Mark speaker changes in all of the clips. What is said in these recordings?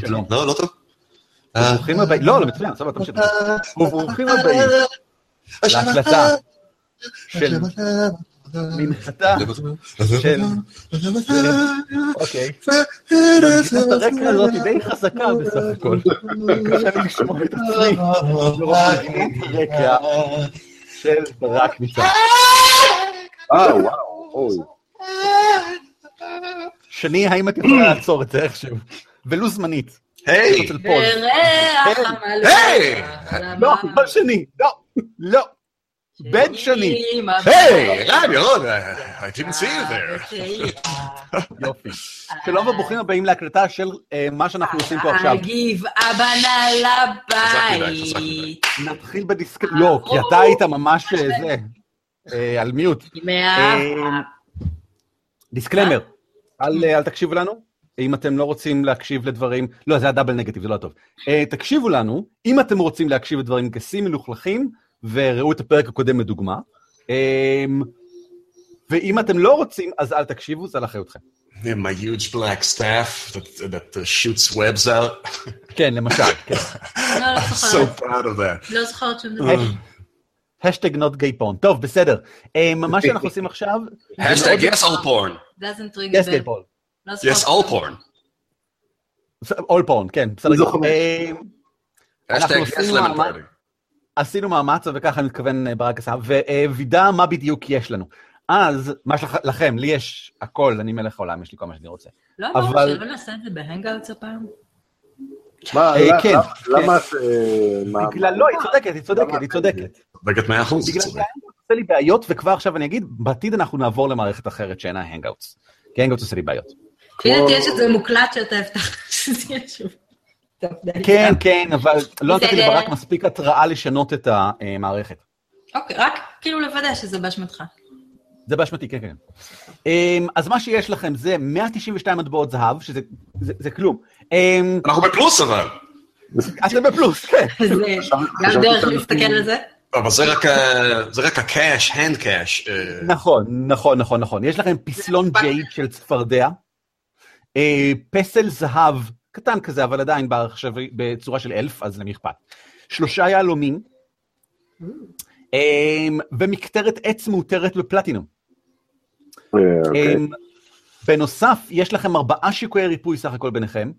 Speaker 1: שלום.
Speaker 2: לא, לא טוב.
Speaker 1: ברוכים הבאים, לא, לא, מצוין, סבבה, תמשיך. וברוכים הבאים להקלטה של מנחתה של... אוקיי. מנגינת הרקע הזאת היא די חזקה בסך הכל. קשה לי לשמוע את עצמי. נורא מנגינת הרקע של ברק ניצן.
Speaker 2: אה, וואו, אוי.
Speaker 1: שני, האם את יכולה לעצור את זה איכשהו? ולו זמנית.
Speaker 2: היי,
Speaker 1: אצל פול.
Speaker 3: אה, וריח המלאך.
Speaker 2: היי!
Speaker 1: לא,
Speaker 3: אה.
Speaker 1: לא שני, לא, לא. בן שני.
Speaker 2: היי, רן, ירון, I didn't see you there.
Speaker 1: יופי. שלום וברוכים הבאים להקלטה של אה, מה שאנחנו עושים פה עכשיו.
Speaker 3: הגבעה בנה
Speaker 2: חזק מדי,
Speaker 3: לבית.
Speaker 1: נתחיל בדיסק... לא, כי אתה היית ממש אה, זה, אה, על מיוט.
Speaker 3: מהאבא.
Speaker 1: דיסקלמר, אל אה, אל תקשיבו לנו, אם אתם לא רוצים להקשיב לדברים, לא, זה הדאבל נגטיב, זה לא טוב. אה, תקשיבו לנו, אם אתם רוצים להקשיב לדברים גסים מלוכלכים, וראו את הפרק הקודם לדוגמה. אה, ואם אתם לא רוצים, אז אל תקשיבו, זה על אחריותכם.
Speaker 2: And my huge black staff that, that uh, shoots webs out.
Speaker 1: כן, למשל, כן.
Speaker 3: לא, לא
Speaker 2: I'm so
Speaker 3: זוכרת.
Speaker 2: proud of that.
Speaker 3: לא זוכרת שום דבר.
Speaker 1: הש- השטג נוט גיי פורן. טוב, בסדר. אה, מה שאנחנו עושים עכשיו... זה
Speaker 2: Hashtag
Speaker 1: מאוד-
Speaker 2: yes, all porn.
Speaker 3: doesn't ring a
Speaker 1: Yes, גיי
Speaker 3: bell.
Speaker 1: פורן.
Speaker 3: לא זוכרת.
Speaker 2: Yes, all porn.
Speaker 1: All porn, כן, בסדר.
Speaker 4: זוכר.
Speaker 1: אה, אנחנו
Speaker 2: Hashtag yes,
Speaker 1: עושים
Speaker 2: lemon
Speaker 1: מאמר-
Speaker 2: party.
Speaker 1: עשינו מאמץ, וככה אני מתכוון אה, ברק עשה, ווידע מה בדיוק יש לנו. אז, מה שלכ- לכם, לי יש הכל, אני מלך העולם, יש לי כל מה שאני רוצה.
Speaker 3: לא אמרנו
Speaker 1: אבל-
Speaker 3: שלא נעשה את זה בהנגאוטס הפעם?
Speaker 4: מה,
Speaker 1: אה,
Speaker 4: למה-
Speaker 1: כן,
Speaker 4: למה-
Speaker 1: כן.
Speaker 4: למה את... אה, מה-
Speaker 1: בגלל, לא, היא צודקת, היא צודקת, היא צודקת.
Speaker 2: בגלל 100 אחוז,
Speaker 1: בגלל שההנגאוטס עושה לי בעיות, וכבר עכשיו אני אגיד, בעתיד אנחנו נעבור למערכת אחרת שאינה הנגאוטס. כי הנגאוטס עושה לי בעיות.
Speaker 3: לפי דעתי יש את זה מוקלט שאתה הבטחת שזה יהיה שוב. טוב, די.
Speaker 1: כן, כן, אבל לא נתתי
Speaker 3: בסדר.
Speaker 1: לברק מספיק התראה לשנות את אה, המערכת.
Speaker 3: אוקיי, רק כאילו לוודא שזה באשמתך.
Speaker 1: זה באשמתי, כן, כן. אמ, אז מה שיש לכם זה 192 מטבעות זהב, שזה זה- זה כלום. אמ,
Speaker 2: אנחנו בפלוס אבל.
Speaker 1: אתם בפלוס, כן.
Speaker 3: אז אה, גם
Speaker 4: חשבתי
Speaker 3: דרך
Speaker 4: שאנחנו-
Speaker 3: להסתכל על זה?
Speaker 2: אבל זה רק ה- זה רק הקאש, hand cash. אה,
Speaker 1: נכון, נכון, נכון, נכון. יש לכם פסלון ג'ייד של צפרדע, אה, פסל זהב, קטן כזה, אבל עדיין בעכשיו בצורה של אלף, אז למי אכפת. שלושה יהלומים, אה, ומקטרת עץ מאותרת בפלטינום.
Speaker 4: אה, אוקיי.
Speaker 1: אמ, בנוסף, יש לכם ארבעה שיקויי ריפוי סך הכל ביניכם.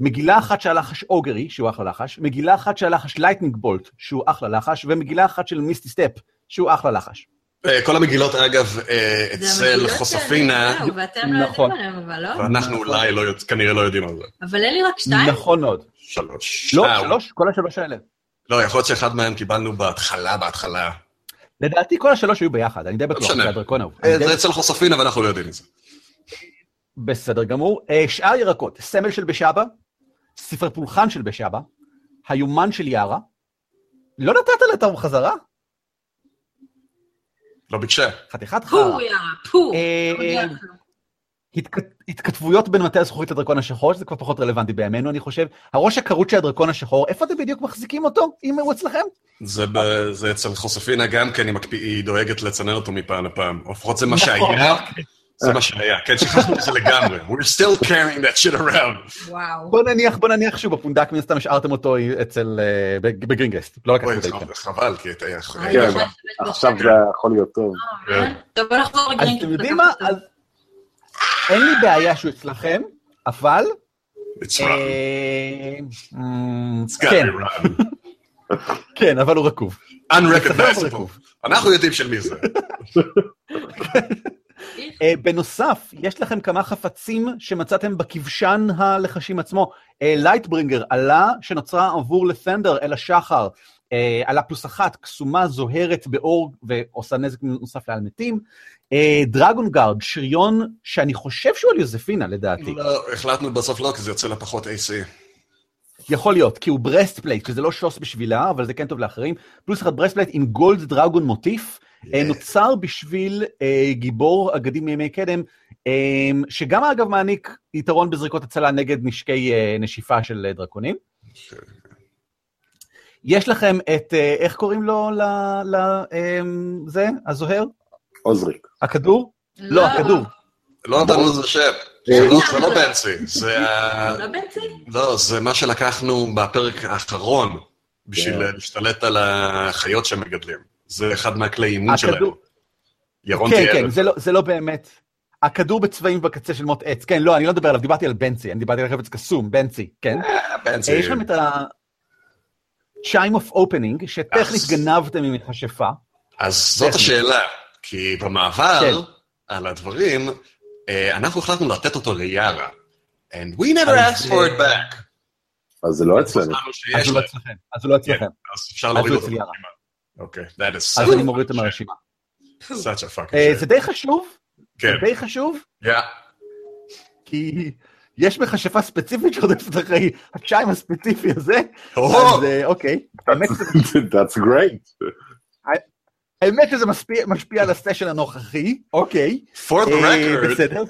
Speaker 1: מגילה אחת של הלחש אוגרי, שהוא אחלה לחש, מגילה אחת של הלחש לייטנינג בולט, שהוא אחלה לחש, ומגילה אחת של מיסטי סטפ, שהוא אחלה לחש.
Speaker 2: אה, כל המגילות, אגב, אה,
Speaker 3: זה
Speaker 2: אצל
Speaker 3: המגילות
Speaker 2: חוספינה,
Speaker 3: שאני- זהו, ואתם לא
Speaker 1: נכון.
Speaker 3: יודעים עליהם, אבל לא?
Speaker 2: ואנחנו אולי לא יודע- כנראה לא יודעים על זה.
Speaker 3: אבל אין לי רק שתיים?
Speaker 1: נכון מאוד.
Speaker 2: שלוש.
Speaker 1: לא,
Speaker 2: אה,
Speaker 1: שלוש, כל השלוש האלה.
Speaker 2: לא, יכול להיות שאחד מהם קיבלנו בהתחלה, בהתחלה.
Speaker 1: לדעתי כל השלוש היו ביחד, אני די בטוח,
Speaker 2: לא משנה.
Speaker 1: זה הדרקון ההוא.
Speaker 2: אה,
Speaker 1: אני די-
Speaker 2: זה אצל חוספינה, ואנחנו לא יודעים מזה.
Speaker 1: בסדר גמור. אה, שאר ירקות, סמל של בשאבה, ספר פולחן של בשאבה, היומן של יערה. לא נתת לה את החזרה?
Speaker 2: לא ביקשה.
Speaker 1: חתיכת חרא.
Speaker 3: פו, יאללה, פו.
Speaker 1: אה,
Speaker 3: לא יודע כלום.
Speaker 1: התכת- התכתבויות בין מטה הזכוכית לדרקון השחור, שזה כבר פחות רלוונטי בימינו, אני חושב. הראש הכרות של הדרקון השחור, איפה אתם בדיוק מחזיקים אותו, אם הוא אצלכם?
Speaker 2: זה ב- זה אצל חוספינה גם כן, היא מקפיא- היא דואגת לצנן אותו מפעם לפעם. או לפחות זה מה
Speaker 1: נכון.
Speaker 2: שהיה. זה מה שהיה. כן, שכחנו את זה לגמרי. We're still carrying that shit around.
Speaker 1: אה,
Speaker 3: וואו.
Speaker 1: בוא נניח, בוא נניח שהוא בפונדק, מן הסתם השארתם אותו אצל... אה, בג- בגרינגסט. לא לקחתם
Speaker 2: אוי,
Speaker 1: אותו איתכם.
Speaker 2: חבל, כי אתה...
Speaker 3: אה,
Speaker 4: כן.
Speaker 3: אני חושבת
Speaker 4: עכשיו
Speaker 3: בשם.
Speaker 4: זה יכול להיות טוב.
Speaker 2: כן.
Speaker 3: נכון? טוב, בוא נחזור
Speaker 1: אז
Speaker 3: לגרינק.
Speaker 1: אתם יודעים מה? אז... אין לי בעיה שהוא אצלכם, אבל...
Speaker 2: It's rotten.
Speaker 1: אה, אמ,
Speaker 2: It's gotta
Speaker 1: כן,
Speaker 2: be rotten.
Speaker 1: כן, אבל הוא רקוב. אצלכם הוא
Speaker 2: Unrecognizable.
Speaker 1: רקוב.
Speaker 2: אנחנו יודעים של מי זה.
Speaker 1: אה, בנוסף, יש לכם כמה חפצים שמצאתם בכבשן הלחשים עצמו. אה, לייטברינגר, עלה שנוצרה עבור לפנדר אל השחר. אה, עלה פלוס אחת, קסומה זוהרת באור ועושה נזק נוסף לעל מתים. אה, דרגון גארד, שריון שאני חושב שהוא על יוזפינה לדעתי.
Speaker 2: לא, החלטנו בסוף לא, כי זה יוצא לה פחות AC.
Speaker 1: יכול להיות, כי הוא ברסט פלייט, שזה לא שוס בשבילה, אבל זה כן טוב לאחרים. פלוס אחד ברסט פלייט עם גולד דרגון מוטיף, אה, נוצר בשביל אה, גיבור אגדים מימי קדם, אה, שגם אגב מעניק יתרון בזריקות הצלה נגד נשקי אה, נשיפה של אה, דרקונים. יש לכם את, אה, איך קוראים לו, ל, ל, אה, זה, הזוהר?
Speaker 4: עוזריק.
Speaker 1: הכדור? לא, הכדור.
Speaker 2: לא נתנו לזה שם. לא, זה לא בנצי, זה ה-
Speaker 3: לא בנצי?
Speaker 2: לא, זה מה שלקחנו בפרק האחרון בשביל
Speaker 4: כן.
Speaker 2: להשתלט על החיות שהם מגדלים. זה אחד מהכלי אימון
Speaker 1: הכדור-
Speaker 2: שלהם. ירון
Speaker 1: כן,
Speaker 2: תיאר.
Speaker 1: כן, זה לא- זה לא באמת. הכדור בצבעים בקצה של מוט עץ, כן, לא, אני לא מדבר עליו, דיברתי על בנצי, אני דיברתי על חפץ קסום, בנצי, כן.
Speaker 2: אה, בנצי.
Speaker 1: יש לכם את ה... צ'יים אוף אופנינג, שטכנית
Speaker 2: אז-
Speaker 1: גנבתם ממכשפה.
Speaker 2: אז זאת
Speaker 1: טכני.
Speaker 2: השאלה, כי
Speaker 1: כן.
Speaker 2: במעבר על הדברים, אה, אנחנו החלטנו לתת אותו ליארה. And we never
Speaker 1: אז, אה,
Speaker 2: asked for it back.
Speaker 4: אז זה לא אצלנו.
Speaker 2: חשבנו שיש
Speaker 1: אז הוא לא
Speaker 2: להם,
Speaker 1: אצלכם, אז הוא לא
Speaker 2: כן. לא-
Speaker 1: אצלכם,
Speaker 2: אז אפשר
Speaker 1: אז
Speaker 2: להוריד
Speaker 1: הוא
Speaker 2: אותו.
Speaker 1: אצל יארה.
Speaker 2: אוקיי, that is
Speaker 1: אז
Speaker 2: such-
Speaker 1: אני מוריד אותם מהרשימה.
Speaker 2: such a fucking
Speaker 1: אה,
Speaker 2: shame.
Speaker 1: זה אה, די חשוב, זה
Speaker 2: כן,
Speaker 1: די חשוב,
Speaker 2: yeah.
Speaker 1: כי יש מכשפה ספציפית שרודפת אחרי הצ'יים הספציפי הזה,
Speaker 2: או,
Speaker 1: אז אה, אוקיי. האמת שזה-
Speaker 4: That's great.
Speaker 1: האמת שזה משפיע- משפיע על הסשן הנוכחי, אוקיי.
Speaker 2: for the
Speaker 1: אה,
Speaker 2: record,
Speaker 1: בסדר.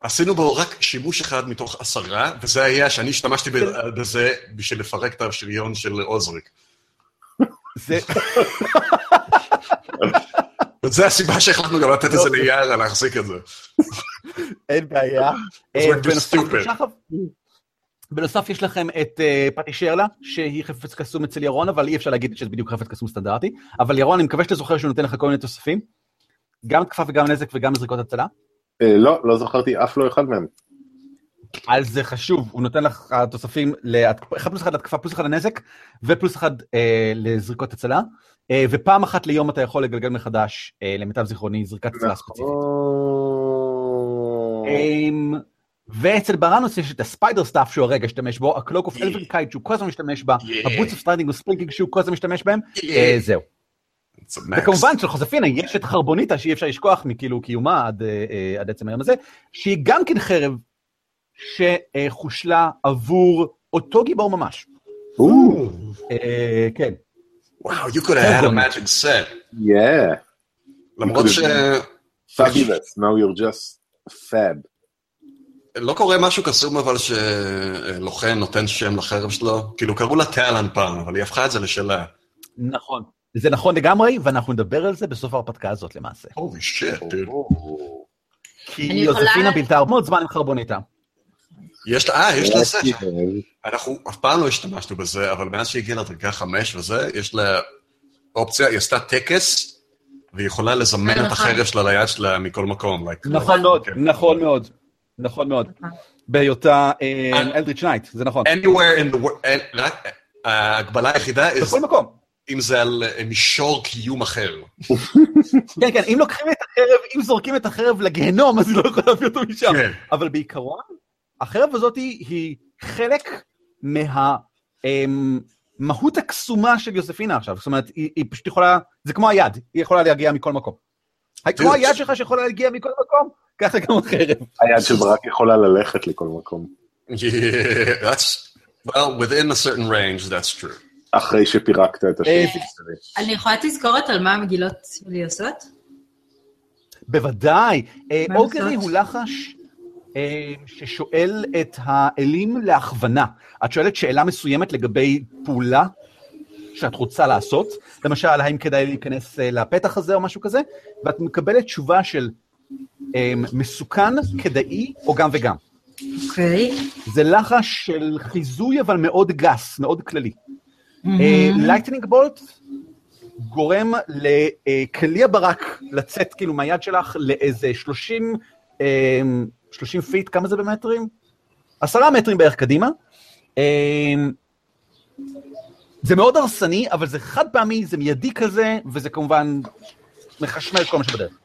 Speaker 2: עשינו בו רק שימוש אחד מתוך עשרה, וזה היה שאני השתמשתי ב- בזה בשביל לפרק את השריון של עוזריק.
Speaker 1: זה-
Speaker 2: וזו הסיבה שהחלטנו גם לתת את
Speaker 1: לא.
Speaker 2: זה ליארה, להחזיק את זה.
Speaker 1: אין בעיה.
Speaker 2: That's
Speaker 1: אה,
Speaker 2: what you
Speaker 1: בנוסף,
Speaker 2: stupid.
Speaker 1: שחף- בנוסף יש לכם את אה, פטישרלה, שהיא חפץ קסום אצל ירון, אבל אי אפשר להגיד שזה בדיוק חפץ קסום סטנדרטי. אבל ירון, אני מקווה שאתה זוכר שהוא נותן לך כל מיני תוספים. גם תקפה וגם נזק וגם זריקות הצלה.
Speaker 4: אה, לא, לא זכרתי אף לא אחד מהם.
Speaker 1: אז זה חשוב, הוא נותן לך תוספים להתקפה, 1 פלוס 1 להתקפה, פלוס 1 לנזק, ופלוס 1 אה, לזריקות הצלה, אה, ופעם אחת ליום אתה יכול לגלגל מחדש, אה, למיטב זיכרוני, זריקת הצלה ספציפית. אמ, ואצל ברנוס יש את הספיידר סטאפ שהוא הרגע השתמש בו, הקלוק אוף
Speaker 2: Yeah.
Speaker 1: אלווין קייט שהוא כל הזמן משתמש בה,
Speaker 2: Yeah.
Speaker 1: הבוץ אוף סטרנדינג וספרינגינג שהוא כל הזמן משתמש בהם, אה, זהו.
Speaker 2: It's a max.
Speaker 1: וכמובן של חוזפינה יש את חרבוניטה שאי אפשר לשכוח מכאילו קיומה עד, אה, אה, עד עצם היום הזה, שהיא גם כן חרב שחושלה עבור אותו גיבור ממש.
Speaker 4: או,
Speaker 1: אה, כן.
Speaker 2: וואו, you could have had a
Speaker 1: נכון.
Speaker 2: magic set.
Speaker 4: yeah.
Speaker 2: למרות
Speaker 4: could
Speaker 2: שלא
Speaker 4: Fabulous. Now you're just fab.
Speaker 2: קורה משהו קסום, אבל שלוחם נותן שם לחרב שלו. כאילו, קראו לה טאלן פעם, אבל היא הפכה את זה לשלה.
Speaker 1: נכון. זה נכון לגמרי, ואנחנו נדבר על זה בסוף ההרפתקה הזאת למעשה.
Speaker 2: הולי שיט, דוד.
Speaker 4: Oh.
Speaker 1: כי
Speaker 3: אני יכולה-
Speaker 1: יוזפינה בילתה הרבה מאוד זמן עם חרבוניטה.
Speaker 2: יש לה, אה, יש לה זה.
Speaker 4: Yeah.
Speaker 2: אנחנו אף פעם לא השתמשנו בזה, אבל מאז שהיא הגיעה לדרגה חמש וזה, יש לה אופציה, היא עשתה טקס, והיא יכולה לזמן את
Speaker 3: נכון.
Speaker 2: החרב שלה ליד שלה מכל מקום. like-
Speaker 1: נכון מאוד,
Speaker 2: כן.
Speaker 1: נכון מאוד. נכון מאוד. בהיותה אה, אלדריץ' נייט, זה נכון.
Speaker 2: Anywhere in the world, אין- רק- ההגבלה היחידה, is
Speaker 1: בכל מקום.
Speaker 2: אם זה על אה, מישור קיום אחר.
Speaker 1: כן, כן, אם לוקחים את החרב, אם זורקים את החרב לגיהנום, אז היא לא יכולה להביא אותו משם.
Speaker 2: כן.
Speaker 1: אבל בעיקרון, החרב הזאת היא היא חלק מהמהות הקסומה של יוספינה עכשיו. זאת אומרת, היא היא פשוט יכולה, זה כמו היד, היא יכולה להגיע מכל מקום. כמו היד שלך שיכולה להגיע מכל מקום, ככה גם החרב.
Speaker 4: היד של ברק יכולה ללכת לכל מקום.
Speaker 2: Yeah, that's well within a certain range. That's true.
Speaker 4: אחרי שפירקת את השם.
Speaker 1: אה,
Speaker 3: אני יכולה תזכורת על מה המגילות שלי עושות?
Speaker 1: בוודאי. אה,
Speaker 3: מה
Speaker 1: אוגרי
Speaker 3: לעשות?
Speaker 1: הוא לחש אה, ששואל את האלים להכוונה. את שואלת שאלה מסוימת לגבי פעולה שאת רוצה לעשות, למשל, האם כדאי להיכנס אה, לפתח הזה או משהו כזה, ואת מקבלת תשובה של אה, מסוכן, כדאי, או גם וגם.
Speaker 3: אוקיי.
Speaker 1: זה לחש של חיזוי, אבל מאוד גס, מאוד כללי. לייטנינג בולט אה, גורם לכלי הברק לצאת כאילו מהיד שלך לאיזה 30, אה, 30 פיט, כמה זה במטרים? עשרה מטרים בערך קדימה. אה, זה מאוד הרסני, אבל זה חד פעמי, זה מיידי כזה, וזה כמובן מחשמל כל מה שבדרך.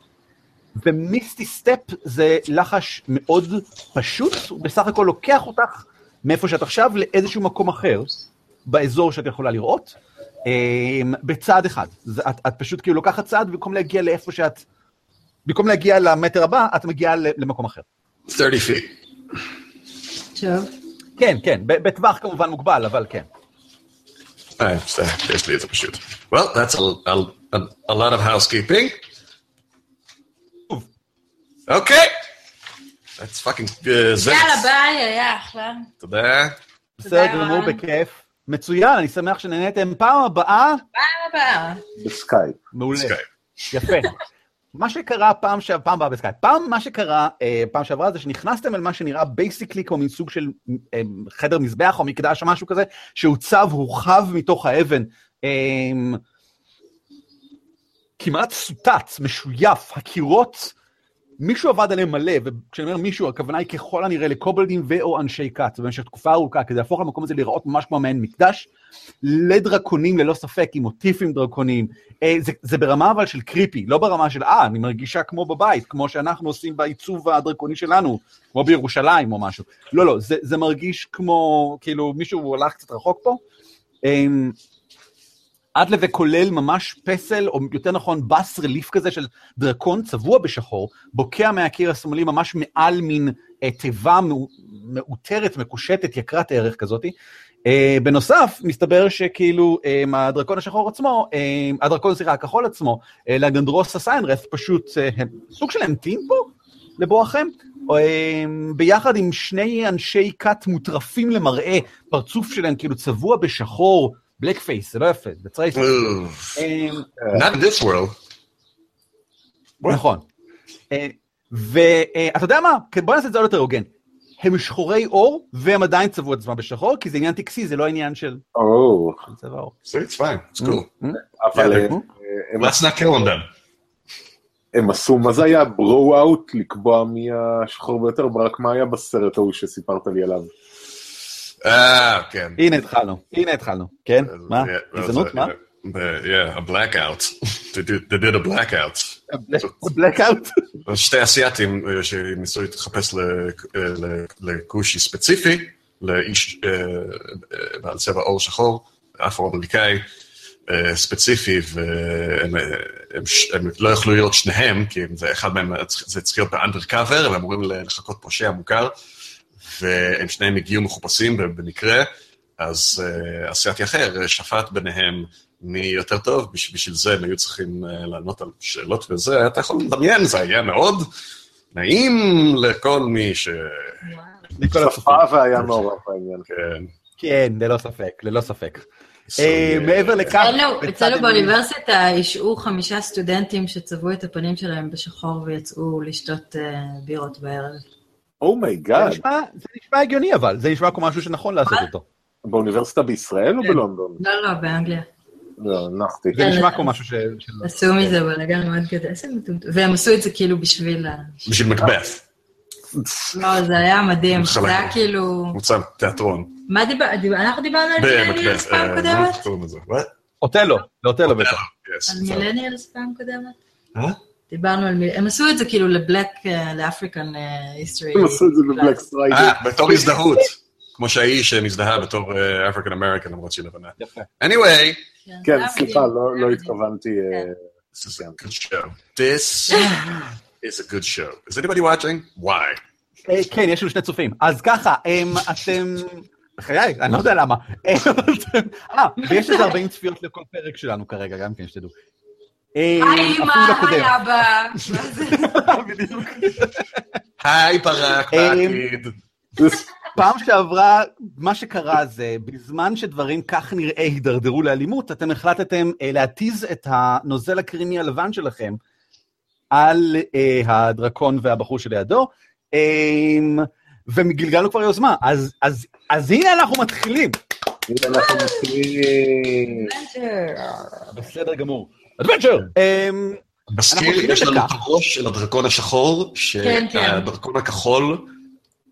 Speaker 1: ומיסטי סטפ זה לחש מאוד פשוט, הוא בסך הכל לוקח אותך מאיפה שאת עכשיו לאיזשהו מקום אחר באזור שאת יכולה לראות, אמ, בצעד אחד. זה- את, את פשוט כאילו לוקחת צעד, במקום להגיע לאיפה שאת... במקום להגיע למטר הבא, את מגיעה ל- למקום אחר.
Speaker 2: Thirty feet.
Speaker 3: טוב.
Speaker 1: כן, כן, ב- בטווח כמובן מוגבל, אבל כן.
Speaker 2: Ah, so, basically, it's a pursuit. Well, that's a, a, a, a lot of housekeeping. Okay. That's fucking uh, zest.
Speaker 3: יאללה, ביי, היה אחלה.
Speaker 2: תודה.
Speaker 1: בסדר
Speaker 3: רבה.
Speaker 1: גמור, בכיף. מצוין, אני שמח שנהניתם. פעם הבאה,
Speaker 3: ביי, ביי.
Speaker 4: בסקייפ.
Speaker 1: מעולה.
Speaker 2: סקייפ.
Speaker 1: יפה. מה שקרה פעם ש... פעם הבאה בסקייפ, פעם מה שקרה אה, פעם שעברה זה שנכנסתם אל מה שנראה בייסיקלי כמו מין סוג של אה, חדר מזבח או מקדש או משהו כזה, שהוצב, הורחב מתוך האבן. אה, כמעט סוטט, משויף, הקירות, מישהו עבד עליהם מלא, וכשאני אומר מישהו, הכוונה היא ככל הנראה לקובלדים ו/או אנשי כת, במשך תקופה ארוכה, כדי להפוך למקום הזה להיראות ממש כמו מעין מקדש, לדרקונים ללא ספק, עם מוטיפים דרקוניים. אה, זה, זה ברמה אבל של קריפי, לא ברמה של אה, אני מרגישה כמו בבית, כמו שאנחנו עושים בעיצוב הדרקוני שלנו, כמו בירושלים או משהו. לא, לא, זה, זה מרגיש כמו, כאילו, מישהו הלך קצת רחוק פה. אה, עד לזה כולל ממש פסל, או יותר נכון בס רליף כזה של דרקון צבוע בשחור, בוקע מהקיר השמאלי ממש מעל מין אה, תיבה מאו- מעוטרת, מקושטת, יקרת ערך כזאתי. אה, בנוסף, מסתבר שכאילו אה, הדרקון השחור עצמו, אה, הדרקון, סליחה, הכחול עצמו, אה, לגנדרוס הסיינרף, פשוט אה, סוג של המתין פה לבואכם, אה, ביחד עם שני אנשי כת מוטרפים למראה, פרצוף שלהם כאילו צבוע בשחור. בלק פייס, זה לא יפה, זה צרייס. אמ,
Speaker 2: Not this world.
Speaker 1: נכון. ואתה יודע מה? כן, בוא נעשה את זה עוד יותר הוגן. הם שחורי עור, והם עדיין צבעו את עצמם בשחור, כי זה עניין טקסי, זה לא עניין של
Speaker 4: או,
Speaker 1: של צבע עור.
Speaker 2: So it's fine, it's cool.
Speaker 4: Oh. אבל אה,
Speaker 1: אה,
Speaker 4: הם-
Speaker 2: Let's not kill on them.
Speaker 4: הם עשו, מה זה היה ברו אאוט לקבוע מי השחור ביותר, ברק מה היה בסרט ההוא שסיפרת לי עליו?
Speaker 2: אה, כן.
Speaker 1: הנה התחלנו, הנה התחלנו. כן?
Speaker 2: אז,
Speaker 1: מה?
Speaker 2: yeah, Ah, that was
Speaker 1: גזענות?
Speaker 2: a-
Speaker 1: מה?
Speaker 2: the- Yeah, a blackout. They did- they did a blackout.
Speaker 1: אה, בלקאוט.
Speaker 2: אז שתי אסיאתים אה, שניסו להתחפש ל- אה, ל- לכושי ספציפי, לאיש אה, אה, בעל צבע עור שחור, אפרו-אמריקאי אה, ספציפי, והם אה, הם ש- הם לא יכלו להיות שניהם, כי אם זה אחד מהם אה, צריך- זה צריך להיות באנדרקאבר, והם אמורים לחכות פושע מוכר, והם שניהם הגיעו מחופשים במקרה, אז אה, אסיאתי אחר אה, שפט ביניהם מי יותר טוב, בש- בשביל זה הם היו צריכים אה, לענות על שאלות וזה, אתה יכול לדמיין, זה היה מאוד נעים לכל מי ש...
Speaker 1: אה, לכל הצופים.
Speaker 4: צפה והיה מעורב בעניין.
Speaker 2: כן.
Speaker 1: כן, ללא ספק, ללא ספק. אה,
Speaker 2: זה-
Speaker 1: מעבר לכך...
Speaker 3: אצלנו-
Speaker 1: בצד
Speaker 3: אה, לא, אצלנו
Speaker 1: ימין-
Speaker 3: באוניברסיטה השעו חמישה סטודנטים שצבעו את הפנים שלהם בשחור ויצאו לשתות אה, בירות בערב.
Speaker 1: זה
Speaker 4: Oh אומייגאד,
Speaker 1: נשמע- זה נשמע הגיוני אבל, זה נשמע כמו משהו שנכון לעשות אותו.
Speaker 2: כן.
Speaker 4: באוניברסיטה בישראל או בלונדון?
Speaker 3: לא, לא, באנגליה.
Speaker 4: לא, נחתי.
Speaker 1: זה
Speaker 3: כן,
Speaker 1: נשמע
Speaker 3: זה-
Speaker 1: כמו משהו ש... שלא.
Speaker 3: עשו
Speaker 4: כן.
Speaker 3: מזה בלאגן מאוד גדול. איזה מטומטום. והם עשו את זה כאילו בשביל ה...
Speaker 2: בשביל מקבף,
Speaker 3: לא, זה היה מדהים. זה היה
Speaker 2: חלק.
Speaker 3: כאילו...
Speaker 2: קבוצה תיאטרון.
Speaker 3: מה דיברנו? אנחנו דיברנו על
Speaker 4: כן.
Speaker 3: מילניאלס
Speaker 2: במקבף.
Speaker 3: אוקיי, פעם
Speaker 2: אה,
Speaker 3: קודמת?
Speaker 2: נו, קוראים לזה, what?
Speaker 1: אוטלו, לאוטלו בטח.
Speaker 2: Yes,
Speaker 3: על
Speaker 2: זה-
Speaker 3: מילניאלס פעם קודמת?
Speaker 2: אה?
Speaker 3: דיברנו על מיל... הם עשו את זה כאילו לבלק, אה, לאפריקן היסטורי.
Speaker 4: הם עשו את זה בבלק סטריידר.
Speaker 2: אה, בתור הזדהות, כמו שהאיש מזדהה בתור אפריקן אמריקן, למרות שהיא לבנה.
Speaker 1: יפה.
Speaker 2: anyway,
Speaker 4: כן,
Speaker 3: אה,
Speaker 4: סליחה, לא- לא התכוונתי. אה,
Speaker 2: this is a good show. This is a good show. Is anybody watching? Why?
Speaker 1: אה, כן, יש לנו שני צופים. אז ככה, אמ, אתם... בחיי, אני לא יודע למה. אמ, אתם- אה, ויש איזה 40 צפיות לכל פרק שלנו כרגע, גם כן, שתדעו. אמ,
Speaker 3: היי אמא,
Speaker 1: אפילו
Speaker 4: לא
Speaker 1: לקודם.
Speaker 3: היי אבא. מה זה?
Speaker 1: בדיוק.
Speaker 2: היי ברק, בעתיד.
Speaker 1: פעם שעברה, מה שקרה זה, בזמן שדברים כך נראה הידרדרו לאלימות, אתם החלטתם אה, להתיז את הנוזל הקרימי הלבן שלכם על אה, הדרקון והבחור שלידו, אה, וגלגלנו כבר יוזמה. אז, אז, אז הנה אנחנו מתחילים.
Speaker 4: הנה אנחנו מתחילים.
Speaker 1: בסדר גמור. אדוונצ'ר! אמ, אנחנו
Speaker 2: מזכיר,
Speaker 1: מתחילים
Speaker 2: יש לנו את
Speaker 1: בכך.
Speaker 2: הראש של הדרקון השחור,
Speaker 3: כן, כן.
Speaker 2: שהדרקון הכחול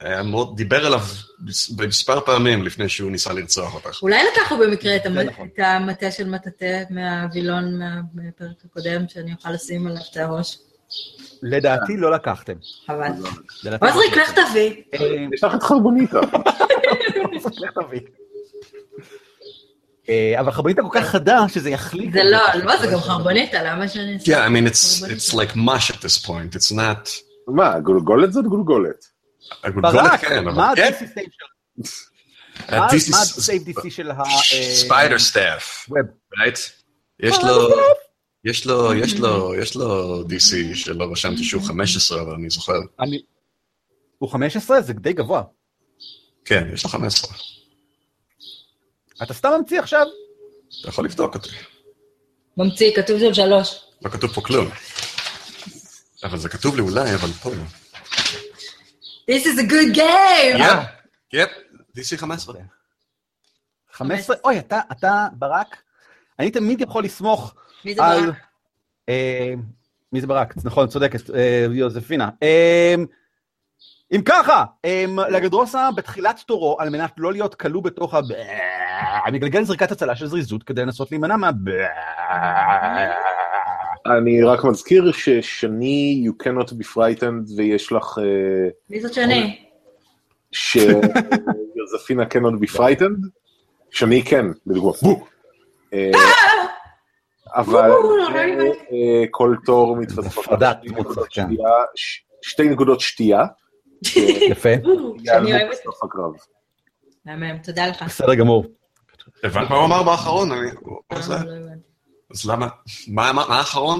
Speaker 2: היה מאוד- דיבר עליו במספר פעמים לפני שהוא ניסה לרצוח אותך.
Speaker 3: אולי לקחנו במקרה את המ-
Speaker 1: זה נכון.
Speaker 3: את המטה של מטאטה מהווילון מה- מהפרק הקודם, שאני אוכל לשים עליו את הראש.
Speaker 1: לדעתי לא לקחתם.
Speaker 3: חבל.
Speaker 1: לדעתי לא
Speaker 3: עוזרי, לך
Speaker 1: לקחתם.
Speaker 3: תביא.
Speaker 1: אמ,
Speaker 4: יש לך את חרבוניטה.
Speaker 1: לך תביא. אה, אבל חרבניתה כל כך חדה שזה יחליק.
Speaker 3: זה לא, לא, זה גם חרבוניטה, למה שאני... אעשה?
Speaker 2: Yeah, I mean, it's,
Speaker 3: חרבונית.
Speaker 2: it's like mush at this point, it's not...
Speaker 4: מה, גולגולת זאת גולגולת.
Speaker 2: הגולגולת,
Speaker 1: ברק,
Speaker 2: כן, אבל-
Speaker 1: מה
Speaker 2: כן, Uh,
Speaker 1: ה-DC save של- מה-
Speaker 2: ה- this is-
Speaker 1: מה ה-save DC של ה... אה,
Speaker 2: ספיידר סטאפ,
Speaker 1: ווב.
Speaker 2: right? יש לו, יש לו,
Speaker 1: Hmm.
Speaker 2: יש לו, יש לו DC שלא רשמתי שהוא 15, אבל אני זוכר.
Speaker 1: אה, אני- הוא 15? זה די גבוה.
Speaker 2: כן, יש לו 15.
Speaker 1: אתה סתם ממציא עכשיו?
Speaker 2: אתה יכול לבדוק אותי.
Speaker 3: ממציא, כתוב שם שלוש.
Speaker 2: לא כתוב פה כלום. אבל זה כתוב לי אולי, אבל פה לא.
Speaker 3: This is a good game!
Speaker 2: יפ, יפ, DC 15.
Speaker 1: 15, אוי, אתה, אתה, ברק, אני תמיד יכול לסמוך
Speaker 3: מי זה
Speaker 1: על...
Speaker 3: ברק?
Speaker 1: אה, מי זה ברק? נכון, צודקת, אה, יוזפינה. אה, אם ככה, אה, לגדרוסה בתחילת תורו, על מנת לא להיות כלוא בתוך ה... מגלגל זריקת הצלה של זריזות כדי לנסות להימנע מה...
Speaker 4: אני רק מזכיר ששני, you cannot be frightened, ויש לך... אה,
Speaker 3: מי זאת שני?
Speaker 4: שיוזפינה cannot be frightened, כן שאני כן, לדוגמה, בו. אה, אבל
Speaker 3: בואו, לא נעים.
Speaker 4: אה, כל תור מתווספות
Speaker 1: הפרדת
Speaker 4: שתי
Speaker 1: דמות
Speaker 4: נקודות
Speaker 2: כן.
Speaker 1: שחקן.
Speaker 4: שתייה, ש- שתי נקודות שתייה,
Speaker 1: יפה,
Speaker 3: שאני
Speaker 4: יעלו
Speaker 3: אוהבת.
Speaker 4: בסוף הקרב.
Speaker 3: מהמם, תודה לך.
Speaker 1: בסדר גמור.
Speaker 2: הבנת מה הוא אמר באחרון? אני-
Speaker 3: אה,
Speaker 2: אז-
Speaker 3: לא הבנתי.
Speaker 2: אז למה? מה מה- מה האחרון?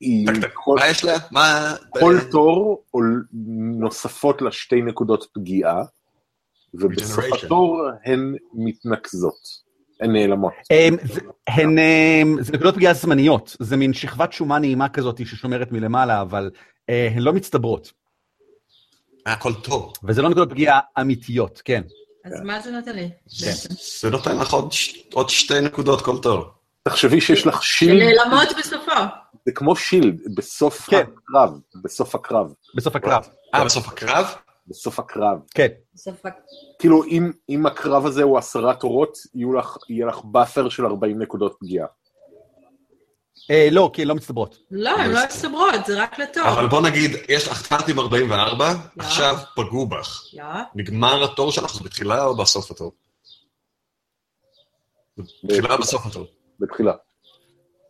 Speaker 4: היא-
Speaker 2: טק, טק,
Speaker 4: כל-
Speaker 2: מה יש לה? מה...
Speaker 4: כל תור עול- נוספות לה שתי נקודות פגיעה, ובסוף
Speaker 2: Regeneration.
Speaker 4: התור הן מתנקזות, הן נעלמות.
Speaker 1: אה, זה- הן אה, זה נקודות פגיעה זמניות, זה מין שכבת שומן נעימה כזאת ששומרת מלמעלה, אבל אה, הן לא מצטברות,
Speaker 2: אה, כל תור.
Speaker 1: וזה לא נקודות פגיעה אמיתיות, כן.
Speaker 3: אז מה זה נותן לי? בעצם?
Speaker 2: זה נותן לך עוד ש- עוד שתי נקודות כל תור.
Speaker 4: תחשבי שיש לך שילד,
Speaker 3: שנעלמות בסופו.
Speaker 4: זה כמו שילד, בסוף
Speaker 1: כן.
Speaker 4: הקרב, בסוף הקרב,
Speaker 1: בסוף הקרב,
Speaker 2: אה, בסוף הקרב?
Speaker 4: בסוף הקרב.
Speaker 1: כן.
Speaker 3: בסוף ה-
Speaker 4: כאילו, אם, אם הקרב הזה הוא עשרה תורות, יהיו לך, יהיה לך באפר של 40 נקודות פגיעה.
Speaker 1: אה, לא, כי הן לא מצטברות.
Speaker 3: לא, הן לא מסתברות, זה רק לתואר.
Speaker 2: אבל בוא נגיד, יש לך תחת עם 44, עכשיו פגעו בך.
Speaker 3: יא,
Speaker 2: נגמר התור שלך, זה בתחילה או בסוף התור? אה. בתחילה או בסוף התור?
Speaker 4: בתחילה.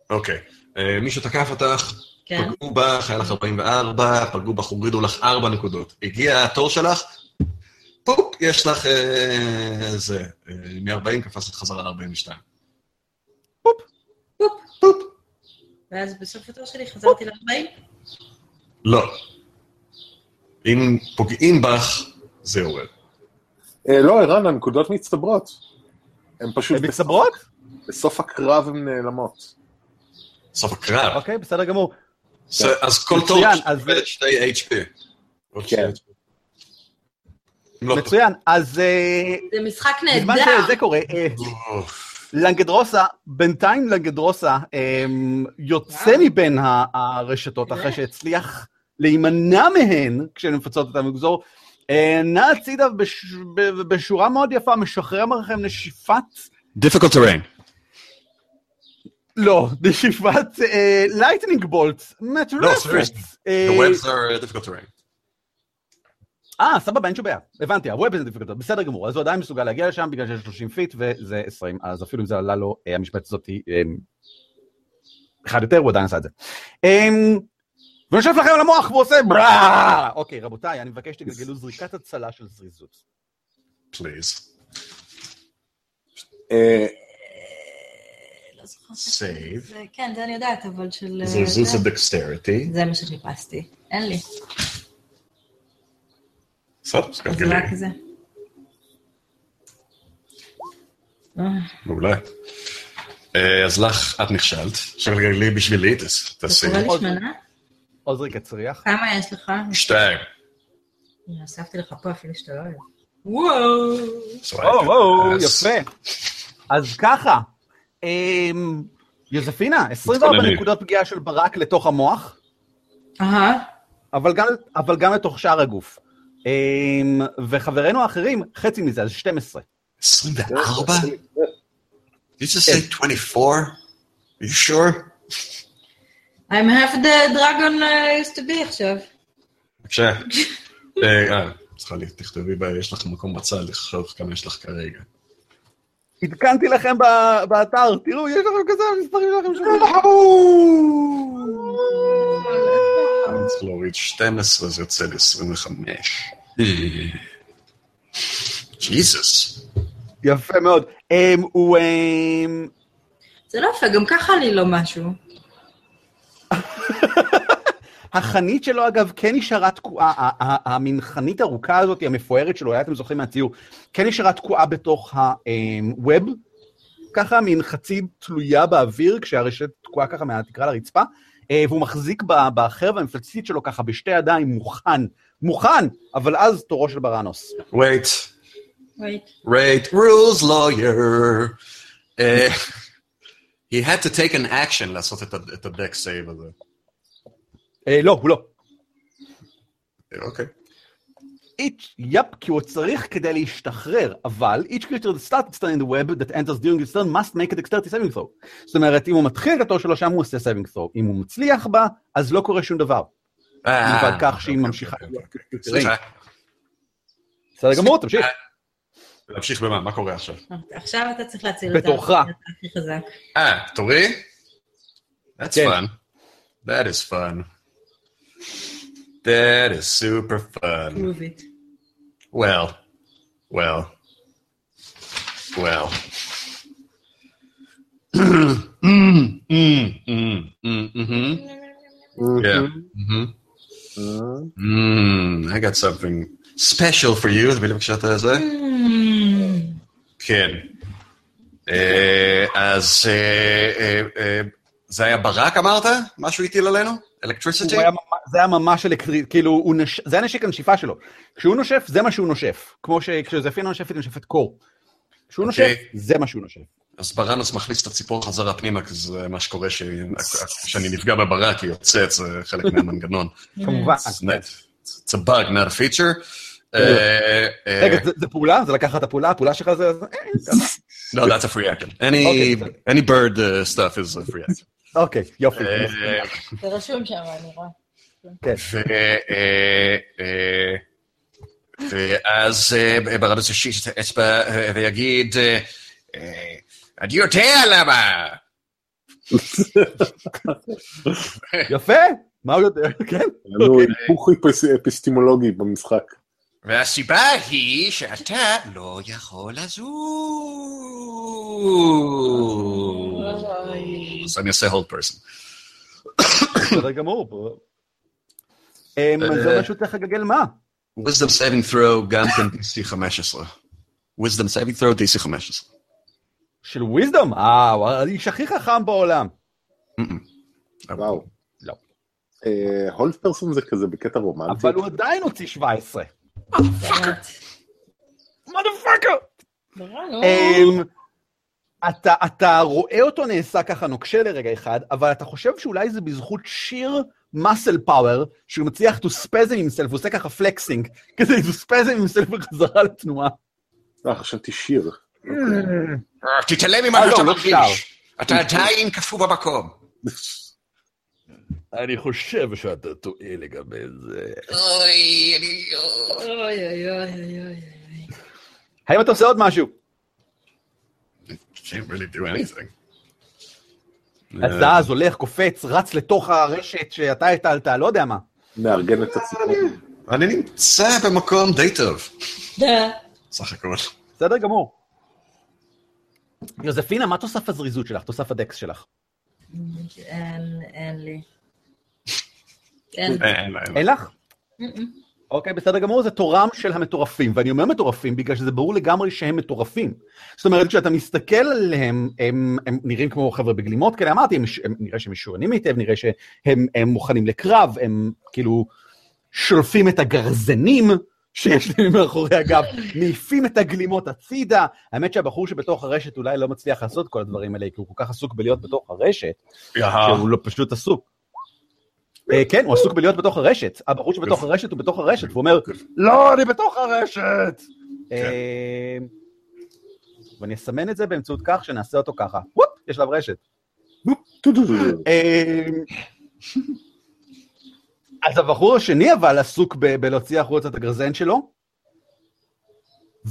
Speaker 2: אוקיי. אה, מישהו תקף אותך,
Speaker 3: כן.
Speaker 2: פגעו בך, היה לך 44, פגעו בך, הורידו לך 4 נקודות. הגיע התור שלך, פופ, יש לך אה, זה, אה, מ-40 קפצת חזרה ל-42.
Speaker 3: פופ.
Speaker 2: פופ.
Speaker 3: ואז בסוף התואר שלי חזרתי ל-40.
Speaker 2: לא. אם פוגעים בך, זה יורד.
Speaker 4: אה, לא, ערן, הנקודות מצטברות. הן פשוט...
Speaker 1: הן מצטברות?
Speaker 4: בסוף הקרב הן נעלמות.
Speaker 2: סוף הקרב.
Speaker 1: אוקיי, בסדר גמור.
Speaker 2: ס- אז כל טוב,
Speaker 1: מצוין, אז-
Speaker 2: שתי HP. עוד שתי
Speaker 4: כן.
Speaker 2: HP. אם לא-
Speaker 1: מצוין. אז אה,
Speaker 3: זה משחק
Speaker 1: בזמן
Speaker 3: נהדר.
Speaker 1: שזה קורה, אה, לנגדרוסה, בינתיים לנגדרוסה אה, יוצא
Speaker 3: וואו.
Speaker 1: מבין ה- הרשתות אחרי
Speaker 3: באמת?
Speaker 1: שהצליח להימנע מהן כשהן מפצות את המגזור. אה, נע הצידה בש- ב- בשורה מאוד יפה, משחרר מערכם נשיפת,
Speaker 2: difficult terrain.
Speaker 1: לא, נשיפת אה, לייטנינג בולט, מטורפת.
Speaker 2: לא, seriously.
Speaker 1: אה,
Speaker 2: The webs are uh, difficult terrain.
Speaker 1: אה, סבבה, אין שום בעיה. הבנתי, הווב זה דיפיקולטר, בסדר גמור. אז הוא עדיין מסוגל להגיע לשם בגלל שיש 30 פיט וזה 20, אז אפילו אם זה עלה לו, אה, המשבצת הזאת היא... אה, אחד יותר, הוא עדיין עשה את זה. אה, ונושב לכם על המוח והוא עושה ברא! אוקיי, רבותיי, אני מבקש שתגלגלו זריקת הצלה של זריזות.
Speaker 2: Please.
Speaker 4: אה,
Speaker 3: לא זוכרת.
Speaker 2: Save.
Speaker 3: זה- כן, זה אני יודעת, אבל של...
Speaker 2: זה זוז
Speaker 3: זה-
Speaker 2: הדקסטריטי.
Speaker 3: זה מה שחיפשתי. אין לי.
Speaker 2: בסדר, זה
Speaker 3: זה לא
Speaker 2: גלגלי.
Speaker 3: רק זה. אה,
Speaker 2: מעולה. אה, אז לך, את נכשלת. עכשיו גלגלי בשבילי, תס-
Speaker 3: זה
Speaker 2: תעשי.
Speaker 3: קורה
Speaker 1: עוד-
Speaker 3: לשמנה?
Speaker 1: עוד זריקת צריח.
Speaker 3: לא. כמה יש לך?
Speaker 2: שתיים.
Speaker 3: הנה, הוספתי לך פה אפילו שאתה לא אוהב. וואו!
Speaker 1: וואו, וואו,
Speaker 2: אז-
Speaker 1: יפה. אז ככה, אה, יוזפינה, 24
Speaker 2: מתכוננים.
Speaker 1: נקודות פגיעה של ברק לתוך המוח.
Speaker 3: אהה,
Speaker 1: אבל גם, אבל גם לתוך שאר הגוף. אמ, וחברינו האחרים, חצי מזה, אז 12.
Speaker 2: 24? You just say 24? You sure?
Speaker 3: I'm half the dragon I used to be עכשיו.
Speaker 2: בבקשה. אה, אה, צריכה לי, תכתבי, ב- יש לך מקום בצד לחשוב כמה יש לך כרגע.
Speaker 1: עדכנתי לכם ב- באתר, תראו, יש לכם כזה מספרים שלכם שם.
Speaker 2: אני צריך להוריד 12, זה יוצא לי 25. ג'יזוס.
Speaker 1: יפה מאוד. אמ, הוא... אמ,
Speaker 3: זה לא יפה, גם ככה לי לא משהו.
Speaker 1: החנית שלו, אגב, כן נשארה תקועה, ה- ה- המין חנית ארוכה הזאת, המפוארת שלו, אולי אתם זוכרים מהציור, כן נשארה תקועה בתוך אמ, הווב, ככה מין חצי תלויה באוויר, כשהרשת תקועה ככה מהתקרה לרצפה, אה, והוא מחזיק ב- בחרב המפלצתית שלו ככה בשתי ידיים, מוכן, מוכן, אבל אז תורו של בראנוס.
Speaker 2: wait,
Speaker 3: Wait.
Speaker 2: Right, rules lawyer. Uh, he had to take an action לעשות את ה- את ה-deck save הזה.
Speaker 1: אה, לא, הוא לא.
Speaker 2: אוקיי.
Speaker 1: each, יפ, כי הוא צריך כדי להשתחרר, אבל each creature that starts to stand in the web that enters during his turn must make a dexterity saving throw. זאת אומרת, אם הוא מתחיל את התור שלו שם, הוא עושה saving throw. אם הוא מצליח בה, אז לא קורה שום דבר.
Speaker 2: אה,
Speaker 1: מלבד כך
Speaker 2: אוקיי,
Speaker 1: שהיא
Speaker 2: אוקיי,
Speaker 1: ממשיכה.
Speaker 2: אוקיי, אוקיי. סליחה,
Speaker 1: בסדר גמור, תמשיך.
Speaker 2: אה, להמשיך במה? מה קורה עכשיו?
Speaker 3: עכשיו אתה צריך להציל
Speaker 1: בתורך.
Speaker 3: אותה. אתה הכי חזק.
Speaker 2: אה, תורי? That's
Speaker 1: כן.
Speaker 2: fun. That is fun. That is super fun.
Speaker 3: Prove it.
Speaker 2: Well, well, well. Mm, mm,
Speaker 1: Mm-hmm.
Speaker 2: mm, mm, mhm, Yeah. mhm. Mm, I got something special for you. תביא לי בבקשה את הזה.
Speaker 3: Hmm.
Speaker 2: כן. אה, אז אה, אה, אה, זה היה ברק אמרת? מה שהוא הטיל עלינו? אלקטריסיטי?
Speaker 1: הוא היה ממש- זה היה ממש אלקטרי, כאילו, הוא נש- זה היה נשק הנשיפה שלו. כשהוא נושף, זה מה שהוא נושף. כמו שכשזפינה נושפת, היא נושפת קור. כשהוא
Speaker 2: אוקיי.
Speaker 1: נושף, זה מה שהוא נושף.
Speaker 2: אז ברנוס מכניס את הציפור חזרה פנימה, כי זה מה שקורה ש- כשאני נפגע בברק, היא יוצאת, זה חלק מהמנגנון.
Speaker 1: כמובן.
Speaker 2: It's not- It's a bug, not a feature. אה, אה,
Speaker 1: רגע, זה- זה פעולה? זה לקחת את הפעולה? הפעולה שלך זה... זה-
Speaker 2: No, that's a free action. Any
Speaker 1: אוקיי, בסדר.
Speaker 2: any bird uh, stuff is a free action.
Speaker 1: אוקיי, יופי.
Speaker 2: אה,
Speaker 3: זה רשום שם, אני רואה.
Speaker 1: כן.
Speaker 2: ו... אה, אה, ואז אה, ברנוס ישיש את האצבע אה, ויגיד, אה, אה, אני יודע למה.
Speaker 1: יפה, מה הוא יודע? כן.
Speaker 4: היה לנו היפוך אפס- אפיסטימולוגי במשחק.
Speaker 2: והסיבה היא שאתה לא יכול לזוז. אז אני עושה hold person.
Speaker 1: בסדר גמור. בוא. אמ, אז זה אומר שהוא צריך לגלגל מה?
Speaker 2: wisdom saving throw גם כן DC 15. wisdom saving throw DC 15.
Speaker 1: של וויזדום? אה, הוא האיש הכי חכם בעולם.
Speaker 4: וואו.
Speaker 1: לא.
Speaker 4: הולד פרסון אה, זה כזה בקטע רומנטי.
Speaker 1: אבל הוא עדיין הוציא 17.
Speaker 3: באמת.
Speaker 1: מודפאקר!
Speaker 3: ברור.
Speaker 1: אה, אמ, אתה, אתה רואה אותו נעשה ככה נוקשה לרגע אחד, אבל אתה חושב שאולי זה בזכות שיר muscle power, שהוא מצליח to spasm himself, הוא עושה ככה פלקסינג, כדי to spasm himself בחזרה לתנועה.
Speaker 4: אה, חשבתי שיר.
Speaker 2: אה, תתעלם
Speaker 1: אה,
Speaker 2: ממה
Speaker 1: לא,
Speaker 2: שאתה
Speaker 1: לא
Speaker 2: מרגיש. אתה עדיין קפוא במקום.
Speaker 1: אני חושב שאתה טועה לגבי זה.
Speaker 2: אוי, אני... אוי.
Speaker 3: אוי אוי אוי אוי אוי.
Speaker 1: האם אתה עושה עוד משהו?
Speaker 2: Can't really do anything.
Speaker 1: אז
Speaker 2: אה,
Speaker 1: דאז אה, הולך, קופץ, רץ לתוך הרשת שאתה הטלת, לא יודע מה.
Speaker 4: נארגן את הסיפור.
Speaker 2: אני נמצא במקום די טוב,
Speaker 3: דה.
Speaker 2: סך הכל.
Speaker 1: בסדר גמור. יוזפינה, מה תוסף הזריזות שלך? תוסף הדקס שלך.
Speaker 3: אין, אין לי. אין.
Speaker 2: אין, אין.
Speaker 1: אין לך? אוקיי, בסדר גמור, זה תורם של המטורפים, ואני אומר מטורפים בגלל שזה ברור לגמרי שהם מטורפים. זאת אומרת, כשאתה מסתכל עליהם, הם, הם נראים כמו חבר'ה בגלימות כאלה, אמרתי, הם, הם, נראה שהם משוריינים היטב, נראה שהם הם מוכנים לקרב, הם כאילו שולפים את הגרזנים שיש להם מאחורי הגב, מעיפים את הגלימות הצידה. האמת שהבחור שבתוך הרשת אולי לא מצליח לעשות את כל הדברים האלה, כי הוא כל כך עסוק בלהיות בתוך הרשת,
Speaker 2: יאה.
Speaker 1: שהוא לא פשוט עסוק. אה, כן, הוא עסוק בלהיות בתוך הרשת. הבחור שבתוך הרשת הוא בתוך הרשת, והוא אומר, לא, אני בתוך הרשת! אה, ואני אסמן את זה באמצעות כך שנעשה אותו ככה. וופ, יש עליו רשת.
Speaker 4: טו-טו-טו.
Speaker 1: אה, אז הבחור השני אבל עסוק ב- בלהוציא החוצה את הגרזן שלו,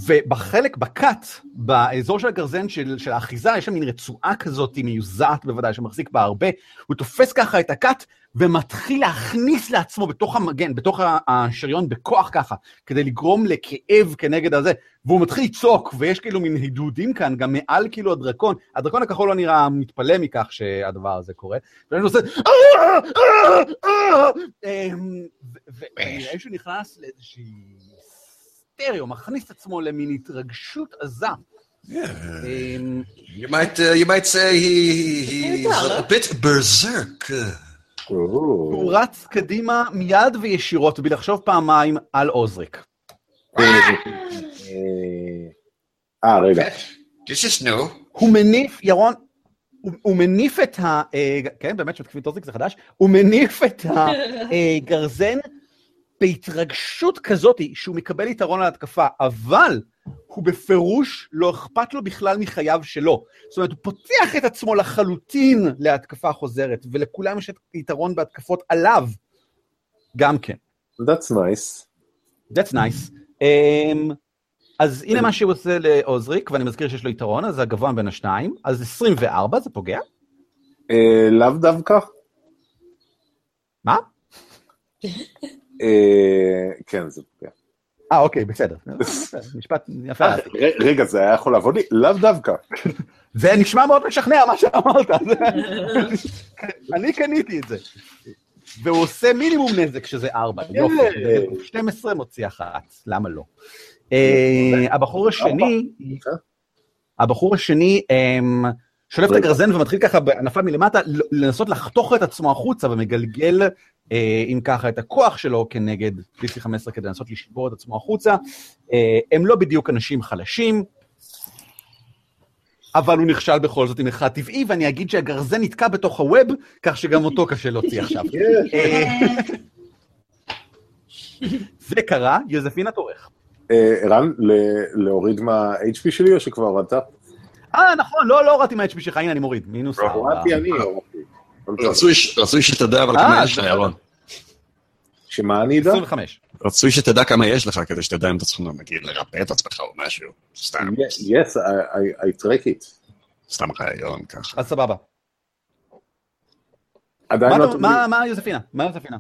Speaker 1: ובחלק, בכת, באזור של הגרזן של, של האחיזה, יש שם מין רצועה כזאת מיוזעת בוודאי, שמחזיק בה הרבה, הוא תופס ככה את הכת ומתחיל להכניס לעצמו בתוך המגן, בתוך ה- השריון בכוח ככה, כדי לגרום לכאב כנגד הזה, והוא מתחיל לצעוק, ויש כאילו מין הידודים כאן, גם מעל כאילו הדרקון, הדרקון הכחול לא נראה מתפלא מכך שהדבר הזה קורה, ואני עושה... "אה, אה, אה", אמ, ו- ו- ונראה שהוא נכנס לאיזושהי היסטריה, הוא מכניס את עצמו למין התרגשות עזה.
Speaker 2: Yeah.
Speaker 1: אמ,
Speaker 2: You might, uh, you might say he, he- he's
Speaker 3: Yeah.
Speaker 2: a bit berserk.
Speaker 1: הוא רץ קדימה מיד וישירות בלחשוב פעמיים על עוזריק.
Speaker 4: אה, רגע.
Speaker 2: This is new.
Speaker 1: הוא מניף, ירון, הוא, הוא מניף את ה... אה, כן, באמת, שמתקפים את אוזיק זה חדש? הוא מניף את הגרזן אה, בהתרגשות כזאת שהוא מקבל יתרון על התקפה, אבל הוא בפירוש לא אכפת לו בכלל מחייו שלו. זאת אומרת, הוא פותח את עצמו לחלוטין להתקפה חוזרת, ולכולם יש את יתרון בהתקפות עליו גם כן.
Speaker 4: That's nice.
Speaker 1: That's nice. Um, אז הנה מה שהוא עושה לאוזריק, ואני מזכיר שיש לו יתרון, אז זה הגבוה בין השניים, אז 24, זה פוגע?
Speaker 4: אה, לאו דווקא.
Speaker 1: מה?
Speaker 4: אה, כן, זה פוגע.
Speaker 1: אה, אוקיי, בסדר. משפט יפה.
Speaker 4: אה, ר- רגע, זה היה יכול לעבוד לי? לאו דווקא.
Speaker 1: זה נשמע מאוד משכנע מה שאמרת. אני קניתי את זה. והוא עושה מינימום נזק, שזה 4. יופי. 12 מוציא אחת, למה לא? אה, הבחור השני, הבחור השני אמ, שולף את
Speaker 4: רגע.
Speaker 1: הגרזן ומתחיל ככה בענפה מלמטה ל- לנסות לחתוך את עצמו החוצה ומגלגל, אה, אם ככה, את הכוח שלו כנגד DC-15 כדי לנסות לשבור את עצמו החוצה. אה, הם לא בדיוק אנשים חלשים, אבל הוא נכשל בכל זאת עם אחד טבעי, ואני אגיד שהגרזן נתקע בתוך הווב, כך שגם אותו קשה להוציא עכשיו. אה,
Speaker 3: כן.
Speaker 1: זה קרה, יוזפינה תורך.
Speaker 4: אה, רן, ל- להוריד מה-HP שלי או שכבר הורדת?
Speaker 1: אה, נכון, לא, לא הורדתי מה-HP שלך, הנה אני מוריד, מינוס ארבע.
Speaker 4: לא הורדתי אני. אוקיי. לא הורדתי. אבל בסדר.
Speaker 2: רצוי ש- רצוי שתדע אבל
Speaker 1: אה,
Speaker 2: כמה יש
Speaker 1: זה
Speaker 2: לך, ירון.
Speaker 4: שמה אני אדע?
Speaker 1: 25.
Speaker 2: רצוי שתדע כמה יש לך, כדי שתדע אם אתה צריך נגיד לרפא את עצמך או משהו. סתם,
Speaker 4: Yes, I- I- I track it.
Speaker 2: סתם רעיון ככה.
Speaker 1: אז סבבה.
Speaker 4: עדיין
Speaker 1: מה
Speaker 4: לא...
Speaker 1: אתה- מה- מה יוזפינה? מה יוזפינה?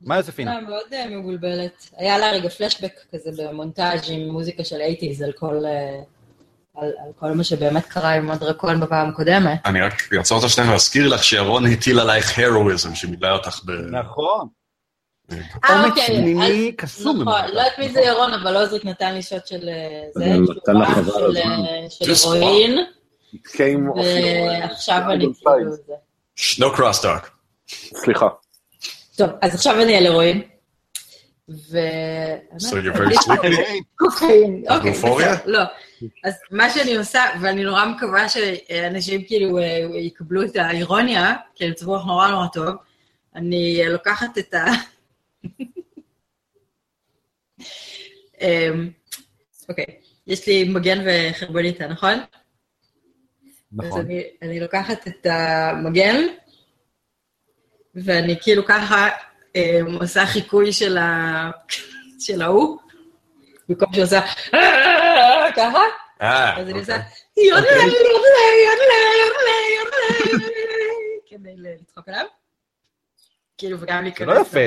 Speaker 1: מה יוזפינה?
Speaker 3: אה, מאוד אה, מבולבלת. היה לה רגע פלשבק כזה במונטאז' עם מוזיקה של 80's על כל... אה, על, על כל מה שבאמת קרה עם עוד דרקון בפעם הקודמת.
Speaker 2: אני רק אעצור אותך שנייה ואזכיר לך שירון הטיל עלייך הרואיזם שמילא אותך ב...
Speaker 1: נכון.
Speaker 3: אה,
Speaker 1: אומץ
Speaker 3: אוקיי. אז-
Speaker 1: פנימי קסום.
Speaker 3: נכון,
Speaker 1: ממך.
Speaker 3: לא יודעת מי זה ירון, אבל עוזריק נתן לי שוט של אה, זה,
Speaker 4: נתן
Speaker 3: של
Speaker 4: לך
Speaker 3: רעש,
Speaker 4: חבל
Speaker 3: של,
Speaker 4: הזמן.
Speaker 3: אה, של
Speaker 2: Just
Speaker 3: הירואין,
Speaker 4: It came off your-
Speaker 3: ועכשיו אני
Speaker 4: your
Speaker 3: כאילו...
Speaker 4: side.
Speaker 3: זה.
Speaker 2: No cross talk.
Speaker 4: סליחה.
Speaker 3: טוב, אז עכשיו אני על הירואין. ו...
Speaker 2: So you're very
Speaker 1: נכון.
Speaker 2: sleepy.
Speaker 3: קוקאין, אוקיי,
Speaker 2: אופוריה?
Speaker 3: בסדר, לא. אז מה שאני עושה, ואני נורא מקווה שאנשים כאילו אה, יקבלו את האירוניה, כי הם צבוח נורא נורא טוב, אני אה, לוקחת את ה... אמ, אוקיי, יש לי מגן וחרבוניטה, נכון? אז
Speaker 1: נכון.
Speaker 3: אני, אני לוקחת את המגן, ואני כאילו ככה אה, עושה חיקוי של, ה... של ההוא, במקום שעושה ככה,
Speaker 2: אה,
Speaker 3: אז אני עושה
Speaker 2: אוקיי.
Speaker 3: יודלי, יודלי,
Speaker 1: אוקיי.
Speaker 3: יודלי, יודלי, כדי ל- לצחוק עליו. כאילו, וגם
Speaker 1: זה
Speaker 3: להיכנס.
Speaker 1: לא יפה.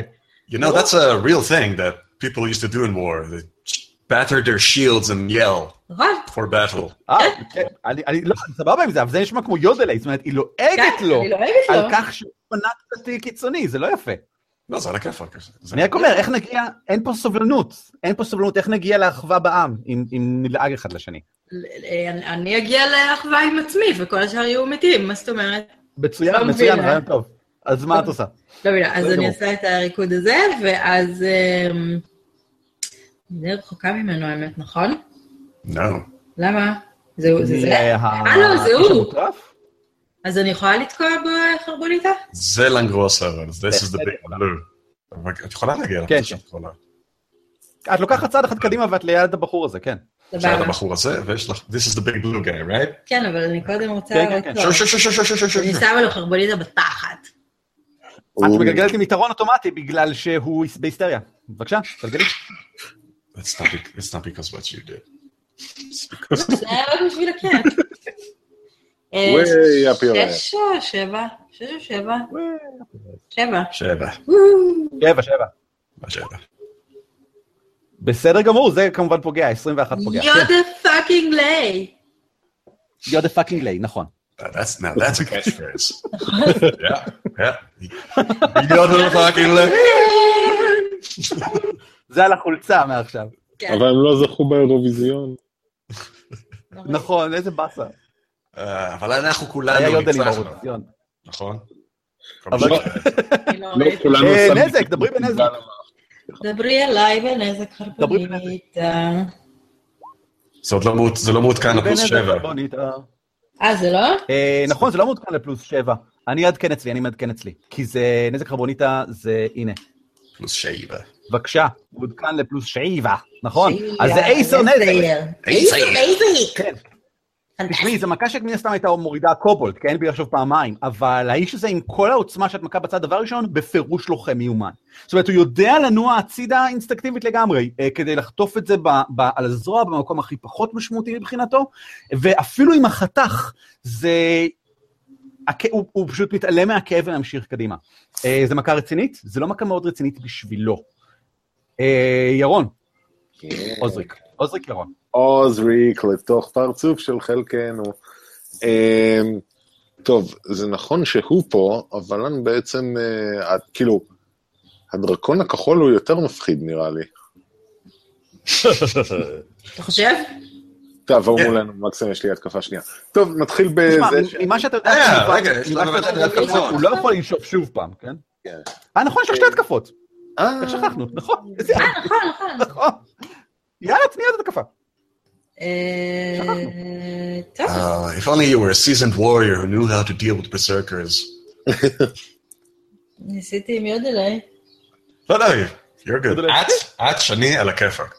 Speaker 2: You know, that's a real thing that people used to do in war. They batter their shields and yell
Speaker 3: נכון,
Speaker 2: for battle.
Speaker 1: אה, כן, אני אני לא, אני סבבה עם זה, אבל זה נשמע כמו יודלי, זאת אומרת, היא לועגת
Speaker 3: כן,
Speaker 1: לו
Speaker 3: אני לועגת
Speaker 1: על
Speaker 3: לו.
Speaker 1: כך שהוא פנק אותי קיצוני, זה לא יפה.
Speaker 2: לא, זה על הכיפאק. זה-
Speaker 1: אני רק אומר, איך נגיע, אין פה סובלנות, אין פה סובלנות, איך נגיע לאחווה בעם, אם אם נלעג אחד לשני?
Speaker 3: ל- אה, אני- אני אגיע לאחווה עם עצמי, וכל השאר יהיו מתים, מה זאת אומרת?
Speaker 1: מצוין,
Speaker 3: לא
Speaker 1: מצוין,
Speaker 3: מבינה.
Speaker 1: רעיון טוב. אז מה את עושה?
Speaker 3: לא מבינה, אז
Speaker 1: בסדר
Speaker 3: אני
Speaker 1: גמור.
Speaker 3: עושה את הריקוד הזה, ואז... אמ, אני די רחוקה ממנו, האמת, נכון?
Speaker 2: No.
Speaker 3: למה? זהו, זה זה.
Speaker 1: מה-
Speaker 3: אה, לא, זה
Speaker 1: האיש
Speaker 3: הוא.
Speaker 1: המוטרף?
Speaker 3: אז אני יכולה לתקוע בחרבוניטה?
Speaker 2: זה לנגרוס אבל, this is the
Speaker 1: בהחלט
Speaker 2: big blue. אבל את יכולה להגיע
Speaker 1: כן,
Speaker 2: לפני
Speaker 1: כן.
Speaker 2: שאת יכולה.
Speaker 1: את לוקחת צעד אחד קדימה ואת ליד הבחור הזה, כן.
Speaker 2: שאת
Speaker 3: סבבה.
Speaker 2: הבחור הזה, ויש לך, this is the big blue guy, right?
Speaker 3: כן, אבל אני קודם רוצה...
Speaker 1: כן, כן, כן.
Speaker 3: אותו.
Speaker 2: שור, שור, שור, שור, שור, שור, שור,
Speaker 3: אני
Speaker 2: שור.
Speaker 3: שמה לו חרבוניטה בתחת.
Speaker 2: אוקיי.
Speaker 1: את מגלגלת עם יתרון אוטומטי בגלל שהוא בהיסטריה. בבקשה, תגלגלי.
Speaker 2: It's not bec- It's not because what you did. It's because-
Speaker 3: זה היה רק בשביל הכיף. אה,
Speaker 4: וואי, הפירה.
Speaker 3: שש או שבע? שש או שבע? שבע.
Speaker 2: שבע,
Speaker 3: וואו.
Speaker 1: שבע, שבע.
Speaker 2: מה שבע.
Speaker 1: בסדר גמור, זה כמובן פוגע, 21 פוגע.
Speaker 3: You're the fucking lay.
Speaker 1: You're the fucking lay, נכון.
Speaker 2: Uh, That's, now that's a catchphrase. yeah, yeah. You're the fucking le-
Speaker 1: זה על החולצה מעכשיו.
Speaker 3: כן,
Speaker 4: אבל הם לא זכו באירוויזיון.
Speaker 3: אה, נורא.
Speaker 1: נכון, איזה באסה.
Speaker 2: אה, אבל אנחנו
Speaker 1: היה
Speaker 2: כולנו
Speaker 3: לא
Speaker 1: יודל עם
Speaker 2: ניצחנו,
Speaker 1: הרולציון.
Speaker 2: נכון?
Speaker 1: אבל-
Speaker 3: אני לא
Speaker 4: לא,
Speaker 3: ראיתי.
Speaker 4: כולנו
Speaker 1: אה,
Speaker 4: עשינו-
Speaker 1: נזק, דברי בנזק.
Speaker 3: דברי אליי בנזק
Speaker 1: דברי
Speaker 3: חרבונית.
Speaker 2: זה עוד לא מעוד- זה לא מעודכן לפלוס
Speaker 1: בנזק,
Speaker 2: שבע.
Speaker 1: בוא נתראה.
Speaker 3: אה, זה לא?
Speaker 1: אה, נכון, זה לא מעודכן לפלוס שבע. אני אעדכן אצלי, אני מעדכן אצלי. כי זה נזק חרבוניטה, זה, הנה.
Speaker 2: פלוס שבע.
Speaker 1: בבקשה, מעודכן לפלוס שבע, נכון?
Speaker 3: שיהיה,
Speaker 1: אז זה עשר נזק.
Speaker 3: עשר.
Speaker 2: עשר.
Speaker 3: עשר נזק.
Speaker 1: כן.
Speaker 3: פנטסטי.
Speaker 1: תשמעי, זו מכה שמן הסתם הייתה מורידה קובולט, כן? בלי לחשוב פעמיים, אבל האיש הזה עם כל העוצמה שאת מכה בצד, דבר ראשון, בפירוש לוחם מיומן. זאת אומרת, הוא יודע לנוע הצידה אינסטקטיבית לגמרי, אה, כדי לחטוף את זה ב, ב, על הזרוע במקום הכי פחות משמעותי מבחינתו, ואפילו עם החתך, זה... הכ... הוא, הוא פשוט מתעלם מהכאב וממשיך קדימה. אה, זו מכה רצינית? זו לא מכה מאוד רצינית בשבילו. אה, ירון, עוזריק, עוזריק ירון.
Speaker 4: עוזריק לתוך פרצוף של חלקנו. אמ, טוב, זה נכון שהוא פה, אבל אני בעצם, אה, את- כאילו, הדרקון הכחול הוא יותר מפחיד נראה לי.
Speaker 3: אתה חושב?
Speaker 4: תעבור
Speaker 2: כן.
Speaker 4: מולנו, מקסימום יש לי התקפה שנייה. טוב, נתחיל
Speaker 1: תשמע,
Speaker 4: בזה ש...
Speaker 1: ממה שאתה יודע,
Speaker 2: רגע,
Speaker 1: ממה
Speaker 2: רגע, יש לנו
Speaker 1: שאתה
Speaker 2: באמת
Speaker 1: יודע,
Speaker 2: התקפות.
Speaker 1: הוא לא יכול לנשוף שוב פעם, כן?
Speaker 4: כן.
Speaker 1: אה, נכון, יש לו שתי התקפות.
Speaker 4: אה,
Speaker 1: איך שכחנו, נכון. איזה-
Speaker 3: אה, נכון, נכון.
Speaker 1: נכון. יאללה, תני עוד התקפה.
Speaker 3: אה, טוב.
Speaker 2: Uh, if only you were a seasoned warrior who knew how to deal with berserkers.
Speaker 3: ניסיתי עם יוד אליי.
Speaker 2: לא, לא, you're good.
Speaker 1: תודה.
Speaker 2: את, את שני על הכיפאק.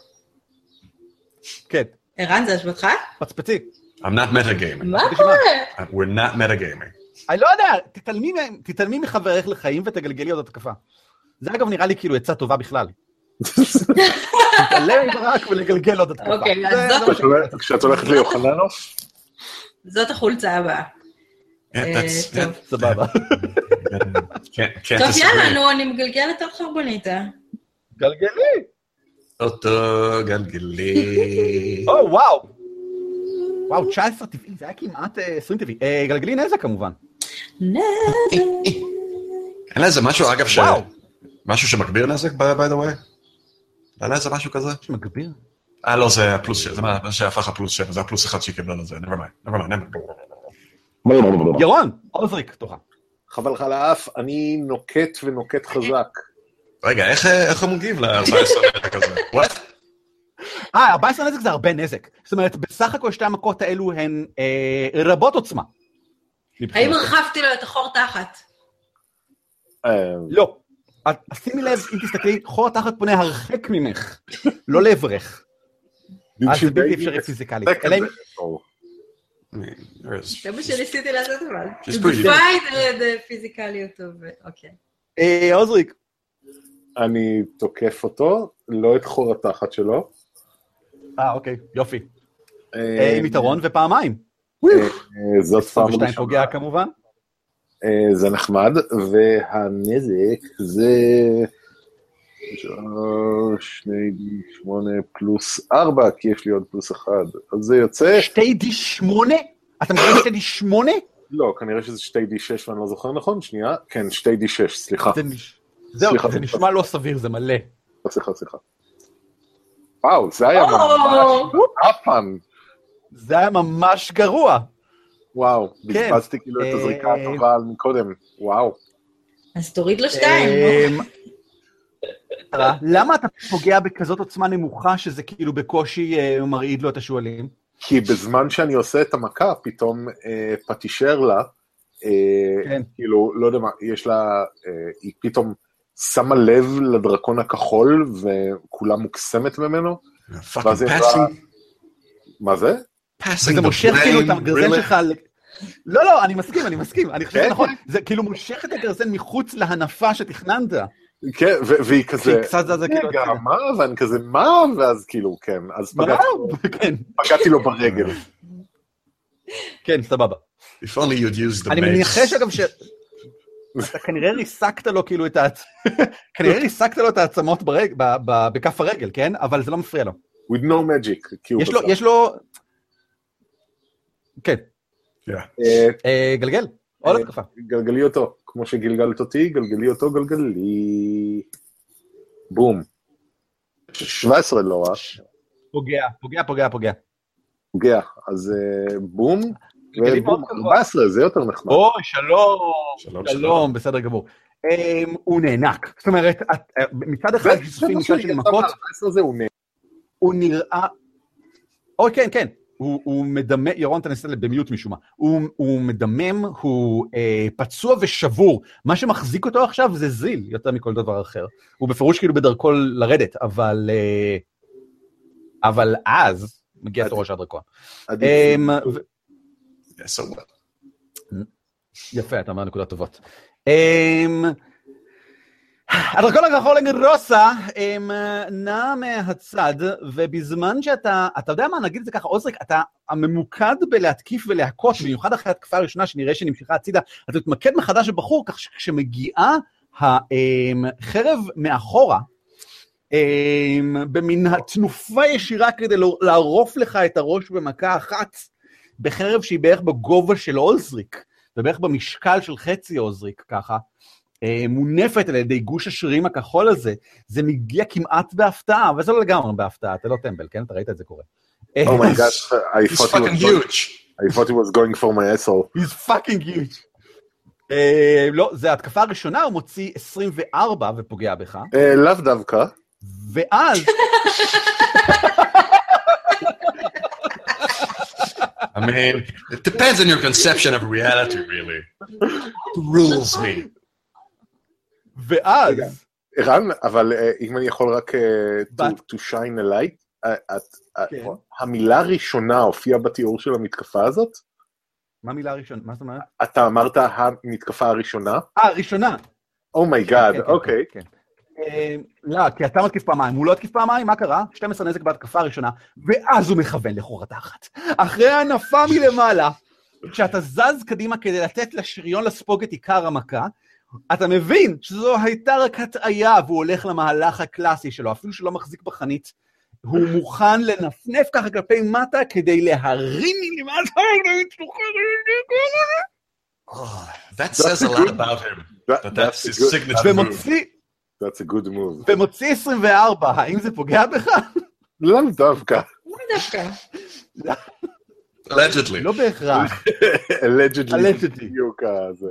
Speaker 1: כן,
Speaker 3: ערן, זה השבתך?
Speaker 1: פצפצי.
Speaker 2: I'm not metagaming.
Speaker 3: מה
Speaker 1: תשמע.
Speaker 3: קורה?
Speaker 2: Uh, We're not metagaming.
Speaker 1: אני לא יודע, תתעלמי מהם- תתעלמי מחבריך לחיים ותגלגלי עוד התקפה. זה אגב נראה לי כאילו עצה טובה בכלל. תתעלם מברק ולגלגל עוד התקפה.
Speaker 3: אוקיי,
Speaker 1: זה-
Speaker 3: אז
Speaker 1: זה
Speaker 3: זאת-
Speaker 1: מה ש-
Speaker 4: כשאת הולכת- כשאת הולכת ליוחננוף?
Speaker 3: זאת החולצה הבאה.
Speaker 2: Yeah,
Speaker 3: אה,
Speaker 2: that's...
Speaker 3: טוב.
Speaker 2: that-
Speaker 1: סבבה.
Speaker 2: Can't, can't
Speaker 3: טוב, יאללה,
Speaker 2: disagree.
Speaker 3: נו, אני מגלגלת אה? על חרבוניטה.
Speaker 1: גלגלי.
Speaker 2: אותו גלגלי.
Speaker 1: או, וואו. וואו, 19 טבעי, זה היה כמעט אה, 20 טבעי. אה, גלגלי נזק כמובן.
Speaker 3: נזק.
Speaker 2: אין לה איזה משהו, אגב, ש...
Speaker 1: וואו.
Speaker 2: משהו שמגביר נזק, by by the way? אין לה איזה משהו כזה?
Speaker 1: שמגביר.
Speaker 2: אה, לא, זה הפלוס שבע, זה מה מה שהפך הפלוס שבע, זה הפלוס אחד שהיא קיבלה לזה, never mind, never mind, never mind.
Speaker 1: ירון, עוזריק, תורך.
Speaker 4: חבל לך על האף, אני נוקט ונוקט חזק.
Speaker 2: רגע, איך איך הוא מגיב ל-14 כזה? What?
Speaker 1: אה, 14 נזק זה הרבה נזק. זאת אומרת, בסך הכל שתי המכות האלו הן אה, רבות עוצמה.
Speaker 3: האם הרחבתי לו את החור תחת?
Speaker 4: אה,
Speaker 1: לא. אז שימי לב, אם תסתכלי, חור התחת פונה הרחק ממך, לא לעברך. אז זה בלתי אפשרי פיזיקלית.
Speaker 4: זה כזה,
Speaker 1: אלא אם-
Speaker 4: טוב.
Speaker 2: There is-
Speaker 3: זה מה שניסיתי לעשות אבל.
Speaker 2: She's pretty.
Speaker 3: דפייט פיזיקליות טוב, אוקיי.
Speaker 1: אה, עוזריק,
Speaker 4: אני תוקף אותו, לא את חור התחת שלו.
Speaker 1: אה, אוקיי, יופי.
Speaker 4: אה,
Speaker 1: אה, עם יתרון ופעמיים.
Speaker 4: אה, זאת פעם
Speaker 1: 22
Speaker 4: ראשונה.
Speaker 1: פוגע כמובן.
Speaker 4: אה, זה נחמד, והנזק זה... שלוש, שני, שמונה פלוס ארבע, כי יש לי עוד פלוס אחד. אז זה יוצא...
Speaker 1: 2D8? אתה מבין 2D8?
Speaker 4: לא, כנראה שזה שתי די שש ואני לא זוכר נכון, שנייה. כן, שתי די שש, סליחה.
Speaker 1: זה נש- זהו,
Speaker 4: סליחה,
Speaker 1: זה
Speaker 4: סליחה.
Speaker 1: נשמע לא סביר, זה מלא.
Speaker 4: סליחה, סליחה. וואו, זה היה
Speaker 3: או.
Speaker 4: ממש אפן.
Speaker 1: זה היה ממש גרוע.
Speaker 4: וואו,
Speaker 1: כן.
Speaker 4: בזבזתי כאילו את הזריקה
Speaker 1: אה,
Speaker 4: הטובה על מקודם. וואו.
Speaker 3: אז תוריד לו שתיים. נו.
Speaker 1: אמ, אה, למה אתה פוגע בכזאת עוצמה נמוכה שזה כאילו בקושי אה, מרעיד לו את השועלים?
Speaker 4: כי בזמן שאני עושה את המכה, פתאום אה, פטישר לה, אה,
Speaker 1: כן.
Speaker 4: כאילו, לא יודע מה, יש לה, אה, היא פתאום שמה לב לדרקון הכחול, וכולה מוקסמת ממנו.
Speaker 2: Fucking
Speaker 4: זה-
Speaker 2: passing,
Speaker 4: מה זה?
Speaker 2: passing
Speaker 1: זה
Speaker 2: the
Speaker 1: מושך כאילו את
Speaker 2: blame,
Speaker 1: הגרזן
Speaker 2: really?
Speaker 1: שלך... ל- לא, לא, אני מסכים, אני מסכים, אני חושב שזה
Speaker 4: כן?
Speaker 1: נכון. זה כאילו מושך את הגרזן מחוץ להנפה שתכננת.
Speaker 4: כן, ו- והיא כזה,
Speaker 1: שהיא קצת זזה כאילו...
Speaker 4: רגע,
Speaker 1: הצידה.
Speaker 4: מה? ואני כזה, מה? ואז כאילו, כן, אז
Speaker 1: מה?
Speaker 4: פגעתי,
Speaker 1: כן,
Speaker 4: פגעתי לו ברגל.
Speaker 1: כן, סבבה.
Speaker 2: If only you'd use the
Speaker 1: אני
Speaker 2: mace.
Speaker 1: מניחש אגב ש... אתה כנראה ריסקת לו כאילו את העצ... כנראה ריסקת לו את העצמות ברג- ב- ב- בכף הרגל, כן? אבל זה לא מפריע לו.
Speaker 4: with no magic, כי הוא
Speaker 1: יש לו,
Speaker 4: בצד.
Speaker 1: יש לו... כן,
Speaker 4: אה,
Speaker 1: אה, גלגל, עוד
Speaker 4: אה,
Speaker 1: התקפה.
Speaker 4: גלגלי אותו, כמו שגלגלת אותי, גלגלי אותו, גלגלי. בום. 17 לא רע,
Speaker 1: פוגע, פוגע, פוגע, פוגע.
Speaker 4: פוגע, אז אה, בום,
Speaker 1: גליל מאוד גבוה.
Speaker 4: 14, זה יותר נחמד.
Speaker 1: אוי, שלום,
Speaker 2: שלום,
Speaker 1: שלום,
Speaker 2: שלום.
Speaker 1: בסדר גמור. אמ, הוא נאנק. זאת אומרת, את- אה, מצד אחד יש סופים מצד שני מכות,
Speaker 4: 14 זה הוא נ...
Speaker 1: הוא נראה... אוי, כן, כן. הוא, הוא מדמם, ירון, אתה נסע במיוט משום מה. הוא, הוא מדמם, הוא אה, פצוע ושבור. מה שמחזיק אותו עכשיו זה זיל, יותר מכל דבר אחר. הוא בפירוש כאילו בדרכו לרדת, אבל... אה, אבל אז מגיע תורו של הדרקון.
Speaker 4: עדיף.
Speaker 1: אמ, ו-
Speaker 2: Yeah, so what?
Speaker 1: יפה, אתה אומר נקודות טובות. אמ, הדרקון הכחול הגרוסה אמ, נע מהצד, ובזמן שאתה, אתה יודע מה, נגיד את זה ככה, עוזריק, אתה הממוקד בלהתקיף ולהכות, במיוחד אחרי התקפה הראשונה שנראה שנמשכה הצידה, אתה מתמקד מחדש בבחור, כך שכשמגיעה החרב מאחורה, אמ, במין התנופה ישירה כדי לא- לערוף לך את הראש במכה אחת, בחרב שהיא בערך בגובה של עוזריק. ובערך במשקל של חצי עוזריק ככה, אה, מונפת על ידי גוש השרירים הכחול הזה, זה מגיע כמעט בהפתעה, אבל זה לא לגמרי בהפתעה, אתה לא טמבל, כן? אתה ראית את זה קורה. אה,
Speaker 4: Oh my gosh, I
Speaker 2: He's
Speaker 4: thought he
Speaker 2: fucking
Speaker 4: was going-
Speaker 2: huge.
Speaker 4: I thought he was going for my asshole.
Speaker 1: He's fucking huge. אה, לא, זה התקפה הראשונה, הוא מוציא 24 ופוגע בך,
Speaker 4: אה, לאו דווקא.
Speaker 1: ואז,
Speaker 2: I mean, it depends on your conception of reality, really. Rules me.
Speaker 1: ואז,
Speaker 4: רגע. ערן, אבל אה, אם אני יכול רק אה, to-
Speaker 1: בת.
Speaker 4: to shine a light, אה, את- אה,
Speaker 1: כן.
Speaker 4: המילה הראשונה הופיעה בתיאור של המתקפה הזאת?
Speaker 1: מה המילה הראשונה? מה זאת אומרת?
Speaker 4: אתה אמרת המתקפה הראשונה? Oh
Speaker 1: אה, הראשונה.
Speaker 4: אומייגאד,
Speaker 1: כן, כן, כן,
Speaker 4: אוקיי.
Speaker 1: כן. אה, לא, כי אתה מתקיף פעמיים, הוא לא התקיף פעמיים, מה קרה? 12 נזק בהתקפה הראשונה, ואז הוא מכוון לחור התחת. אחרי הנפה מלמעלה, כשאתה זז קדימה כדי לתת לשריון לספוג את עיקר המכה, אתה מבין שזו הייתה רק הטעיה, והוא הולך למהלך הקלאסי שלו, אפילו שלא מחזיק בחנית. הוא מוכן לנפנף ככה כלפי מטה כדי להרים מלמטה,
Speaker 2: Oh, that
Speaker 4: That's
Speaker 2: says a
Speaker 4: a
Speaker 2: lot
Speaker 4: good-
Speaker 2: about him.
Speaker 1: כן.
Speaker 4: That-
Speaker 2: But
Speaker 4: That's
Speaker 2: that's
Speaker 4: a
Speaker 2: his
Speaker 4: good-
Speaker 2: signature move.
Speaker 1: ומוציא,
Speaker 4: that's a good move.
Speaker 1: ומוציא 24, האם זה פוגע בך?
Speaker 4: לאו דווקא,
Speaker 1: אה,
Speaker 3: מה לא דווקא?
Speaker 2: Allegedly.
Speaker 1: לא בהכרח.
Speaker 4: allegedly.
Speaker 1: Allegedly.
Speaker 4: בדיוק הזה.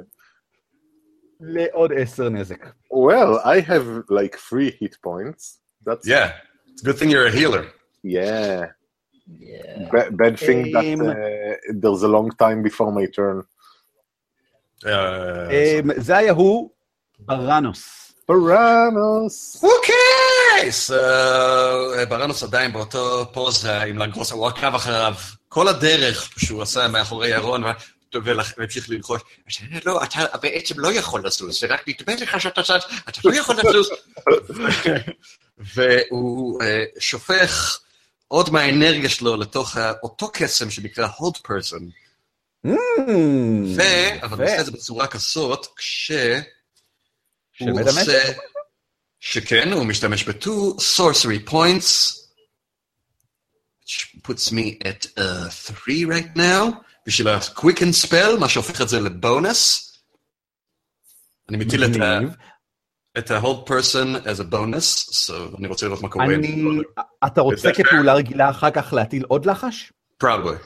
Speaker 1: לעוד עשר נזק.
Speaker 4: Well, I have like three hit points. That's
Speaker 2: Yeah. It's a good thing you're a healer.
Speaker 4: yeah. Ba- bad thing that
Speaker 1: Um,
Speaker 4: uh, there's a long time before my turn.
Speaker 2: Uh,
Speaker 1: אמ, זה היה הוא, ברנוס.
Speaker 4: Paranos.
Speaker 2: אוקיי! אז אה, ברנוס עדיין באותו פוזה עם לגרוסה, הוא עקב אחריו כל הדרך שהוא עשה מאחורי ירון, ו- ולכ- והמשיך ללחוש. "אתה לא, אתה בעצם לא יכול לזוז, זה רק נדמה לך שאתה זז, אתה לא יכול לזוז. והוא אה, שופך עוד מהאנרגיה שלו לתוך ה- אותו קסם שנקרא הוד פרסון. ו... אבל הוא עושה את זה בצורה כזאת, כש... הוא
Speaker 1: שמדמה?
Speaker 2: עושה... שכן, הוא משתמש ב-2 sorcery points, which puts me at 3 right now, בשביל ה-quicken spell, מה שהופך את זה לבונוס. אני מטיל את ה-
Speaker 1: מגניב.
Speaker 2: את ה-hold person as a bonus, so אני רוצה לראות מה קורה.
Speaker 1: אני... אתה רוצה
Speaker 2: זה-
Speaker 1: כפעולה רגילה אחר כך להטיל עוד לחש?
Speaker 2: פראודווי.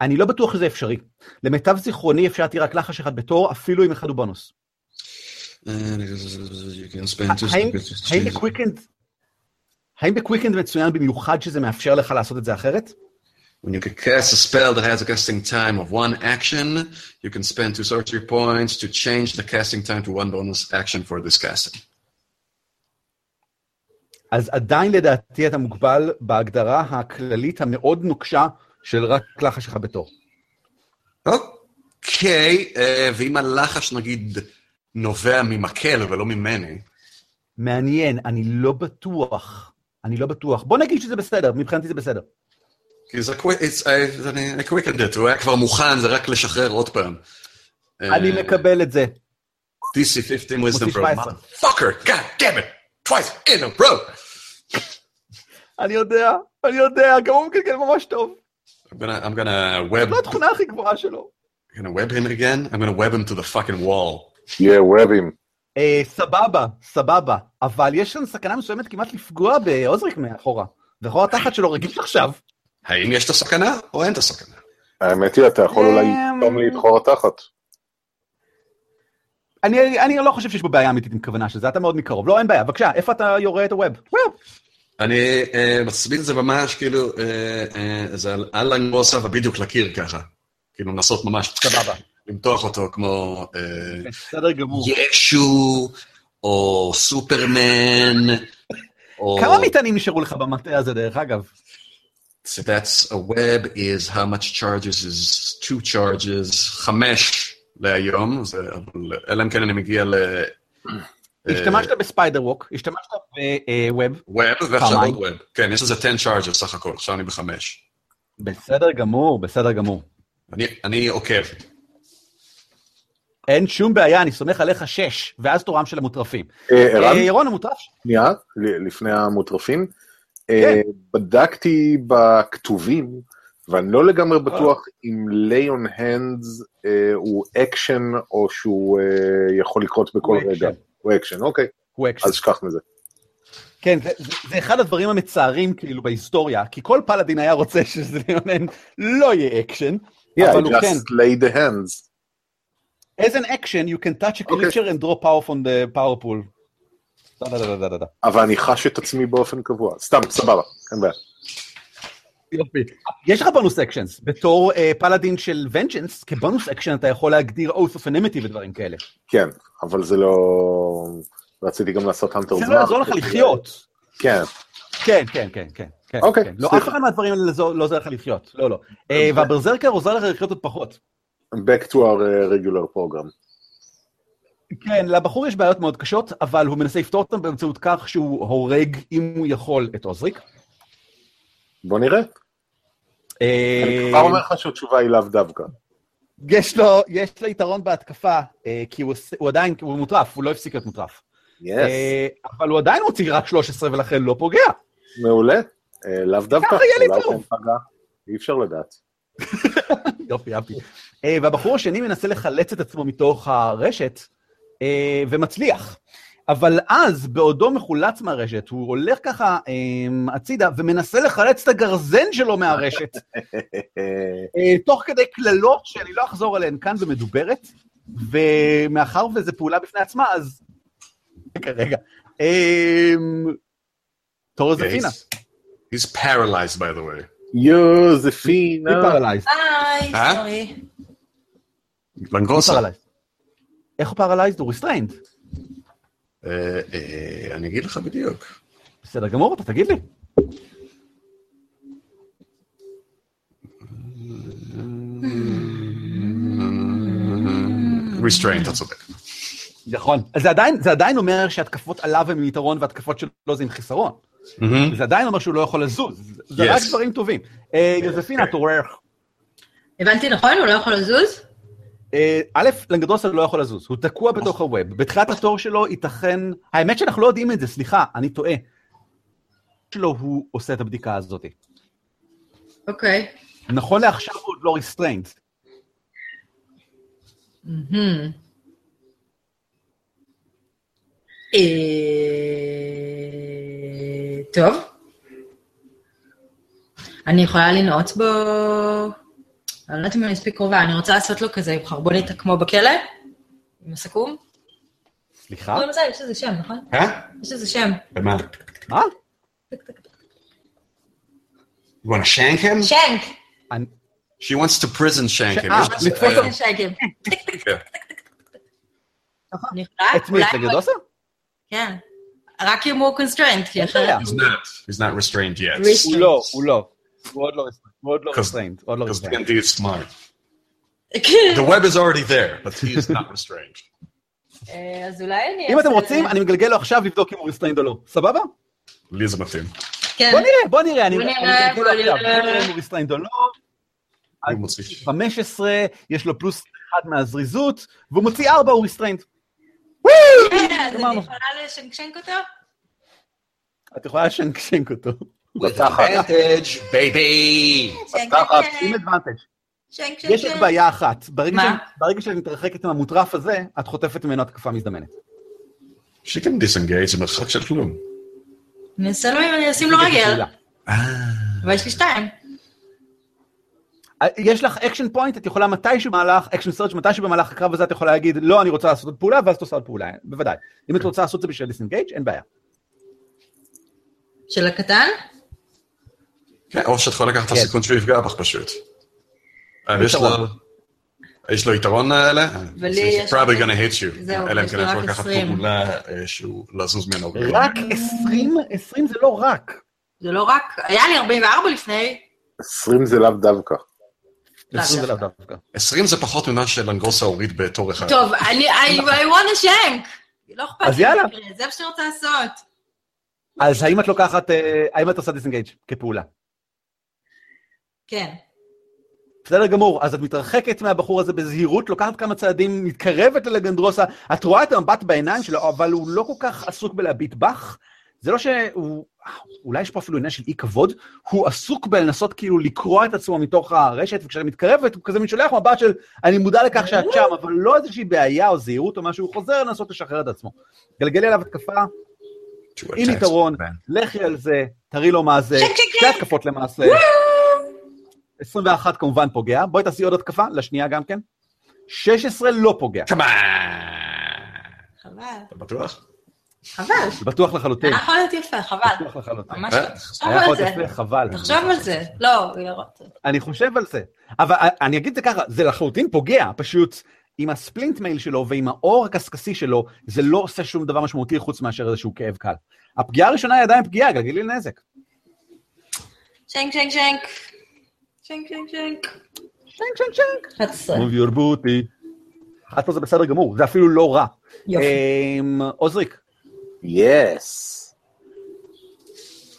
Speaker 1: אני לא בטוח שזה אפשרי. למיטב זיכרוני אפשר להטיל רק לחש אחד בתור, אפילו אם אחד הוא בונוס.
Speaker 2: Uh,
Speaker 1: האם- האם בקוויקנד... האם בקוויקנד מצוין במיוחד שזה מאפשר לך לעשות את זה אחרת?
Speaker 2: When you can cast a spell that has a casting time of one action, you can spend two sorcery points to change the casting time to one bonus action for this casting.
Speaker 1: אז עדיין לדעתי אתה מוגבל בהגדרה הכללית המאוד נוקשה של רק לחש אחד בתור.
Speaker 2: אוקיי, אה, eh, ואם הלחש נגיד נובע ממקל ולא ממני,
Speaker 1: מעניין, אני לא בטוח. אני לא בטוח. בוא נגיד שזה בסדר, מבחינתי זה בסדר.
Speaker 2: כי זה קוויק, אני קוויקנד את, הוא היה כבר מוכן, זה רק לשחרר עוד פעם.
Speaker 1: אני
Speaker 2: אה,
Speaker 1: מקבל את זה.
Speaker 2: DC 15 wisdom
Speaker 1: מוציא
Speaker 2: pro.
Speaker 1: 17.
Speaker 2: Fucker, god damn it, twice in a row.
Speaker 1: אני יודע, אני יודע, גם הוא מגלגל ממש טוב.
Speaker 2: I'm gonna, I'm gonna web,
Speaker 1: זו התכונה הכי גבוהה שלו.
Speaker 2: gonna web him again. I'm gonna web him to the fucking wall.
Speaker 4: Yeah, web him.
Speaker 1: אה, סבבה, סבבה, אבל יש כאן סכנה מסוימת כמעט לפגוע בעוזריק מאחורה. וחור התחת שלו רגיש עכשיו.
Speaker 2: האם יש את הסכנה או אין את הסכנה?
Speaker 4: האמת היא, אתה יכול אולי פתאום להתחור התחת.
Speaker 1: אני, אני לא חושב שיש פה בעיה אמיתית עם כוונה של זה, אתה מאוד מקרוב. לא, אין בעיה. בבקשה, איפה אתה יורה את הווב? ווב.
Speaker 2: אני אה, מצמיד את זה ממש, כאילו, אה, אה, זה על אהלן גוסה ובדיוק לקיר ככה. כאילו, לנסות ממש
Speaker 1: סבבה.
Speaker 2: למתוח אותו כמו אה,
Speaker 1: בסדר גמור.
Speaker 2: ישו, או סופרמן, או...
Speaker 1: כמה מטענים נשארו לך במטה הזה, דרך אגב?
Speaker 2: So that's a web is how much charges is two charges, חמש להיום, זה, אבל אלא אם כן אני מגיע ל... אה,
Speaker 1: השתמשת בספיידר ווק, השתמשת בווב.
Speaker 2: ווב, ועכשיו
Speaker 1: פעמיים.
Speaker 2: עוד ווב. כן, יש לזה 10 charges סך הכל, עכשיו אני בחמש.
Speaker 1: בסדר גמור, בסדר גמור.
Speaker 2: אני, אני עוקב.
Speaker 1: אין שום בעיה, אני סומך עליך שש, ואז תורם של המוטרפים.
Speaker 4: אה, ערן,
Speaker 1: אה, ירון המוטרף,
Speaker 4: שנייה, ל- לפני המוטרפים.
Speaker 1: כן.
Speaker 4: אה, בדקתי בכתובים, ואני לא לגמרי בטוח אם ליון הנדס אה, הוא אקשן או שהוא אה, יכול לקרות בכל
Speaker 1: הוא
Speaker 4: רגע.
Speaker 1: אקשן.
Speaker 4: הוא אקשן, אוקיי,
Speaker 1: הוא אקשן.
Speaker 4: אז שכח מזה.
Speaker 1: כן, זה, זה, זה אחד הדברים המצערים כאילו בהיסטוריה, כי כל פלאדין היה רוצה שזה יונן לא יהיה אקשן,
Speaker 4: Yeah,
Speaker 1: אבל
Speaker 4: I
Speaker 1: הוא כן.
Speaker 4: just lay the hands.
Speaker 1: as an action you can touch a
Speaker 4: אוקיי.
Speaker 1: creature and draw power from the power pool. דה דה דה דה דה דה.
Speaker 4: אבל אני חש את עצמי באופן קבוע. סתם, סבבה, אין בעיה.
Speaker 1: יופי. יש לך בונוס אקשנס, בתור אה, פלאדין של ונג'נס, כבונוס אקשן אתה יכול להגדיר oath of enmity ודברים כאלה.
Speaker 4: כן, אבל זה לא... רציתי גם לעשות האנטר
Speaker 1: זה לא יעזור לך לחיות.
Speaker 4: כן,
Speaker 1: כן, כן, כן, כן. כן,
Speaker 4: אוקיי,
Speaker 1: כן. לא,
Speaker 4: סליחה.
Speaker 1: אף אחד מהדברים האלה לא לא עוזר לך לחיות, לא, לא. אה, והברזרקר עוזר לך לחיות עוד פחות.
Speaker 4: back to our uh, regular program.
Speaker 1: כן, לבחור יש בעיות מאוד קשות, אבל הוא מנסה לפתור אותן באמצעות כך שהוא הורג, אם הוא יכול, את עוזריק.
Speaker 4: בוא נראה.
Speaker 1: אה,
Speaker 4: אני כבר אומר לך שהתשובה היא לאו דווקא.
Speaker 1: יש לו, יש לו יתרון בהתקפה, אה, כי הוא, עושה- הוא עדיין, הוא מוטרף, הוא לא הפסיק להיות מוטרף.
Speaker 4: יס,
Speaker 1: אה, אבל הוא עדיין מוציא רק 13 ולכן לא פוגע.
Speaker 4: מעולה. אה, לאו דווקא.
Speaker 1: ככה יהיה לי
Speaker 4: אולי
Speaker 1: טוב.
Speaker 4: כן פגע. אי אפשר לדעת.
Speaker 1: יופי, יופי. אה, והבחור השני מנסה לחלץ את עצמו מתוך הרשת, אה, ומצליח. אבל אז, בעודו מחולץ מהרשת, הוא הולך ככה אה, הצידה ומנסה לחלץ את הגרזן שלו מהרשת, אה, תוך כדי קללות שאני לא אחזור עליהן כאן ומדוברת, ומאחר וזו פעולה בפני עצמה, אז... רגע, רגע. אה, תור
Speaker 2: Yeah,
Speaker 1: זפינה,
Speaker 2: he's- He's paralyzed, by the way.
Speaker 4: יוזפינה.
Speaker 1: היא פרלייז.
Speaker 3: היי,
Speaker 2: אה?
Speaker 3: סורי.
Speaker 2: לנגוסה.
Speaker 1: איך הוא פרלייז? הוא ריסטריינד.
Speaker 2: אה, אה, אני אגיד לך בדיוק.
Speaker 1: בסדר גמור, אתה תגיד לי.
Speaker 2: restraint, אתה צודק.
Speaker 1: נכון. אז זה עדיין, זה עדיין אומר שהתקפות עליו הן עם יתרון והתקפות שלו זה עם חיסרון.
Speaker 2: Mm-hmm.
Speaker 1: זה עדיין אומר שהוא לא יכול לזוז. זה
Speaker 2: Yes.
Speaker 1: רק דברים טובים. אה, יוזפינה,
Speaker 2: אוקיי.
Speaker 1: תורך.
Speaker 3: הבנתי נכון? הוא לא יכול לזוז?
Speaker 1: אה, א', לנגדוסה לא יכול לזוז, הוא תקוע בתוך הווב. בתחילת התור שלו ייתכן... האמת שאנחנו לא יודעים את זה, סליחה, אני טועה. שלו הוא עושה את הבדיקה הזאת.
Speaker 3: אוקיי.
Speaker 1: נכון לעכשיו הוא עוד לא ריסטריינד.
Speaker 3: מהמם. אה, טוב. אני יכולה לנעוץ בו... אני לא יודעת אם אני מספיק קרובה, אני רוצה לעשות לו כזה עם חרבונית כמו בכלא, עם הסכו"ם.
Speaker 1: סליחה?
Speaker 3: קוראים לזה, יש לזה שם, נכון?
Speaker 2: אה?
Speaker 3: יש לזה שם.
Speaker 2: במה?
Speaker 1: מה?
Speaker 2: You want to shank
Speaker 1: אה,
Speaker 2: him?
Speaker 3: שנק!
Speaker 1: אני-
Speaker 2: She wants to prison shank him. uh,
Speaker 1: אה,
Speaker 2: יש בזה-
Speaker 1: לתפוס אותו.
Speaker 3: שנקים.
Speaker 2: כן.
Speaker 3: נכון? אני יכולה?
Speaker 1: אה. את מי? את
Speaker 3: אה, אולי-
Speaker 1: נגדוסה?
Speaker 3: כן. רק אם הוא קונסטרנט, כי אחרת...
Speaker 1: יודע.
Speaker 2: He's not. He's not restrained yet.
Speaker 3: Restrained.
Speaker 1: הוא לא, הוא לא. הוא עוד לא ריסטריינד. הוא עוד לא
Speaker 2: Cause-
Speaker 1: ריסטריינד. עוד לא
Speaker 2: Because
Speaker 1: ריסטריינד.
Speaker 2: D&D is smart.
Speaker 3: כן.
Speaker 2: The web is already there, but he is not restrained.
Speaker 3: אה, אז אה, אולי אני...
Speaker 1: אם אתם
Speaker 3: אעשה-
Speaker 1: רוצים, אני מגלגל לו עכשיו לבדוק אם הוא ריסטריינד או לא. סבבה?
Speaker 2: לי זה מתאים.
Speaker 3: כן.
Speaker 1: בוא נראה, בוא נראה. אני
Speaker 3: בוא
Speaker 1: אני
Speaker 3: נראה,
Speaker 1: מגלגל לו
Speaker 3: בוא
Speaker 1: עכשיו.
Speaker 3: נראה.
Speaker 1: בוא נראה אם הוא ריסטריינד או לא.
Speaker 2: הוא מוציא.
Speaker 1: 15, יש לו פלוס 1 מהזריזות, והוא מוציא 4, הוא ריסטריינד.
Speaker 3: כן, אז אני
Speaker 1: גמרנו.
Speaker 3: יכולה לשנקשנק אותו?
Speaker 1: את יכולה לשנקשנק אותו.
Speaker 2: With advantage, baby!
Speaker 3: אה,
Speaker 1: תחת, עם advantage.
Speaker 3: שנק, שנק,
Speaker 1: יש רק
Speaker 3: שנק.
Speaker 1: בעיה אחת. ברגע
Speaker 3: כן, מה?
Speaker 1: שאת- ברגע שאת מתרחקת עם המוטרף הזה, את חוטפת ממנו התקפה מזדמנת.
Speaker 2: She can disengage זה מרחק של כלום.
Speaker 3: לא אני אעשה לו, אני אשים לו
Speaker 1: פעולה.
Speaker 3: רגל, אבל יש לי שתיים.
Speaker 1: אה, יש לך אקשן פוינט, את יכולה מתישהו במהלך, אקשן סרצ' מתישהו במהלך הקרב הזה את יכולה להגיד, לא, אני רוצה לעשות עוד פעולה, ואז את עושה עוד פעולה, בוודאי. אם את
Speaker 3: כן.
Speaker 1: רוצה לעשות את זה בשביל דיסנגייג', אין בעיה.
Speaker 3: של הקטן?
Speaker 2: כן, או שאת יכולה לקחת את
Speaker 1: כן.
Speaker 2: הסיכון שהוא יפגע בך פשוט. אה, יש
Speaker 1: יתרון.
Speaker 2: לו- יש לו יתרון לאלה?
Speaker 3: ולי יש-
Speaker 2: He's probably gonna hit you.
Speaker 3: זהו,
Speaker 2: אלא אם
Speaker 3: יש
Speaker 2: כן
Speaker 3: לי
Speaker 2: את
Speaker 3: רק
Speaker 2: יכולה לקחת
Speaker 3: 20.
Speaker 2: פעולה אה, שהוא לזוז ממנו.
Speaker 3: כן.
Speaker 1: רק 20? 20 זה לא רק.
Speaker 3: זה לא רק, היה לי 44 לפני,
Speaker 4: 20 זה לאו דווקא.
Speaker 1: 20 זה לאו דווקא.
Speaker 2: 20 זה פחות ממה שלנגוסה הוריד בתור אחד.
Speaker 3: טוב, אני, I, I want a shank. לא אכפת
Speaker 1: אז
Speaker 3: לי,
Speaker 1: יאללה.
Speaker 3: יקרה, זה מה שאני רוצה לעשות.
Speaker 1: אז האם את לוקחת, אה, האם את עושה דיסנגייג' כפעולה?
Speaker 3: כן.
Speaker 1: בסדר גמור, אז את מתרחקת מהבחור הזה בזהירות, לוקחת כמה צעדים, מתקרבת ללגנדרוסה, את רואה את המבט בעיניים שלו, אבל הוא לא כל כך עסוק בלהביט בך, זה לא שהוא... אולי יש פה אפילו עניין של אי כבוד, הוא עסוק בלנסות כאילו לקרוע את עצמו מתוך הרשת, וכשאתה מתקרבת, הוא כזה מין שולח מבט של אני מודע לכך שאת שם, אבל לא איזושהי בעיה או זהירות או משהו, הוא חוזר לנסות לשחרר את עצמו. גלגלי עליו התקפה,
Speaker 2: שהוא
Speaker 1: עם
Speaker 2: attacked.
Speaker 1: יתרון,
Speaker 2: כן.
Speaker 1: לכי על זה, תראי לו מה זה,
Speaker 3: שק, שק, שק.
Speaker 1: שתי התקפות למעשה. 21 כמובן פוגע, בואי תעשי עוד התקפה, לשנייה גם כן. 16 לא פוגע,
Speaker 2: Come on.
Speaker 3: חבל,
Speaker 2: אתה בטוח?
Speaker 3: חבל.
Speaker 1: בטוח לחלוטין.
Speaker 3: היה יכול להיות יפה, חבל.
Speaker 1: כן. בטוח לחלוטין.
Speaker 3: אה, ממש
Speaker 2: אה?
Speaker 3: לא, תחשוב
Speaker 1: היה
Speaker 3: על
Speaker 1: יכול
Speaker 3: זה. נכון.
Speaker 1: להיות יפה, חבל.
Speaker 3: תחשוב על זה. לא, לראות.
Speaker 1: אני חושב על זה. אבל אה, אני אגיד את זה ככה, זה לחלוטין פוגע, פשוט עם הספלינט מייל שלו ועם האור הקשקשי שלו, זה לא עושה שום דבר משמעותי חוץ מאשר איזשהו כאב קל. הפגיעה הראשונה היא עדיין פגיעה, גלגלי נזק.
Speaker 3: שנק, שנק, שנק. שנק, שנק, שנק.
Speaker 1: שנק, שנק, שנק.
Speaker 3: 11.
Speaker 1: move your booty. עד פה זה בסדר גמור, זה אפילו לא רע.
Speaker 3: יופי.
Speaker 1: אמ, עוזריק,
Speaker 4: יס.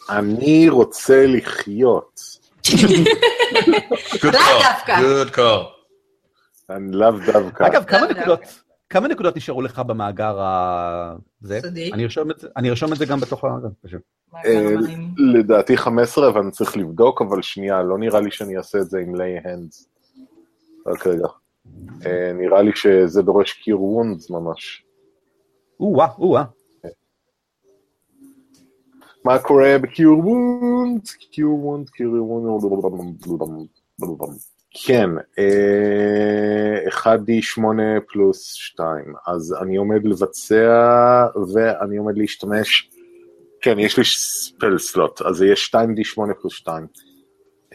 Speaker 4: אני רוצה לחיות.
Speaker 2: Good
Speaker 3: לא
Speaker 2: call.
Speaker 3: דווקא.
Speaker 2: Good call.
Speaker 4: אני לאו דווקא.
Speaker 1: אגב, כמה
Speaker 3: לא,
Speaker 1: נקודות, כמה נקודות נשארו לך במאגר ה... זה?
Speaker 3: סודי.
Speaker 1: אני ארשום את זה- אני ארשום את זה גם בתוך ה... פשוט.
Speaker 3: מה,
Speaker 4: אה,
Speaker 3: כמה דברים.
Speaker 4: לדעתי 15, אבל אני צריך לבדוק, אבל שנייה, לא נראה לי שאני אעשה את זה עם ליי הנדס. רק רגע. אה, נראה לי שזה דורש קיר וונדס ממש.
Speaker 1: או-אה, או-אה.
Speaker 4: מה קורה בקיר וונדס? קיר וונדס, קיר וונדס. כן, אה, 1D8 פלוס 2, אז אני עומד לבצע ואני עומד להשתמש, כן, יש לי ספל סלוט, אז זה יהיה 2D8 פלוס 2.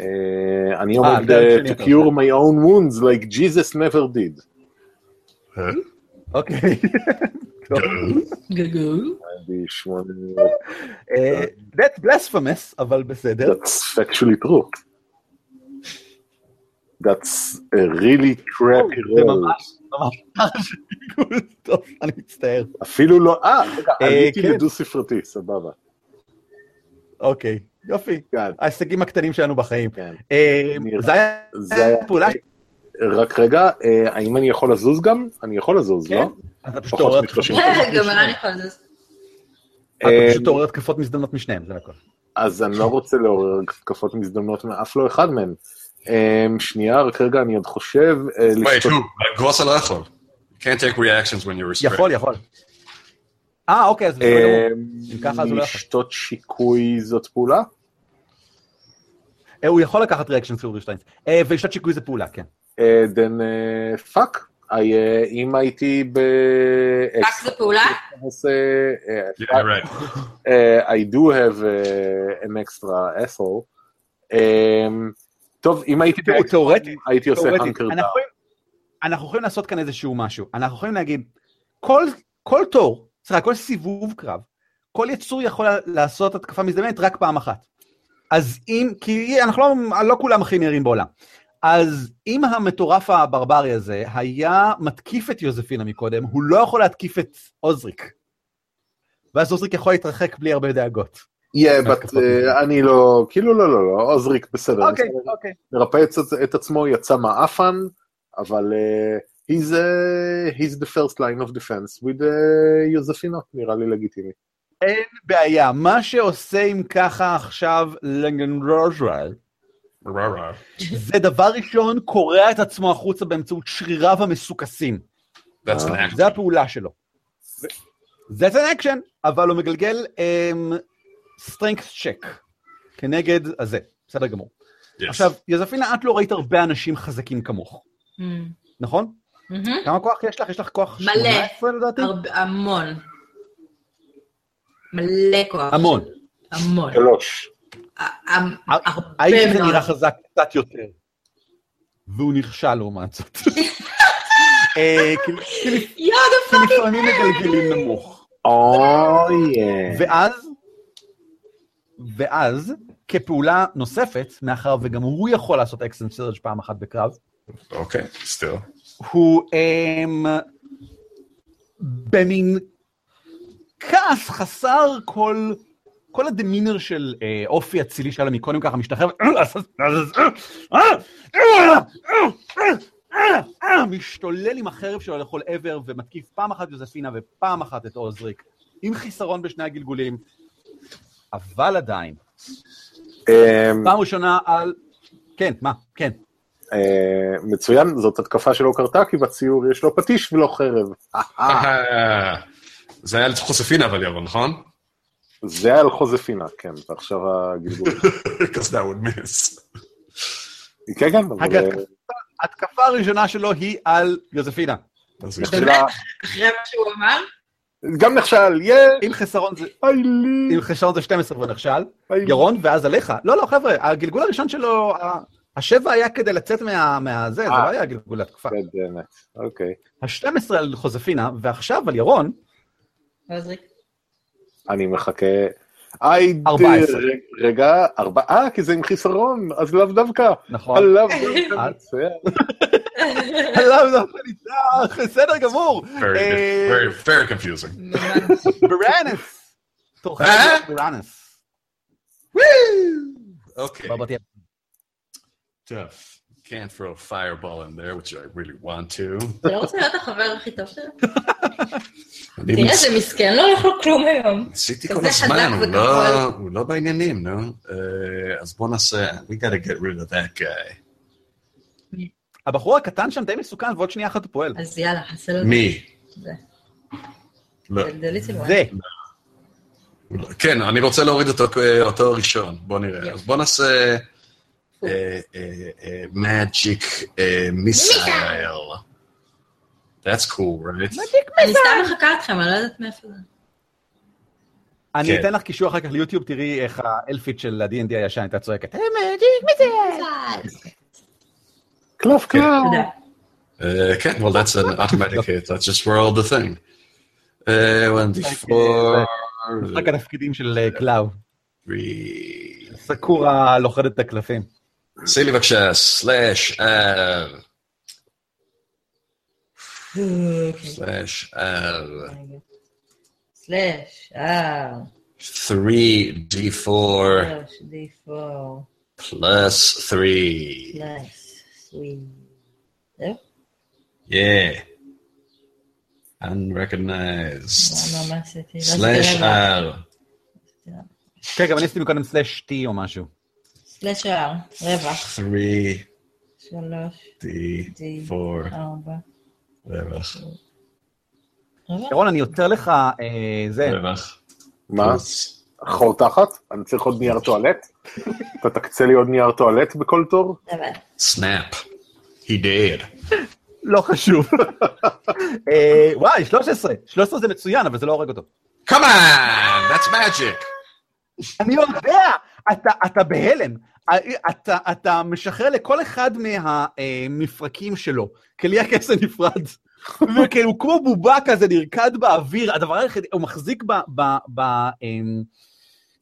Speaker 4: אה, אני
Speaker 1: אה,
Speaker 4: עומד
Speaker 1: אתה
Speaker 4: אה,
Speaker 1: שני
Speaker 4: to
Speaker 1: אתה
Speaker 4: cure my own wounds like Jesus never did.
Speaker 2: אה?
Speaker 1: אוקיי. טוב.
Speaker 3: גגו.
Speaker 4: 2D8,
Speaker 1: אה, That's blasphemous, אבל בסדר.
Speaker 4: that's factually true. That's a really crappy
Speaker 1: זה
Speaker 4: roll.
Speaker 1: ממש, ממש, טוב, אני מצטער.
Speaker 4: אפילו לא, אה, רגע,
Speaker 1: אה,
Speaker 4: עליתי
Speaker 1: כן.
Speaker 4: לדו ספרתי, סבבה.
Speaker 1: אוקיי, יופי.
Speaker 4: כן,
Speaker 1: ההישגים הקטנים שלנו בחיים.
Speaker 4: כן.
Speaker 1: אה,
Speaker 4: נראה.
Speaker 1: זה היה
Speaker 4: זה היה-
Speaker 1: פעולה,
Speaker 4: רק רגע, אה, האם אני יכול לזוז גם? אני יכול לזוז,
Speaker 1: כן.
Speaker 4: לא?
Speaker 1: אתה פשוט
Speaker 4: פחות
Speaker 1: עורר
Speaker 4: מ-
Speaker 1: התקפות-
Speaker 4: 30.
Speaker 3: גם
Speaker 1: אה,
Speaker 3: אני יכולה לזוז.
Speaker 1: אתה
Speaker 4: אה,
Speaker 1: פשוט עורר התקפות מזדמנות משניהם, זה הכל.
Speaker 4: אז אני לא רוצה לעורר התקפות מזדמנות מאף לא אחד מהם. אה, שנייה, רק רגע, אני עוד חושב... אה,
Speaker 2: Wait,
Speaker 4: לשתות-
Speaker 2: who? גוסה לא יכול. Can't take reactions when you're restrained.
Speaker 1: יכול, יכול. אה, אוקיי, אז בסדר גמור.
Speaker 4: אה,
Speaker 1: אם ככה, אז הוא לא יכול.
Speaker 4: לשתות שיקוי זאת פעולה?
Speaker 1: אה, הוא יכול לקחת ריאקשן סביב רישטיינס. אה, ולשתות שיקוי זה פעולה, כן.
Speaker 4: אה, then אה, fuck. I, אה, אם הייתי ב...
Speaker 3: רק זה פעולה?
Speaker 4: עושה, אה,
Speaker 2: Yeah, you're right.
Speaker 4: uh, I do have uh, an extra asshole. Um, טוב, אם הייתי
Speaker 1: תראו, תיאורטית,
Speaker 4: הייתי עושה
Speaker 1: אוקיי, תיאורטית,
Speaker 4: הנקר
Speaker 1: אנחנו יכולים- אנחנו יכולים לעשות כאן איזשהו משהו. אנחנו יכולים להגיד, כל- כל תור, סליחה, כל סיבוב קרב, כל יצור יכול לעשות התקפה מזדמנת רק פעם אחת. אז אם, כי אנחנו לא, לא כולם הכי מהירים בעולם. אז אם המטורף הברברי הזה היה מתקיף את יוזפינה מקודם, הוא לא יכול להתקיף את עוזריק. ואז עוזריק יכול להתרחק בלי הרבה דאגות.
Speaker 4: Yeah, but uh, אני לא, כאילו לא, לא, לא, עוזריק בסדר.
Speaker 1: אוקיי,
Speaker 4: בסדר.
Speaker 1: אוקיי.
Speaker 4: מרפא את, את עצמו, יצא מעפן, אבל uh, he's, uh, he's the first line of defense with uh, יוזפינה, נראה לי לגיטימי.
Speaker 1: בעיה, מה שעושה אם ככה עכשיו לנגנרוז'רל,
Speaker 2: רע רע.
Speaker 1: זה דבר ראשון, קורע את עצמו החוצה באמצעות שריריו המסוכסים.
Speaker 2: That's an act.
Speaker 1: זה הפעולה שלו. זה זה אקשן, אבל הוא אמ, מגלגל סטרינקס צ'ק כנגד הזה, בסדר גמור.
Speaker 2: Yes.
Speaker 1: עכשיו, יוזפינה, את לא ראית הרבה אנשים חזקים כמוך, נכון?
Speaker 3: מהמם.
Speaker 1: כמה כוח יש לך? יש לך כוח
Speaker 3: מלא.
Speaker 1: 18 לדעתי?
Speaker 3: הרבה- המון. מלא כוח.
Speaker 1: המון.
Speaker 3: המון.
Speaker 4: שלוש.
Speaker 3: ה- המ- הרבה
Speaker 1: האיש הזה
Speaker 3: מאוד.
Speaker 1: נראה חזק קצת יותר. והוא נכשל לעומת זאת. אה, כי- כי
Speaker 3: יואו,
Speaker 1: כי לפעמים מגלגלים נמוך.
Speaker 4: Oh, אוי.
Speaker 1: ואז, ואז, כפעולה נוספת, מאחר וגם הוא יכול לעשות אקסן סרג' פעם אחת בקרב,
Speaker 2: אוקיי, סטיל.
Speaker 1: הוא אמ, במין כעס חסר כל, כל הדמינר של אה, אופי אצילי שהיה לו מקודם ככה משתחרר, משתולל עם החרב שלו לכל עבר ומתקיף פעם אחת יוזפינה ופעם אחת את אוזריק, עם חיסרון בשני הגלגולים, אבל עדיין,
Speaker 4: אמ,
Speaker 1: פעם ראשונה על... כן, מה? כן.
Speaker 4: אה, מצוין, זאת התקפה שלא קרתה, כי בציור יש לו פטיש ולא חרב.
Speaker 1: אה.
Speaker 2: אהה. זה היה לחוספינה אבל ירון, נכון?
Speaker 4: זה היה על חוזפינה, כן, ועכשיו הגלגול.
Speaker 2: Because that would miss.
Speaker 4: כן, כן, אבל...
Speaker 1: אגב,
Speaker 4: אה,
Speaker 1: התקפה הראשונה שלו היא על יוזפינה.
Speaker 2: אז הוא-
Speaker 4: נכשלה,
Speaker 3: אחרי מה שהוא אמר,
Speaker 4: גם נכשל, יאי!
Speaker 1: אם חיסרון זה...
Speaker 4: לי!
Speaker 1: אם חיסרון זה 12 והוא נכשל,
Speaker 4: היי לי.
Speaker 1: ירון, ואז עליך. לא, לא, חבר'ה, הגלגול הראשון שלו, ה- השבע היה כדי לצאת מה- מהזה, זה
Speaker 4: אה.
Speaker 1: לא היה גלגול התקפה.
Speaker 4: כן, באמת, אוקיי.
Speaker 1: ה-12 על חוזפינה, ועכשיו על ירון,
Speaker 3: עוזריק.
Speaker 4: אני מחכה. היי,
Speaker 1: 14.
Speaker 4: ד- רגע, ארבעה, כי זה עם חיסרון, אז לאו דווקא.
Speaker 1: נכון?
Speaker 4: לאו דווקא.
Speaker 1: אה.
Speaker 4: מצוין.
Speaker 1: עליו זה הכל ניצח, בסדר גמור.
Speaker 2: Very,
Speaker 1: אה,
Speaker 2: very, very confusing.
Speaker 3: ממש.
Speaker 1: ברנס. תורך
Speaker 2: אה?
Speaker 1: להיות ברנס.
Speaker 2: אוקיי.
Speaker 1: בבתי.
Speaker 2: Tough. Can't throw a fireball in there, which I really want to.
Speaker 3: אתה לא רוצה להיות החבר הכי טוב שלו?
Speaker 2: אני
Speaker 3: תראה,
Speaker 2: מנס-
Speaker 3: זה מסכן, לא הולך לו כלום היום.
Speaker 2: ניסיתי
Speaker 3: כזה
Speaker 2: כל הזמן,
Speaker 3: חזק
Speaker 2: הוא לא-
Speaker 3: וכחול.
Speaker 2: הוא לא בעניינים, נו. אה, אז בוא נעשה, we gotta get rid of that guy.
Speaker 1: הבחור הקטן שם די מסוכן, ועוד שנייה אחת הוא פועל.
Speaker 3: אז יאללה, עשה לנו
Speaker 2: מי?
Speaker 3: את זה.
Speaker 2: לא.
Speaker 3: דלית סילואן.
Speaker 1: זה.
Speaker 2: כן, אני רוצה להוריד אותו, אה, אותו ראשון, בוא נראה.
Speaker 3: כן.
Speaker 2: אז בוא נעשה מג'יק מיסייל. That's cool, right?
Speaker 3: אני סתם מחכה אתכם, אני לא יודעת מאיפה זה.
Speaker 1: אני
Speaker 2: כן.
Speaker 1: אתן לך קישור אחר כך ליוטיוב, תראי איך האלפית של ה-D&D הישן הייתה צועקת. "אה,
Speaker 4: קלף
Speaker 1: כן.
Speaker 4: קלף.
Speaker 3: תודה.
Speaker 2: Uh, okay, well, that's an automatic hit. That's just roll the thing. Uh, one d4,
Speaker 1: משחק התפקידים של אה, קלאו.
Speaker 2: three.
Speaker 1: סקורה לוכדת את הקלפים.
Speaker 2: עשי לי בבקשה, slash, r, slash, r,
Speaker 3: סלאש, אה,
Speaker 2: 3d4
Speaker 3: שלוש, די פור,
Speaker 2: plus 3.
Speaker 3: סלאש, סווי.
Speaker 2: Yeah. Unrecognized.
Speaker 3: מה עשיתי?
Speaker 2: slash r,
Speaker 1: כן, גם אני עשיתי מקודם סלאש טי או משהו.
Speaker 3: סלאש אר, רווח,
Speaker 2: 3d4
Speaker 3: שלוש, די, ארבע,
Speaker 2: רווח.
Speaker 3: רווח?
Speaker 1: ירון, אני יוצר לך, אה, זה,
Speaker 2: רווח.
Speaker 4: מה?
Speaker 2: Plus
Speaker 4: חור תחת? אני צריך עוד נייר טואלט? אתה תקצה לי עוד נייר טואלט בכל תור?
Speaker 3: אבל,
Speaker 2: Snap. He did.
Speaker 1: לא חשוב. אה, וואי, 13. 13 זה מצוין, אבל זה לא הורג אותו.
Speaker 2: Come on! That's magic!
Speaker 1: אני יודע, אתה, אתה בהלם. אתה, אתה משחרר לכל אחד מהמפרקים שלו, כלי הקסם נפרד. וכן, הוא כמו בובה כזה נרקד באוויר, הדבר היחיד, הוא מחזיק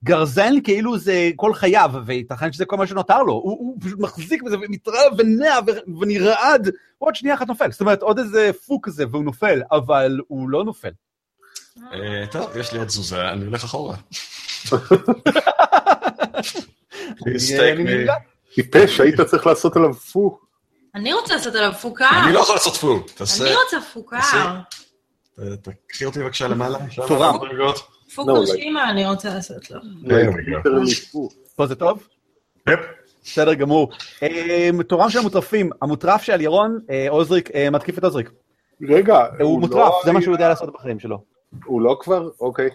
Speaker 1: בגרזן אמ, כאילו זה כל חייו, וייתכן שזה כל מה שנותר לו. הוא, הוא פשוט מחזיק בזה ומתרעב ונע ו- ונרעד, עוד שנייה אחת נופל. זאת אומרת, עוד איזה פוק כזה והוא נופל, אבל הוא לא נופל.
Speaker 2: אה, טוב, יש לי עוד תזוזה, אני הולך אחורה. Please take
Speaker 1: אני
Speaker 2: me.
Speaker 1: נרגע.
Speaker 4: טיפש, היית צריך לעשות עליו פו.
Speaker 3: אני רוצה לעשות עליו פוקר,
Speaker 2: אני לא יכול לעשות פו. תעשה...
Speaker 3: אני רוצה פוקר,
Speaker 2: תעשה. ת- תקחי אותי בבקשה למעלה. שם
Speaker 1: תורה.
Speaker 2: ארבע דרגות.
Speaker 4: לא,
Speaker 3: פוקר
Speaker 4: אולי.
Speaker 3: שימה אני רוצה לעשות לו.
Speaker 2: There we go.
Speaker 1: פה זה טוב?
Speaker 2: Yep.
Speaker 1: בסדר גמור. אה, תורם של המוטרפים, המוטרף שעל ירון, אה, עוזריק, אה, מתקיף את עוזריק.
Speaker 4: רגע,
Speaker 1: הוא מוטרף,
Speaker 4: לא-
Speaker 1: זה מה שהוא יודע לעשות בחיים שלו.
Speaker 4: הוא לא כבר? אוקיי.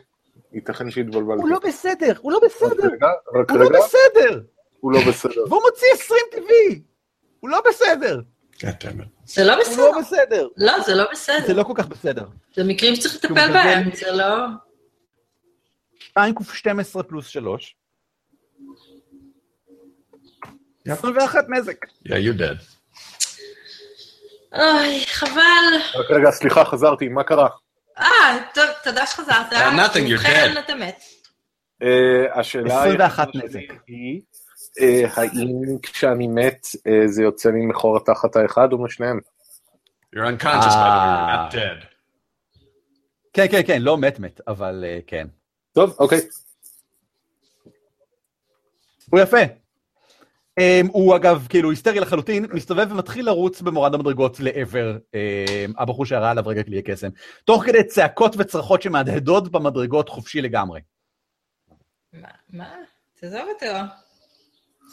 Speaker 4: ייתכן שהתבלבלתי.
Speaker 1: הוא לא בסדר, הוא לא
Speaker 4: רק
Speaker 1: בסדר,
Speaker 4: אוקיי. רגע, רק
Speaker 1: הוא לא
Speaker 4: רגע.
Speaker 1: בסדר.
Speaker 4: הוא לא בסדר.
Speaker 1: והוא מוציא 20 טבעי! הוא לא בסדר!
Speaker 2: God damn it.
Speaker 3: זה לא
Speaker 1: הוא
Speaker 3: בסדר.
Speaker 1: לא בסדר!
Speaker 3: לא, זה לא
Speaker 1: זה
Speaker 3: בסדר.
Speaker 1: לא כל כך בסדר.
Speaker 3: זה מקרים שצריך לטפל
Speaker 1: שהוא
Speaker 3: בהם,
Speaker 1: מגלגל-
Speaker 3: זה לא...
Speaker 1: 2 כוף 12 פלוס 3. 21 נזק.
Speaker 2: Yeah, you're dead.
Speaker 3: אוי, חבל.
Speaker 4: רק רגע, סליחה, חזרתי, מה קרה?
Speaker 3: אה, טוב, תודה שחזרת.
Speaker 2: nothing, you're
Speaker 3: ובכן,
Speaker 2: dead.
Speaker 3: אתה מת.
Speaker 4: אה, השאלה
Speaker 1: 21
Speaker 4: היחידה שלי
Speaker 1: נזק.
Speaker 4: היא, אה, האם כשאני מת אה, זה יוצא לי מחור התחת האחד או משניהם?
Speaker 2: You're unconscious, by the way.
Speaker 1: Ah.
Speaker 2: You're not dead.
Speaker 1: כן, כן, כן, לא מת מת, אבל אה, כן.
Speaker 4: טוב, אוקיי.
Speaker 1: הוא יפה. Um, הוא אגב כאילו היסטרי לחלוטין, מסתובב ומתחיל לרוץ במורד המדרגות לעבר um, הבחור שירה עליו רגע כלי הקסם, תוך כדי צעקות וצרחות שמהדהדות במדרגות חופשי לגמרי.
Speaker 3: מה? מה? תעזוב אותו.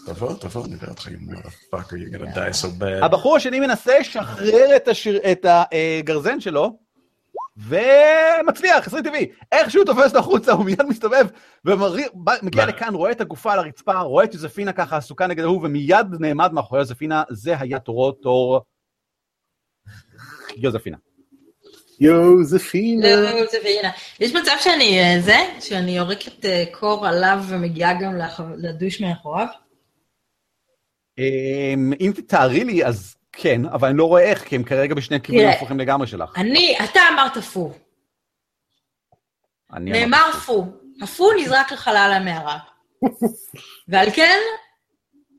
Speaker 2: תבוא, תבוא, נראה אותך, you motherfucker, you're gonna die so bad.
Speaker 1: הבחור השני מנסה לשחרר את, השיר, את הגרזן שלו, ומצליח, 20 טבעי. איך שהוא תופס אותו החוצה, הוא מיד מסתובב, ומגיע
Speaker 2: מה?
Speaker 1: לכאן, רואה את הגופה על הרצפה, רואה את יוזפינה ככה עסוקה נגד ההוא, ומיד נעמד מאחורי יוזפינה, זה היה תורו תור... יוזפינה.
Speaker 4: יוזפינה.
Speaker 3: לא, זה והנה. יש מצב שאני אה, זה, שאני יורקת אה, קור עליו ומגיעה גם לח- לדוש מאחוריו?
Speaker 1: אמ, אם תתארי לי, אז כן, אבל אני לא רואה איך, כי הם כרגע בשני כיוונים
Speaker 3: תראה.
Speaker 1: הפוכים לגמרי שלך.
Speaker 3: אני, אתה אמרת פו.
Speaker 1: אני אמרתי.
Speaker 3: נאמר פו. הפו נזרק לחלל המערה. ועל כן,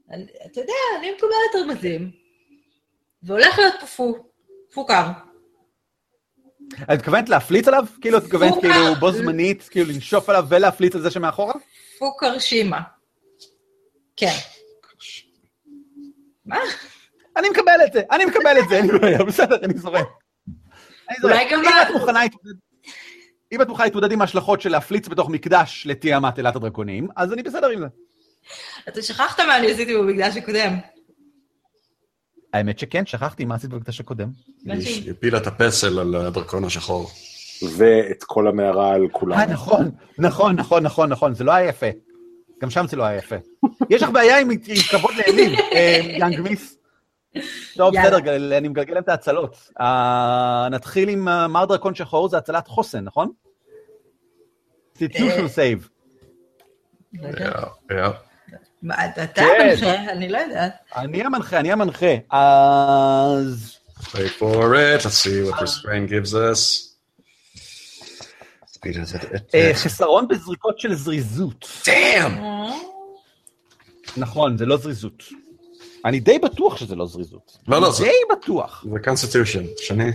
Speaker 3: אני- אתה יודע, אני מקבלת רמזים. והולך להיות פה פו. פו קר.
Speaker 1: את מתכוונת להפליץ עליו? כאילו, את מתכוונת
Speaker 3: פוקה.
Speaker 1: כאילו בו זמנית, כאילו לנשוף עליו ולהפליץ על זה שמאחורה?
Speaker 3: פו קרשימה. כן. מה?
Speaker 1: אני מקבל את זה, אני מקבל את זה, אין לי בעיה, בסדר, אני זורם. לא, אני זורם.
Speaker 3: אולי גם
Speaker 1: אם
Speaker 3: ה-
Speaker 1: את מוכנה להתמודד- אם את מוכנה להתמודד עם ההשלכות של להפליץ בתוך מקדש לתיאמת אילת הדרקונים, אז אני בסדר עם זה.
Speaker 3: אתה שכחת מה אני עשיתי במקדש הקודם.
Speaker 1: האמת שכן, שכחתי מה עשית במקדש הקודם.
Speaker 2: היא הפילה את הפסל על הדרקון השחור.
Speaker 4: ואת כל המערה על כולם.
Speaker 1: אה, נכון, נכון, נכון, נכון, נכון, זה לא היה יפה. גם שם זה לא היה יפה. יש לך בעיה עם עם כבוד לימים, אה, יאנג מיס. טוב,
Speaker 3: יאללה.
Speaker 1: בסדר, גל- אני מגלגל להם את ההצלות. אה, נתחיל עם אה, מר דרקון שחור, זה הצלת חוסן, נכון?
Speaker 3: אה,
Speaker 1: סיטיושן סייב.
Speaker 3: לא יודעת.
Speaker 2: Yeah, yeah.
Speaker 3: מה, אתה אתה
Speaker 1: אה. כן.
Speaker 3: מנחה? אני לא יודעת.
Speaker 1: אני המנחה, אני המנחה. אז...
Speaker 2: Wait for it. Let's see what restraint gives us. Speed is at it.
Speaker 3: כן.
Speaker 1: אה, חסרון בזריקות של זריזות.
Speaker 2: Damn!
Speaker 1: נכון, זה לא זריזות. אני די בטוח שזה לא זריזות.
Speaker 2: לא, לא,
Speaker 1: אני
Speaker 2: זה-
Speaker 1: די בטוח.
Speaker 2: The Constitution. שני.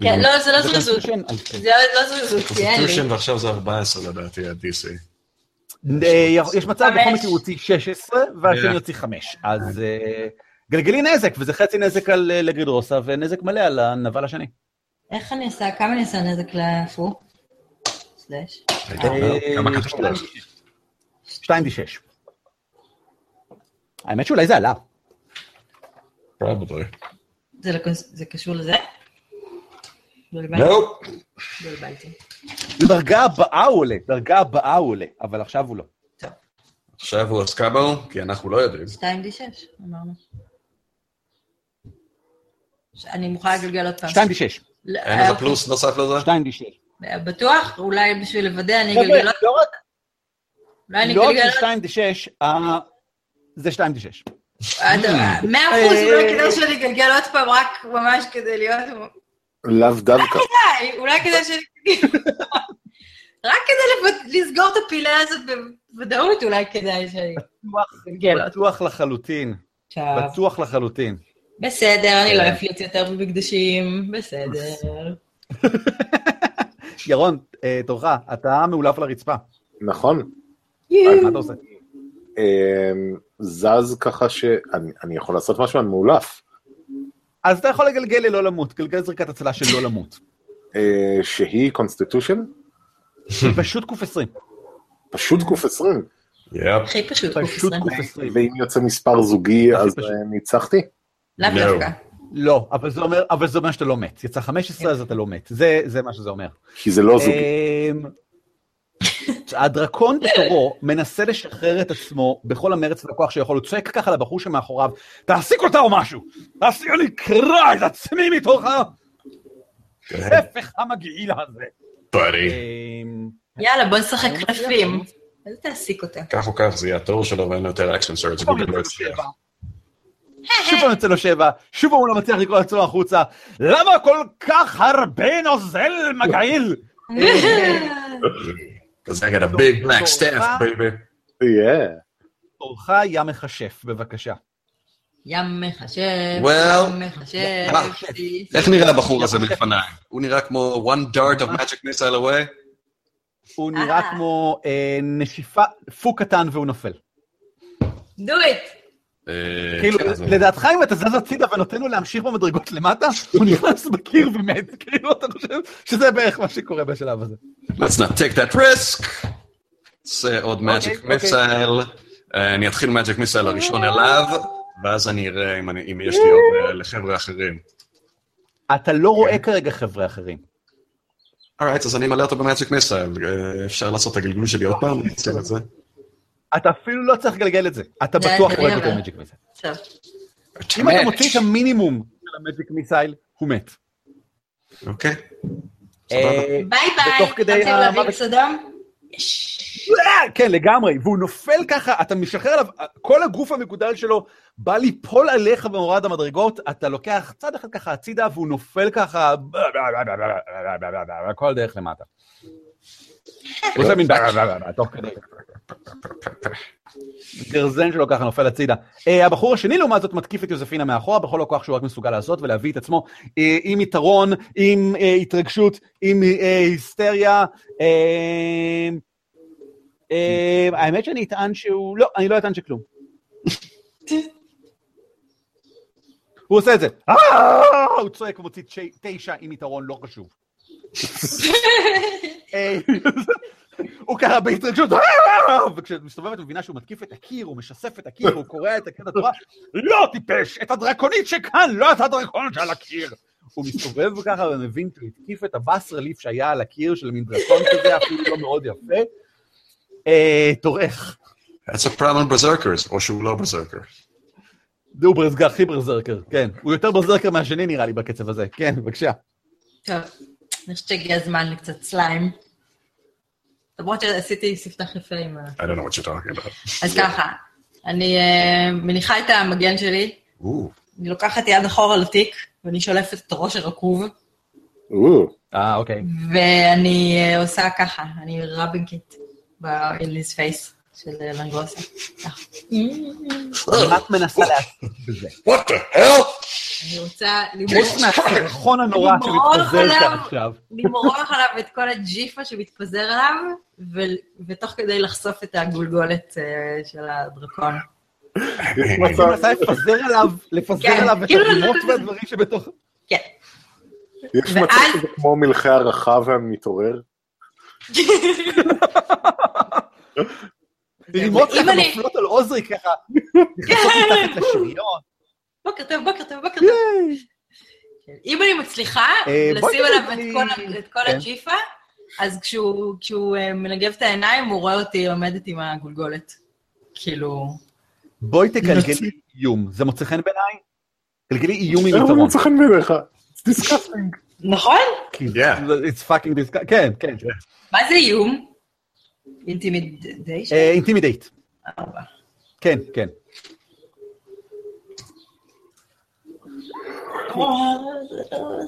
Speaker 3: כן, לא, זה לא זריזות.
Speaker 1: Constitution, אז כן.
Speaker 3: זה לא- לא זריזות,
Speaker 2: Mm-hmm.
Speaker 3: כי אין לי.
Speaker 2: Constitution, ועכשיו זה 14 לדעתי, ה-DC.
Speaker 1: אה, יש מצב,
Speaker 3: חמש.
Speaker 1: בכל מקרה הוא הוציא 16, והשני
Speaker 2: אה.
Speaker 1: הוציא 5. אז אה, גלגלי נזק, וזה חצי נזק על אה, לגרידרוסה, ונזק מלא על הנבל השני.
Speaker 3: איך אני עושה, כמה אני עושה נזק לפו? סלאש.
Speaker 2: I don't
Speaker 1: אה,
Speaker 2: know. כמה כתוב לך?
Speaker 1: 2d6. האמת שאולי זה עלה.
Speaker 2: Probably.
Speaker 3: זה לקונס- זה קשור לזה? בלבלתי.
Speaker 1: לא.
Speaker 2: Nope.
Speaker 3: בלבלתי.
Speaker 1: לדרגה הבאה הוא עולה, דרגה הבאה הוא עולה, אבל עכשיו הוא לא.
Speaker 3: טוב,
Speaker 2: עכשיו הוא עסקה בו, כי אנחנו לא יודעים.
Speaker 3: 2d6, אמרנו. ש- אני מוכנה לגלגל עוד פעם.
Speaker 1: 2d6.
Speaker 3: לא,
Speaker 2: אין איזה
Speaker 3: אוקיי.
Speaker 2: פלוס נוסף לזה?
Speaker 1: 2d6.
Speaker 3: בטוח? אולי בשביל לוודא אני
Speaker 1: חבר'ה,
Speaker 3: אגלגל עוד...
Speaker 1: לא רק-
Speaker 3: אולי אני
Speaker 1: לא רק
Speaker 3: אגלגל עוד...
Speaker 1: ש- 2d6, אה, זה 2d6.
Speaker 3: עד- מאה אחוז, אולי כדאי שאני אגלגל עוד פעם, רק ממש כדי להיות...
Speaker 4: לאו דווקא.
Speaker 3: אולי, אולי כדאי ש... רק כדי לפ- לסגור את הפינה הזאת בוודאות, אולי כדאי ש...
Speaker 1: בטוח-
Speaker 3: גלגל עוד.
Speaker 1: בטוח לחלוטין,
Speaker 3: עכשיו,
Speaker 1: בטוח לחלוטין.
Speaker 3: בסדר, אני לא
Speaker 1: כן.
Speaker 3: אפליץ יותר במקדשים, בסדר.
Speaker 1: ירון, אה, תורך, אתה מאולף על הרצפה.
Speaker 4: נכון.
Speaker 1: מה אתה עושה?
Speaker 4: אמ, זז ככה ש... אני- אני יכול לעשות משהו, אני מאולף.
Speaker 1: אז אתה יכול לגלגל ללא למות, גלגל זריקת הצלה של לא למות.
Speaker 4: אה, שהיא קונסטיטושן?
Speaker 1: פשוט קוף 20.
Speaker 4: פשוט קוף 20.
Speaker 2: יפ.
Speaker 3: הכי פשוט, קוף
Speaker 1: פשוט
Speaker 3: 20.
Speaker 1: קוף 20.
Speaker 4: ואם יוצא מספר זוגי,
Speaker 1: הכי
Speaker 4: אז
Speaker 1: פשוט.
Speaker 4: אה, ניצחתי?
Speaker 3: לאו
Speaker 2: לא.
Speaker 3: דווקא.
Speaker 1: לא, אבל זה אומר, אבל זה אומר שאתה לא מת. יצא 15 אז אתה לא מת. זה, זה מה שזה אומר.
Speaker 4: כי זה לא זוגי.
Speaker 1: אמ, הדרקון בתורו מנסה לשחרר את עצמו בכל המרץ והכוח שיכול, הוא צועק ככה לבחור שמאחוריו, תעסיק אותה או משהו! תעסיק, אני אקרע את עצמי מתוך ההפך המגעיל הזה.
Speaker 2: buddy.
Speaker 1: אמ,
Speaker 3: יאללה, בוא נשחק
Speaker 1: אני מצליח,
Speaker 3: קלפים.
Speaker 1: אני
Speaker 3: אל תעסיק אותה.
Speaker 2: כך או כך זה יהיה התור שלו ואין לו יותר אקשן סרט, הוא
Speaker 1: שוב
Speaker 2: גם לא
Speaker 1: פעם יוצא לו
Speaker 2: הצליח.
Speaker 3: אה.
Speaker 1: שבע. שוב פעם יוצא לו שבע, שוב פעם הוא לא מצליח לקרוא עצמו החוצה. למה כל כך הרבה נוזל מגעיל?
Speaker 2: إيه. Because I got a big black
Speaker 3: אה.
Speaker 2: staff, baby.
Speaker 4: Yeah.
Speaker 1: תורך ים מכשף, בבקשה.
Speaker 3: ים מחשב,
Speaker 2: Well,
Speaker 3: ים מחשב,
Speaker 2: מה?
Speaker 3: סי, סי.
Speaker 2: איך נראה הבחור
Speaker 3: אה.
Speaker 2: הזה מלפניי? הוא נראה כמו one dart of magic missile away?
Speaker 1: הוא
Speaker 3: אה.
Speaker 1: נראה כמו אה, נשיפה, פו קטן והוא נופל.
Speaker 3: do it.
Speaker 2: אה,
Speaker 1: כאילו,
Speaker 2: כן, אז הוא-
Speaker 1: לדעתך אם אתה זז הצידה ונותן לו להמשיך במדרגות למטה, הוא נכנס בקיר ומת. כאילו, אתה חושב שזה בערך מה שקורה בשלב הזה.
Speaker 2: let's not take that risk. זה עוד magic
Speaker 1: אוקיי.
Speaker 2: missile. אה, אני אתחיל magic missile הראשון אליו, ואז אני אראה אם אני- אם יש לי עוד אה, לחבר'ה אחרים.
Speaker 1: אתה לא רואה
Speaker 2: כן.
Speaker 1: כרגע חבר'ה אחרים.
Speaker 2: אורייט, אז אני מלא אותו במאג'יק מיסייל. אפשר לעשות את הגלגול שלי עוד פעם? אני אצליח את זה.
Speaker 1: אתה אפילו לא צריך לגלגל את זה. אתה
Speaker 3: זה
Speaker 1: בטוח
Speaker 3: כן, אני לא.
Speaker 1: רואה
Speaker 3: אבל.
Speaker 1: יותר מג'יק מיסייל.
Speaker 3: עכשיו,
Speaker 1: אם אתה מוציא את המינימום של המג'יק מיסייל, הוא מת.
Speaker 2: אוקיי.
Speaker 1: אה,
Speaker 3: ביי ביי.
Speaker 1: ותוך כדי
Speaker 3: רציתם להביא
Speaker 1: המוות-
Speaker 3: סדום? יש.
Speaker 1: אה, כן, לגמרי. והוא נופל ככה, אתה משחרר עליו, כל הגוף המגודל שלו בא ליפול עליך במורד המדרגות, אתה לוקח צד אחד ככה הצידה, והוא נופל ככה, כל הדרך למטה. הוא עושה מין תוך כדי. גרזן שלו ככה נופל הצידה. אה, הבחור השני לעומת זאת מתקיף את יוזפינה מאחורה בכל הכוח שהוא רק מסוגל לעשות ולהביא את עצמו אה, עם יתרון, עם אה, התרגשות, עם אה, היסטריה. אה, אה, האמת שאני אטען שהוא... לא, אני לא אטען שכלום. הוא עושה את זה. "אה!" הוא צועק ומוציא תשע- תשע עם יתרון, לא חשוב. אה, הוא ככה בהתרגשות, "אה!" וכשאת מסתובבת מבינה שהוא מתקיף את הקיר, הוא משסף את הקיר, הוא קורע את הקיר התורה, לא טיפש, את הדרקונית שכאן, לא את הדרקון שעל הקיר. הוא מסתובב ככה ומבין שהוא התקיף את הבס רליף שהיה על הקיר של מין דרקון כזה, אפילו לא מאוד יפה. אה, תורך,
Speaker 2: That's a problem berserkers, או שהוא לא ברזרקר.
Speaker 1: זה הוא ברזגר, הכי ברזרקר, כן. הוא יותר ברזרקר מהשני נראה לי בקצב הזה, כן, בבקשה.
Speaker 3: טוב, אני חושבת שהגיע הזמן לקצת סליים. למרות שעשיתי ספתח יפה עם ה...
Speaker 2: I don't know what you're talking about.
Speaker 3: אז ככה, אני אה, מניחה את המגן שלי,
Speaker 2: Ooh.
Speaker 3: אני לוקחת יד אחורה לתיק, ואני שולפת את הראש הרקוב,
Speaker 4: או,
Speaker 1: אה, אוקיי.
Speaker 3: ואני אה, עושה ככה, אני רבינקית ב-in his face של אה, לנגוסה. ככה.
Speaker 1: אני רק מנסה להספיק בזה.
Speaker 2: What the hell?
Speaker 3: אני רוצה
Speaker 1: חוץ
Speaker 3: למרוח-
Speaker 1: מהסרחון הנורא
Speaker 3: למרוח
Speaker 1: שמתפזר כאן
Speaker 3: עליו.
Speaker 1: עכשיו.
Speaker 3: למרוח עליו את כל הג'יפה שמתפזר עליו, ו- ותוך כדי לחשוף את הגולגולת אה, של הדרקון.
Speaker 1: הוא עצמו מנסה לפזר עליו, לפזר
Speaker 3: כן,
Speaker 1: עליו את
Speaker 3: כאילו
Speaker 1: הדמות
Speaker 3: לעשות את זה.
Speaker 1: והדברים שבתוך...
Speaker 3: כן.
Speaker 4: יש
Speaker 3: ואז-
Speaker 4: מצב שזה כמו מלכי הערכה והמתעורר?
Speaker 1: ללמוד
Speaker 3: אם
Speaker 1: ככה
Speaker 3: אני-
Speaker 1: נופלות על עוזרי ככה, נכנסות מתחת לשריון.
Speaker 3: בוקר טוב, בוקר טוב, בוקר טוב. כן. אם אני מצליחה
Speaker 1: אה, בואי
Speaker 3: לשים
Speaker 1: נראה
Speaker 3: עליו
Speaker 1: אם
Speaker 3: את
Speaker 1: אני-
Speaker 3: כל ה- את כל
Speaker 1: כן.
Speaker 3: הג'יפה, אז כשהוא- כשהוא אה, מנגב את העיניים, הוא רואה אותי עומדת עם הגולגולת. כאילו...
Speaker 1: בואי תגלגלי איום, זה מוצא חן בעיניי? תגלגלי איום
Speaker 3: לא,
Speaker 1: עם
Speaker 4: למה
Speaker 1: יתרון.
Speaker 4: מוצא חן בעיניך? אה, It's disgusting.
Speaker 3: נכון?
Speaker 1: כי
Speaker 2: Yeah.
Speaker 1: זה- It's fucking disgusting, כן, כן.
Speaker 3: מה זה איום?
Speaker 1: אה,
Speaker 3: אינטימידיישן?
Speaker 1: אינטימידייט.
Speaker 3: ארבע.
Speaker 1: כן, כן.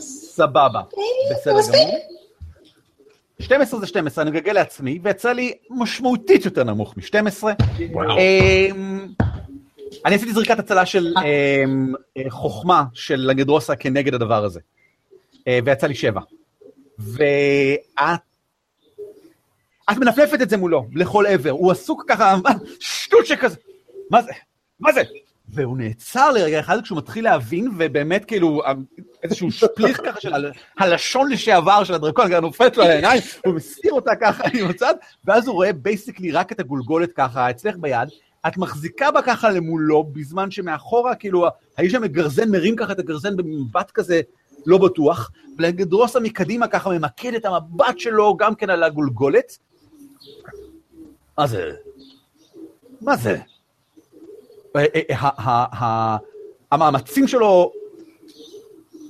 Speaker 1: סבבה, בסדר גמור. 12 זה 12, אני מגלגל לעצמי, ויצא לי משמעותית יותר נמוך מ-12.
Speaker 2: וואו.
Speaker 1: אני עשיתי זריקת הצלה של אמ, אה, חוכמה של לגדרוסה כנגד הדבר הזה, אה, ויצא לי שבע. ואת את מנפנפת את זה מולו, לכל עבר. הוא עסוק ככה, מה, שטות שכזה. מה זה? מה זה? והוא נעצר לרגע אחד כשהוא מתחיל להבין, ובאמת כאילו, איזשהו שפליך ככה של ה- הלשון לשעבר של הדרקון, ככה נופלת לו על העיניים, הוא מסיר אותה ככה עם הצד, ואז הוא רואה בייסיקלי רק את הגולגולת ככה אצלך ביד, את מחזיקה בה ככה למולו, בזמן שמאחורה, כאילו, האיש המגרזן מרים ככה את הגרזן במבט כזה לא בטוח, ולגדרוסה מקדימה ככה ממקד את המבט שלו גם כן על הגולגולת, מה זה? מה זה? אה, אה, אה, ה- ה- ה- המאמצים שלו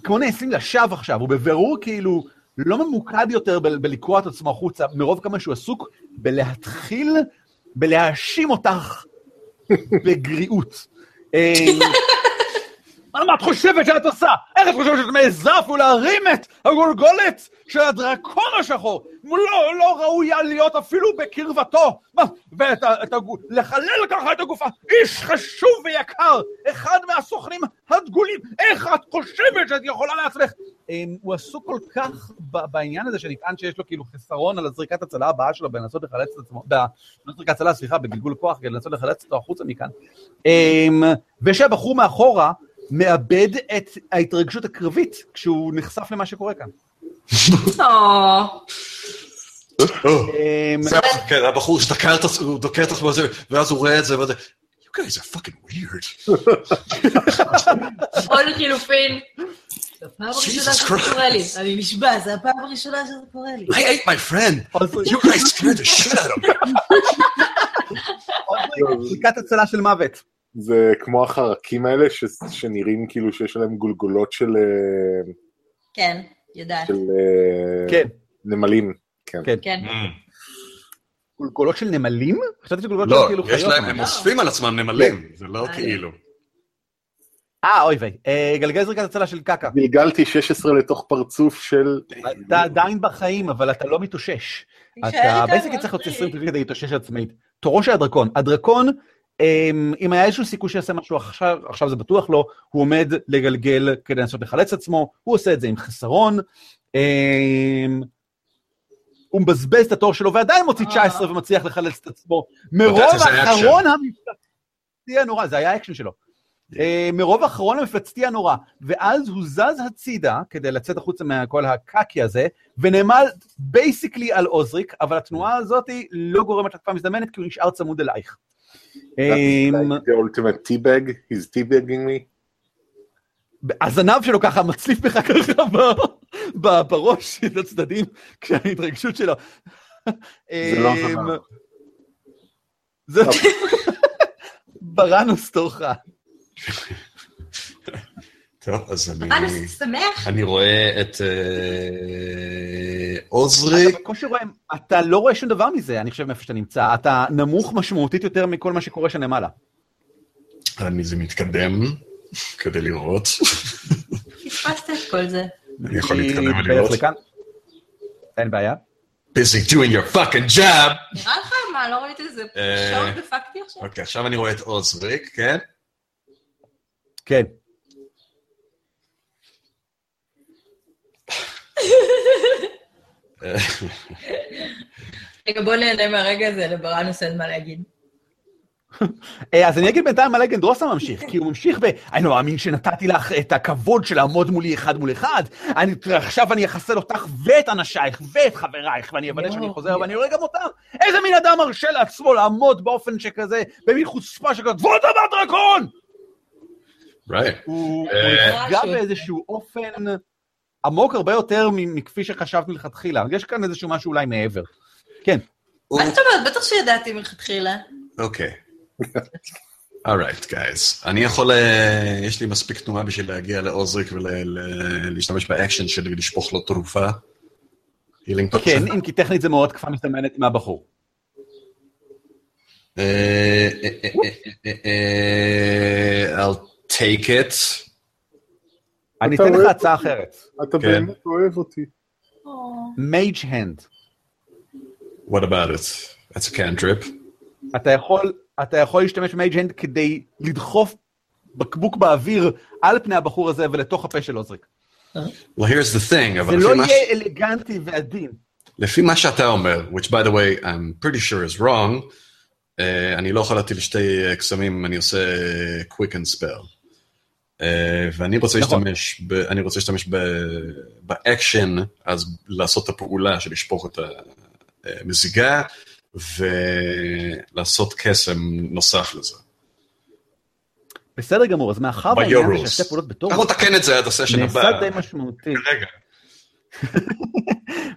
Speaker 1: כמו נעשים לשווא עכשיו, הוא בבירור כאילו לא ממוקד יותר ב- בלקרוע את עצמו החוצה, מרוב כמה שהוא עסוק בלהתחיל, בלהאשים אותך בגריעות. אה, על מה את חושבת שאת עושה? איך את חושבת שאת מעיזה אפילו להרים את הגולגולת של הדרקון השחור? לא, לא ראויה להיות אפילו בקרבתו. מה, ואת ה- את הגו- לחלל ככה את הגופה, איש חשוב ויקר, אחד מהסוכנים הדגולים, איך את חושבת שאת יכולה לעצמך? אמ, הוא עסוק כל כך ב- בעניין הזה שנטען שיש לו כאילו חיסרון על הזריקת הצלה הבאה שלו בלנסות לחלץ את עצמו, ב- לא זריקת הצלה, סליחה, בגלגול כוח, כדי לנסות לחלץ אותו החוצה מכאן. אמ, ושהבחור מאחורה מאבד את ההתרגשות הקרבית כשהוא נחשף למה שקורה כאן. אה,
Speaker 3: או,
Speaker 1: אמ,
Speaker 2: זה הבחור, כן, הבחור שדקר את עצמו, הוא דוקר את עצמו, וזה, ואז הוא רואה את זה, וזה, you guys are fucking weird.
Speaker 3: או לחילופין. זו הפעם הראשונה
Speaker 2: Jesus
Speaker 3: שזה קורה לי.
Speaker 2: Christ.
Speaker 3: אני נשבע, זו הפעם הראשונה שזה קורה לי.
Speaker 2: I ate my friend,
Speaker 1: עוזרי-
Speaker 2: you guys scared the shit out of me.
Speaker 1: עוזרי, זריקת הצלה של מוות.
Speaker 4: זה כמו החרקים האלה ש- שנראים כאילו שיש להם גולגולות של אה,
Speaker 3: כן, יודעת.
Speaker 4: של, אה,
Speaker 1: כן.
Speaker 4: נמלים.
Speaker 3: כן.
Speaker 1: גולגולות של נמלים? חשבתי שגולגולות
Speaker 2: לא,
Speaker 1: של כאילו
Speaker 2: יש
Speaker 1: חיות.
Speaker 2: להם, הם אוספים על עצמם נמלים, זה לא
Speaker 3: אה,
Speaker 2: כאילו.
Speaker 1: אה, אוי ויי. אה, גלגל זריקת הצלה של קקה.
Speaker 4: גלגלתי 16 לתוך פרצוף של...
Speaker 1: אתה עדיין בחיים, אבל אתה לא מתאושש. אתה בעצם צריך להיות 20 כדי להתאושש עצמאית. תורו של הדרקון. הדרקון, אמ, אם היה איזשהו סיכוי שיעשה משהו עכשיו, עכשיו זה בטוח לא, הוא עומד לגלגל כדי לנסות לחלץ עצמו, הוא עושה את זה עם חסרון. אמ, הוא מבזבז את התור שלו ועדיין מוציא
Speaker 3: אה.
Speaker 1: 19 ומצליח לחלץ את עצמו.
Speaker 2: יודעת
Speaker 1: מרוב
Speaker 2: שזה היה
Speaker 1: האחרון המפלצתי הנורא, זה היה האקשן שלו.
Speaker 2: כן.
Speaker 1: אה, מרוב האחרון המפלצתי הנורא, ואז הוא זז הצידה כדי לצאת החוצה מכל הקקי הזה, ונעמד בייסיקלי על עוזריק, אבל התנועה הזאת היא לא גורמת לתקפה מזדמנת, כי הוא נשאר צמוד אלייך. אמ,
Speaker 4: Like The ultimate teabag, he's teabagging me.
Speaker 1: הזנב שלו ככה מצליף בך ככה ב- ב- בראש, את הצדדים, כשההתרגשות שלו.
Speaker 4: זה לא זנב.
Speaker 1: אמ, זה ברנוס תורך.
Speaker 2: טוב, אז אני...
Speaker 3: אנס שמח?
Speaker 2: אני רואה את אה,
Speaker 1: אתה
Speaker 2: עוזריק.
Speaker 1: בקושי רואה, אתה לא רואה שום דבר מזה, אני חושב, מאיפה שאתה נמצא. אתה נמוך משמעותית יותר מכל מה שקורה שם למעלה.
Speaker 2: אני זה מתקדם כדי לראות.
Speaker 3: פספסת את כל זה.
Speaker 2: אני יכול להתקדם
Speaker 1: היא
Speaker 2: ולראות.
Speaker 1: בערך אה, לכאן. אין בעיה.
Speaker 2: busy doing your fucking job.
Speaker 3: נראה לך? מה, לא ראית איזה
Speaker 2: אה.
Speaker 3: שעות דפקתי עכשיו?
Speaker 2: אוקיי, עכשיו אני רואה את עוזריק, כן?
Speaker 1: כן.
Speaker 2: אה,
Speaker 3: רגע, בוא נהנה מהרגע הזה, לברנוס אין מה להגיד.
Speaker 1: אה, אז אני אגיד בינתיים מה לגנדרוסה ממשיך, כי הוא ממשיך ב... אני לא מאמין שנתתי לך את הכבוד של לעמוד מולי אחד מול אחד, אני, עכשיו אני אחסל אותך ואת אנשייך ואת חברייך, ואני אוודא שאני חוזר ואני אראה גם אותם. איזה מין אדם מרשה לעצמו לעמוד באופן שכזה, במין חוצפה שכזאת, ועוד דבר דרקון!
Speaker 2: right.
Speaker 1: הוא הוא
Speaker 2: אה,
Speaker 1: נפגע באיזשהו אופן עמוק הרבה יותר מ- מכפי שחשבתי מלכתחילה. יש כאן איזשהו משהו אולי מעבר. כן,
Speaker 2: הוא-
Speaker 3: מה זאת אומרת? בטח שידעתי מלכתחילה.
Speaker 2: אוקיי. אורייט, גייז. אני יכול, אה, יש לי מספיק תנועה בשביל להגיע לעוזריק ולהשתמש באקשן שלי ולשפוך לו תרופה. הילינג
Speaker 1: כן, אם כי טכנית זה מאוד תקפה מזדמנת מהבחור.
Speaker 2: אה, I'll take it.
Speaker 1: אני
Speaker 4: אתה
Speaker 1: אתן לך
Speaker 4: רואה-
Speaker 1: הצעה אחרת.
Speaker 4: אתה
Speaker 2: כן.
Speaker 4: באמת אוהב אותי.
Speaker 1: מייג' הנד.
Speaker 2: What about it? That's a cantrip.
Speaker 1: אתה יכול, אתה יכול להשתמש במייג' הנד כדי לדחוף בקבוק באוויר על פני הבחור הזה ולתוך הפה של עוזריק.
Speaker 2: Well, here's the thing, אבל
Speaker 1: זה לא
Speaker 2: לפי מה,
Speaker 1: יהיה אלגנטי ועדין.
Speaker 2: לפי מה שאתה אומר, which by the way, I'm pretty sure is wrong, אה, אני לא יכול להטיל שתי אה, קסמים, אני עושה אה, quick and spell. אה, ואני רוצה
Speaker 1: נכון.
Speaker 2: להשתמש, ב- אני רוצה להשתמש ב- באקשן, אז לעשות את הפעולה של לשפוך את המזיגה, ולעשות קסם נוסף לזה.
Speaker 1: בסדר גמור, אז מאחר
Speaker 2: By your
Speaker 1: והעניין
Speaker 2: rules.
Speaker 1: הזה שעשית פעולות בתור,
Speaker 2: אנחנו נתקן את זה עד הסשן הבא.
Speaker 1: נעשה די משמעותי.
Speaker 2: רגע.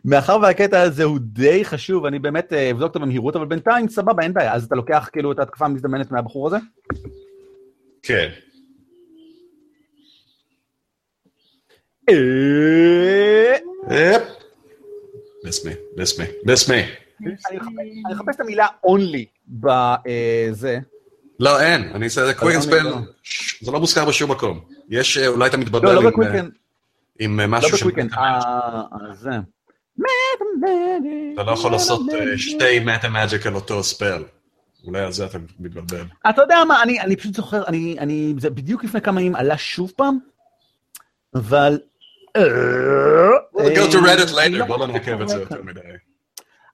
Speaker 1: מאחר והקטע הזה הוא די חשוב, אני באמת אה, אבדוק אותו במהירות, אבל בינתיים סבבה, אין בעיה. אז אתה לוקח כאילו את ההתקפה המזדמנת מהבחור הזה?
Speaker 2: כן.
Speaker 1: אה,
Speaker 2: יפ. That's me, that's me, that's me.
Speaker 1: אני מחפש- אני מחפש את המילה only אה, בזה.
Speaker 2: לא, אין, אני אעשה את זה
Speaker 1: לא,
Speaker 2: קוויקן
Speaker 1: אני
Speaker 2: ספל,
Speaker 1: לא.
Speaker 2: זה לא מוזכר בשום מקום. יש, אה, אולי אתה מתבלבל
Speaker 1: לא,
Speaker 2: עם,
Speaker 1: לא
Speaker 2: אה,
Speaker 1: בקוויקן,
Speaker 2: עם אה,
Speaker 1: לא
Speaker 2: משהו
Speaker 1: בקוויקן, אה, זה.
Speaker 2: אתה לא יכול לעשות אה, שתי מטה מג'יק על אותו ספל. אולי על זה אתה מתבלבל.
Speaker 1: אתה יודע מה, אני, אני פשוט זוכר, אני, אני, זה בדיוק לפני כמה ימים עלה שוב פעם, אבל...
Speaker 2: We'll go to Reddit later,
Speaker 1: לא-
Speaker 2: בוא לא נעכב את זה יותר מדי.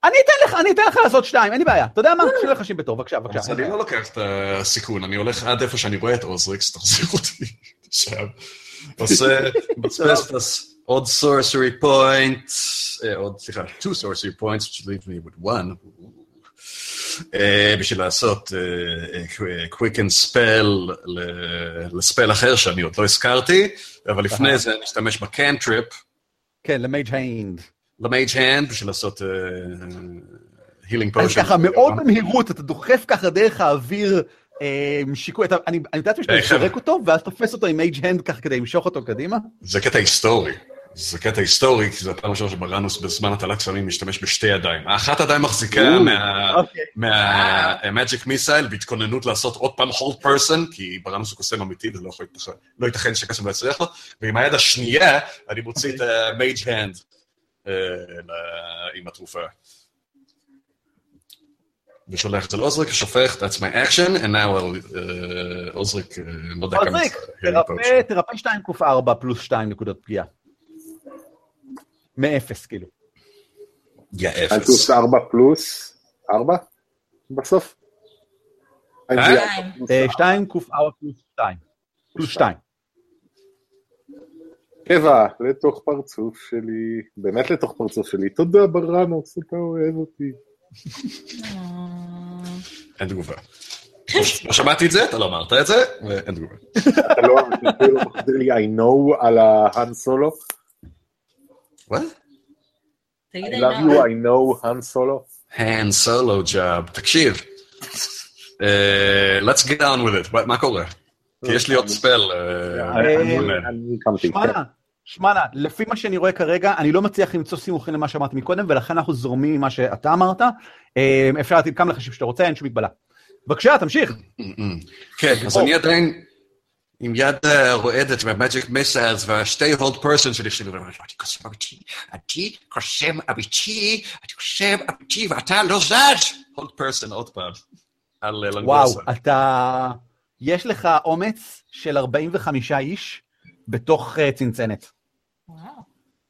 Speaker 1: אני אתן לך, אני אתן לך לעשות שתיים, אין לי בעיה. אתה יודע מה? שלא לחשים בטוב, בבקשה,
Speaker 2: אז
Speaker 1: בבקשה.
Speaker 2: אני לא לוקח את הסיכון, אני הולך עד איפה שאני רואה את אוזריקס, תחזיר אותי עכשיו. עושה, מבצבז את הס- עוד סורסרי פוינט, עוד, סליחה, two sorcery points, which leave me with one. אה, בשביל לעשות אה, קוויק אנד ספל לספל אחר שאני עוד לא הזכרתי, אבל לפני זה אני אשתמש בקנטריפ,
Speaker 1: כן, למייג' היינד.
Speaker 2: למייג' הנד, בשביל לעשות אה, הילינג
Speaker 1: אז
Speaker 2: פושן.
Speaker 1: ככה, מאוד
Speaker 2: אה,
Speaker 1: במהירות, אתה דוחף ככה דרך האוויר, אה, שיקוי, אתה- אני אני יודעת שאתה
Speaker 2: היי, אה, חבר'ה.
Speaker 1: מפרק אותו, ואז תופס אותו עם מייג' הנד ככה כדי למשוך אותו קדימה.
Speaker 2: זה קטע היסטורי. זה קטע היסטורי, כי זו הפעם הראשונה שבראנוס בזמן הטלת קסמים משתמש בשתי ידיים. האחת עדיין מחזיקה אה.
Speaker 1: אוקיי.
Speaker 2: מהמאג'יק מיסייל בהתכוננות לעשות עוד פעם הולד פרסון, כי בראנוס הוא קוסם אמיתי וזה לא יכול להתכ- לא ייתכן שקסם לא יצליח לו, ועם היד השנייה אני מוציא את המייג' הנד עם התרופה. ושולח את זה לאוזריק, שופך, that's my action, and now I'll... אה, אוזריק, אה, לא יודע כמה...
Speaker 1: מחזיק,
Speaker 2: healing potion.
Speaker 1: תרפא, תרפא 2 ק"4 פלוס 2 נקודות פגיעה. מאפס, כאילו.
Speaker 2: יא
Speaker 4: אל
Speaker 2: אפס.
Speaker 4: תוס ארבע פלוס ארבע בסוף.
Speaker 2: אה?
Speaker 4: האם זה יהיה ארבע
Speaker 1: אה,
Speaker 4: פלוס ארבע?
Speaker 1: 2 ק"4 פלוס 2. פלוס 2.
Speaker 4: טבע, לתוך פרצוף שלי, באמת לתוך פרצוף שלי. תודה ברנוס, אתה אוהב אותי.
Speaker 2: אין תגובה. לא ש- לא שמעתי את זה, אתה לא אמרת את זה, ואין תגובה.
Speaker 4: אתה לא אתה לא מחזיר לי I know על ההאן סולו?
Speaker 2: What?
Speaker 4: I
Speaker 3: תגיד, לא-
Speaker 4: love
Speaker 3: עינב,
Speaker 4: you, I know, האן סולו.
Speaker 2: hand solo job. תקשיב. אה, let's get on with it, מה- מה קורה? כי יש לי עוד ספל. אה,
Speaker 1: אה,
Speaker 2: מול-
Speaker 4: אני קמתי. כן.
Speaker 1: שמענה, שמענה, לפי מה שאני רואה כרגע, אני לא מצליח למצוא סימוכין למה שאמרתי מקודם, ולכן אנחנו זורמים ממה שאתה אמרת. אה, אפשר להתאים כמה לחשיב שאתה רוצה, אין שום מגבלה. בבקשה, תמשיך.
Speaker 2: כן, אז אני עדיין עם יד אה, רועדת והמאג'יק מיסלס והשתי הולד פרסון שלי שלי, ואני אומר, אני קוסם אמיתי, אני קוסם אמיתי, אני קוסם אמיתי, ואתה לא זז! הולד פרסון עוד פעם. על אה,
Speaker 1: וואו,
Speaker 2: לנגוסה.
Speaker 1: אתה... יש לך אומץ של 45 איש בתוך אה, צנצנת.
Speaker 3: וואו.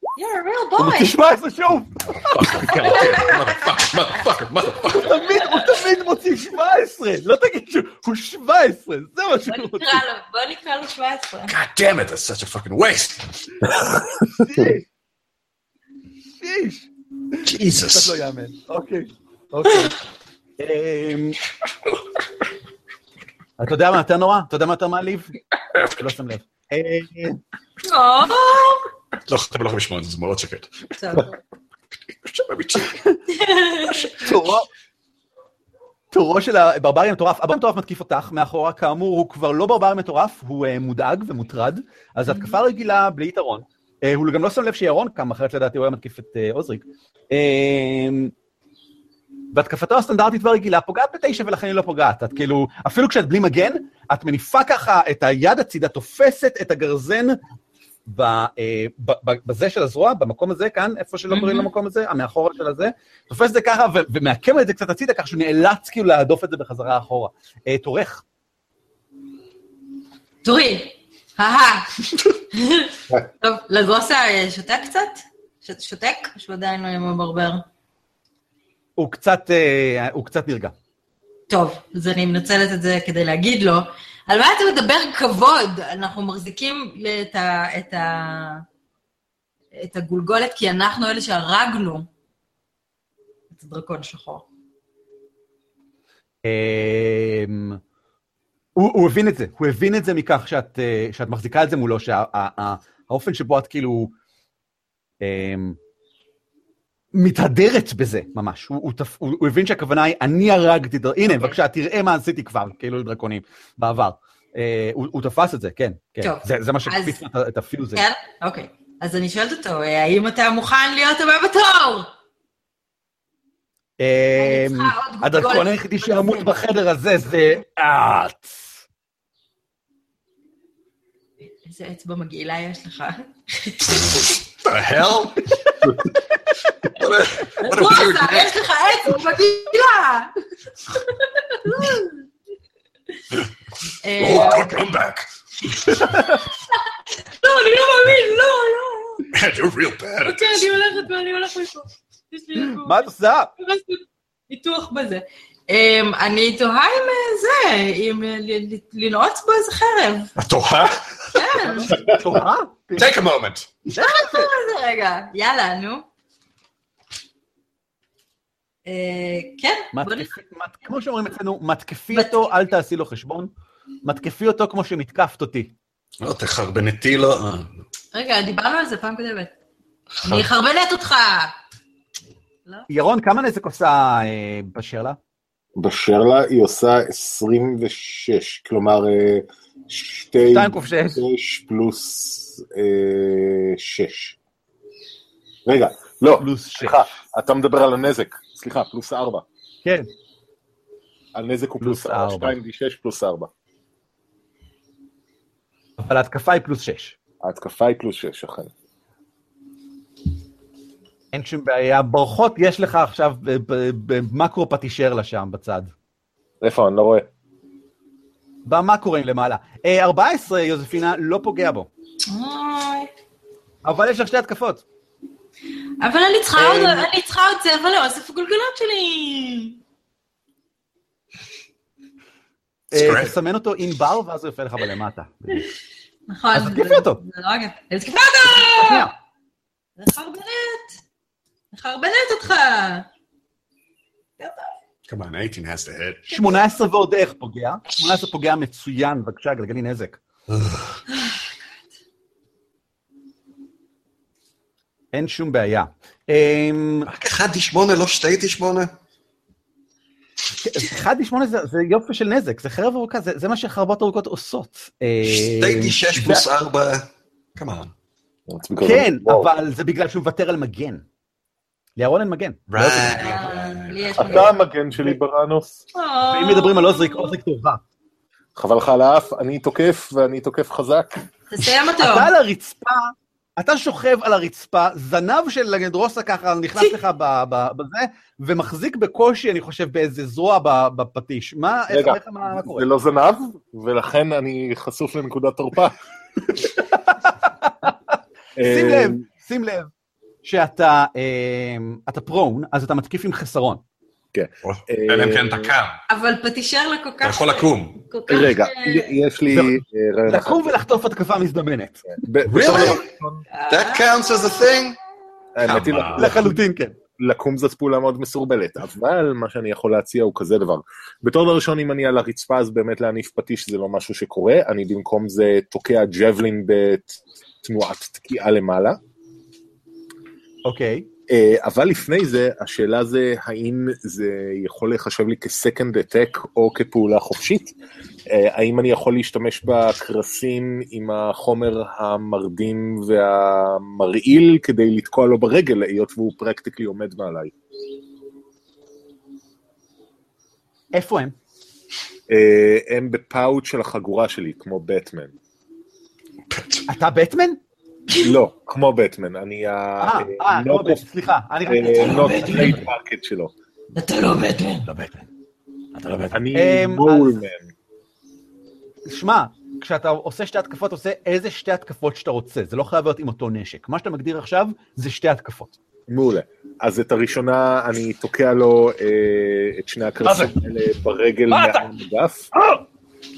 Speaker 3: You're a real
Speaker 1: הוא
Speaker 3: boy.
Speaker 1: תשמע את זה שוב!
Speaker 2: מotherfucker, motherfucker, motherfucker.
Speaker 1: הוא תמיד, הוא תמיד מוציא 17, לא תגיד שהוא, הוא 17, זה מה
Speaker 3: בוא
Speaker 1: שהוא מוציא.
Speaker 3: נקרא לו, בוא נקרא לו 17.
Speaker 2: God damn it, that's such a fucking waste.
Speaker 1: שיש. שיש.
Speaker 2: Jesus.
Speaker 1: קצת לא יאמן. אוקיי, אוקיי. אמ, אתה יודע מה יותר נורא? אתה יודע מה יותר מעליב? לא שם לב. אה,
Speaker 3: או,
Speaker 2: לא, אתם לא יכולים לשמוע את זה, זה מאוד שקט.
Speaker 3: בסדר.
Speaker 1: תורו, תורו של הברברי המטורף, הברברי המטורף מתקיף אותך מאחורה, כאמור, הוא כבר לא ברברי מטורף, הוא אה, מודאג ומוטרד, אז התקפה רגילה בלי יתרון. אה, הוא גם לא שם לב שירון קם, אחרת לדעתי הוא היה מתקיף את אה, עוזריק. אה, והתקפתו הסטנדרטית והרגילה פוגעת בתשע ולכן היא לא פוגעת. את כאילו, אפילו כשאת בלי מגן, את מניפה ככה את היד הצידה, תופסת את הגרזן ב, אה, ב, ב, בזה של הזרוע, במקום הזה כאן, איפה שלא קוראים
Speaker 3: מהמם.
Speaker 1: למקום הזה, המאחורה של הזה, תופס את זה ככה ו- ומעקם את זה קצת הצידה, כך שהוא נאלץ כאילו להדוף את זה בחזרה אחורה. אה, תורך.
Speaker 3: דורי, אהה. טוב, לגוסה אה, שותק קצת? ש- שותק? או שהוא עדיין לא עם הברבר?
Speaker 1: הוא קצת, אה, הוא קצת נרגע.
Speaker 3: טוב, אז אני מנצלת את זה כדי להגיד לו. על מה אתה מדבר כבוד? אנחנו מחזיקים את, ה, את, ה, את הגולגולת כי אנחנו אלה שהרגנו את הדרקון השחור.
Speaker 1: אמ, הוא, הוא הבין את זה, הוא הבין את זה מכך שאת, אה, שאת מחזיקה את זה מולו, שהאופן שבו את כאילו אמ, מתהדרת בזה ממש. הוא, הוא, תפ... הוא, הוא הבין שהכוונה היא, אני הרגתי, דר...
Speaker 3: אוקיי.
Speaker 1: הנה, בבקשה, תראה מה עשיתי כבר, כאילו עם דרקונים, בעבר. אה, הוא, הוא תפס את זה, כן, כן.
Speaker 3: טוב,
Speaker 1: זה, זה מה שהקפיץ לו את- את הפיוז.
Speaker 3: כן? אוקיי. אז אני שואלת אותו, האם אתה מוכן להיות הבא בתור?
Speaker 1: אה,
Speaker 3: אני צריכה עוד גולגולת.
Speaker 1: הדרקון היחידי שימות בחדר הזה זה את.
Speaker 3: איזה אצבע מגעילה יש לך.
Speaker 2: What the hell? What a, what a weird
Speaker 3: וואלה,
Speaker 2: name.
Speaker 3: יש לך אצבע מגעילה!
Speaker 2: Oh,
Speaker 3: אה,
Speaker 2: God, Oh, come back.
Speaker 3: לא, אני לא מאמין, לא, לא.
Speaker 2: Man, you're real bad at
Speaker 3: אוקיי,
Speaker 2: this.
Speaker 3: אני הולכת ואני הולכת מפה. יש לי איפה-
Speaker 1: מה את עושה?
Speaker 3: ניתוח בזה. אמ, אני תוהה אם אה, זה, אם אה, ל- ל- לנעוץ בו איזה חרב.
Speaker 2: Toha?
Speaker 3: כן,
Speaker 1: תורה?
Speaker 2: Take a moment.
Speaker 3: מה זה רגע? יאללה, נו. אה, כן, בוא נ...
Speaker 1: מתקפי- מת- כמו שאומרים אצלנו, מתקפי
Speaker 3: מת-
Speaker 1: אותו, אל תעשי לו חשבון. מתקפי אותו כמו שמתקפת אותי.
Speaker 2: לא, תחרבנתי לו. אה,
Speaker 3: רגע, דיברנו על זה פעם קודמת. אני אחרבנת אותך!
Speaker 1: ירון, כמה נזק עושה אה, בשאלה?
Speaker 4: בשרלה היא עושה 26, כלומר אה, שתי
Speaker 1: שתיים קוף שש.
Speaker 4: שש פלוס 6. רגע, לא,
Speaker 1: פלוס שש.
Speaker 4: סליחה, אתה מדבר על הנזק, סליחה, פלוס 4.
Speaker 1: כן.
Speaker 4: הנזק הוא
Speaker 1: פלוס
Speaker 4: פלוס 4,
Speaker 1: ארבע.
Speaker 4: 2d6 פלוס 4.
Speaker 1: אבל ההתקפה היא פלוס שש.
Speaker 4: ההתקפה היא פלוס 6, אכן.
Speaker 1: אין שום בעיה. ברכות יש לך עכשיו ב- ב- במקרו פטישרלה שם בצד.
Speaker 4: איפה, אני לא רואה.
Speaker 1: במקרואים למעלה. אה, 14, יוזפינה, לא פוגע בו.
Speaker 3: אוי.
Speaker 1: אבל יש לך שתי התקפות.
Speaker 3: אבל אני צריכה
Speaker 1: אה,
Speaker 3: עוד, אני צריכה עוד צבע לאוסף הגולגולות שלי.
Speaker 1: אה,
Speaker 2: Scrap.
Speaker 1: תסמן אותו עם בר, ואז הוא יפה לך בלמטה.
Speaker 3: נכון.
Speaker 1: אז תתקפי
Speaker 3: זה-
Speaker 1: אותו.
Speaker 3: זה לא רגע. אז תתקפי אותו!
Speaker 1: שנייה.
Speaker 3: נחרבנת. נחרבנת אותך.
Speaker 2: Come on, 18 has to hit.
Speaker 1: 18 ועוד איך פוגע. 18 פוגע מצוין, בבקשה, גלגלי נזק. אין שום בעיה. אמ,
Speaker 2: רק 1 D8, לא 2 D8?
Speaker 1: אחד לשמונה זה זה יופי של נזק, זה חרב ארוכה, זה זה מה שחרבות ארוכות עושות. אמ,
Speaker 2: 2 D6 פלוס 4. Come on.
Speaker 1: כן, אבל זה בגלל שהוא מוותר על מגן. לירון אין מגן.
Speaker 2: Right.
Speaker 3: אה, לי יש
Speaker 4: אתה המגן שלי בראנוס.
Speaker 1: ואם מדברים על עוזריק, עוזריק טובה.
Speaker 4: חבל לך על האף, אני תוקף, ואני תוקף חזק.
Speaker 3: תסיים אותו.
Speaker 1: אתה על הרצפה, אתה שוכב על הרצפה, זנב של לגדרוסה ככה נכנס לך ב- ב- בזה, ומחזיק בקושי, אני חושב, באיזה זרוע ב- בפטיש. מה, איך,
Speaker 4: רגע,
Speaker 1: איך- מה מה קורה?
Speaker 4: זה לא זנב, ולכן אני חשוף לנקודת תורפה.
Speaker 1: שים
Speaker 4: אה,
Speaker 1: לב, שים לב, שאתה אמ, אתה פרון, אז אתה מתקיף עם חסרון.
Speaker 2: אלא אם כן אתה קם.
Speaker 3: אבל פטישר לה כל כך...
Speaker 2: אתה יכול לקום.
Speaker 3: כל כך...
Speaker 4: רגע,
Speaker 3: אה,
Speaker 4: יש לי
Speaker 1: זה-
Speaker 4: אה, רעיון אחד.
Speaker 1: לקום לא- ולחטוף התקפה מזדמנת.
Speaker 4: ב- בתור דבר-
Speaker 2: That counts as a thing?
Speaker 4: האמת היא,
Speaker 2: כמה?
Speaker 4: לקום-
Speaker 1: לחלוטין כן.
Speaker 4: לקום זאת פעולה מאוד מסורבלת, אבל מה שאני יכול להציע הוא כזה דבר. בתור לראשון, אם אני על הרצפה, אז באמת להניף פטיש זה לא משהו שקורה, אני במקום זה תוקע ג'בלין בתנועת תקיעה למעלה.
Speaker 1: אוקיי.
Speaker 4: אה, אבל לפני זה, השאלה זה האם זה יכול להיחשב לי כ-second attack או כפעולה חופשית? אה, האם אני יכול להשתמש בקרסים עם החומר המרדים והמרעיל כדי לתקוע לו ברגל, היות והוא פרקטיקלי עומד מעליי?
Speaker 1: איפה הם?
Speaker 4: אה, הם בפאוט של החגורה שלי, כמו בטמן.
Speaker 1: אתה בטמן?
Speaker 4: לא, כמו בטמן, אני
Speaker 1: אה, אה, לא בטמן, סליחה. אני רק...
Speaker 4: אה, לא הנוט-פייט שלו.
Speaker 3: אתה לא בטמן.
Speaker 1: לא בטמן.
Speaker 4: אני
Speaker 1: אה,
Speaker 4: מולמן.
Speaker 1: שמע, כשאתה עושה שתי התקפות, עושה איזה שתי התקפות שאתה רוצה. זה לא חייב להיות עם אותו נשק. מה שאתה מגדיר עכשיו זה שתי התקפות.
Speaker 4: מעולה. אז את הראשונה, אני תוקע לו אה, את שני הקרסים האלה ברגל מהמדף.
Speaker 1: אה,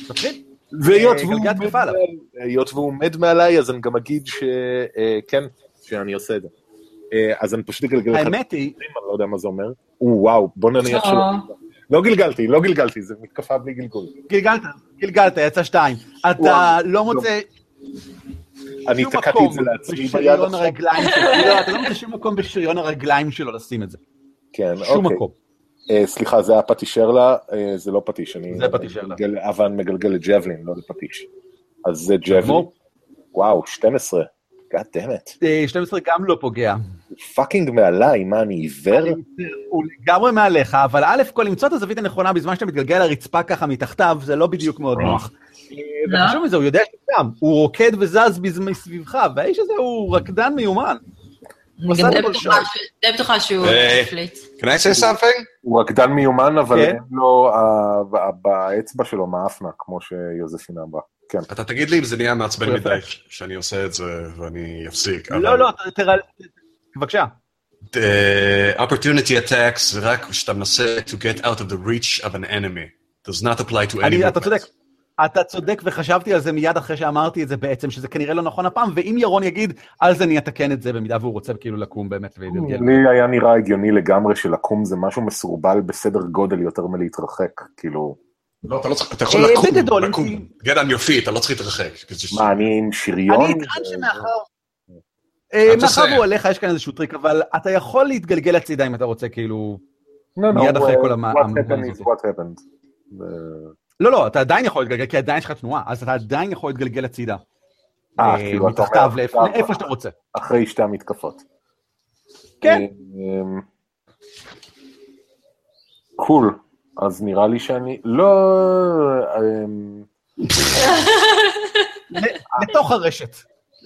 Speaker 1: תתחיל.
Speaker 4: והיות
Speaker 1: אה,
Speaker 4: והוא
Speaker 1: גלגל
Speaker 4: עומד
Speaker 1: התקפה עליו.
Speaker 4: מעל- היות והוא עומד מעליי, אז אני גם אגיד שכן, אה, כן, שאני עושה את זה. אה, אז אני פשוט אגלגל לך, אני
Speaker 1: האמת היא,
Speaker 4: לא יודע מה זה אומר. או, וואו, בוא נניח
Speaker 3: אה.
Speaker 4: שלא. לא גלגלתי, לא גלגלתי, זה מתקפה בלי גלגול.
Speaker 1: גלגלת, גלגלת, יצא שתיים. אתה
Speaker 4: וואו,
Speaker 1: לא מוצא
Speaker 4: אני
Speaker 1: שום
Speaker 4: תקעתי את זה
Speaker 1: לא מקום לא
Speaker 4: לעצמי ביד
Speaker 1: בשריון
Speaker 4: עכשיו.
Speaker 1: הרגליים שלו. לא, אתה לא מוצא שום מקום בשריון הרגליים שלו לשים את זה.
Speaker 4: כן,
Speaker 1: שום
Speaker 4: אוקיי.
Speaker 1: מקום.
Speaker 4: אה, סליחה, זה היה פטישרלה, אה, זה לא פטיש, אני...
Speaker 1: זה פטישרלה.
Speaker 4: מגלגל- אבל אני מגלגל לג'בלין, לא לפטיש. אז זה ג'בלין.
Speaker 1: כמו-
Speaker 4: וואו, 12. God damn it.
Speaker 1: אה, 12 גם לא פוגע.
Speaker 4: פאקינג מעליי, מה, אני עיוור?
Speaker 1: הוא לגמרי מעליך, אבל א' כל למצוא את הזווית הנכונה בזמן שאתה מתגלגל לרצפה ככה מתחתיו, זה לא בדיוק מאוד נוח. אה,
Speaker 3: לא?
Speaker 1: וחשוב מזה, הוא יודע שאתה שם, הוא רוקד וזז בז- מסביבך, והאיש הזה הוא רקדן מיומן.
Speaker 3: אני גם די בטוחה ש- די בטוחה שהוא
Speaker 2: אה.
Speaker 3: פליט.
Speaker 2: Can I say something?
Speaker 4: הוא רקדן מיומן, אבל
Speaker 1: כן.
Speaker 4: אין לו, אה, ב- באצבע שלו מאפנה, כמו שיוזפינה אמרה. כן.
Speaker 2: אתה תגיד לי אם זה נהיה מעצבן
Speaker 1: הוא יפה.
Speaker 2: מדי ש- שאני עושה את זה ואני אפסיק. כן, אבל-
Speaker 1: לא, לא, ת- תראה, בבקשה.
Speaker 2: The אה, opportunity attack זה רק כשאתה מנסה to get out of the reach of an enemy. does not apply to any
Speaker 1: אני- אתה
Speaker 2: movement.
Speaker 1: צודק. אתה צודק, וחשבתי על זה מיד אחרי שאמרתי את זה בעצם, שזה כנראה לא נכון הפעם, ואם ירון יגיד, אז אני אתקן את זה, במידה והוא רוצה כאילו לקום באמת ולהתגלגל.
Speaker 4: לי היה נראה הגיוני לגמרי שלקום זה משהו מסורבל בסדר גודל יותר מלהתרחק, כאילו,
Speaker 2: לא, אתה לא צריך, אתה יכול
Speaker 1: אה,
Speaker 2: לקום,
Speaker 1: בגדול, אם
Speaker 2: לקום. get on your feet, אתה לא צריך להתרחק. Just-
Speaker 4: מה, אני עם שריון?
Speaker 1: אני אטען שמאחר... אה,
Speaker 2: I'm just
Speaker 1: מאחר
Speaker 2: saying.
Speaker 1: והוא עליך, יש כאן איזשהו טריק, אבל אתה יכול להתגלגל הצידה אם אתה רוצה, כאילו...
Speaker 4: לא, לא,
Speaker 1: מיד אחרי
Speaker 4: what
Speaker 1: כל המ-
Speaker 4: happened
Speaker 1: המ-
Speaker 4: is what happened. Uh,
Speaker 1: לא, לא, אתה עדיין יכול להתגלגל, כי עדיין יש לך תנועה, אז אתה עדיין יכול להתגלגל הצידה.
Speaker 4: אה,
Speaker 1: אה,
Speaker 4: כאילו, אתה
Speaker 1: מתחתיו,
Speaker 4: אומר,
Speaker 1: לאיפה לאיפה שאתה רוצה.
Speaker 4: אחרי שתי המתקפות.
Speaker 1: כן.
Speaker 4: אמ, קול. אז נראה לי שאני... לא... אמ,
Speaker 1: ל- לתוך הרשת.
Speaker 4: אה,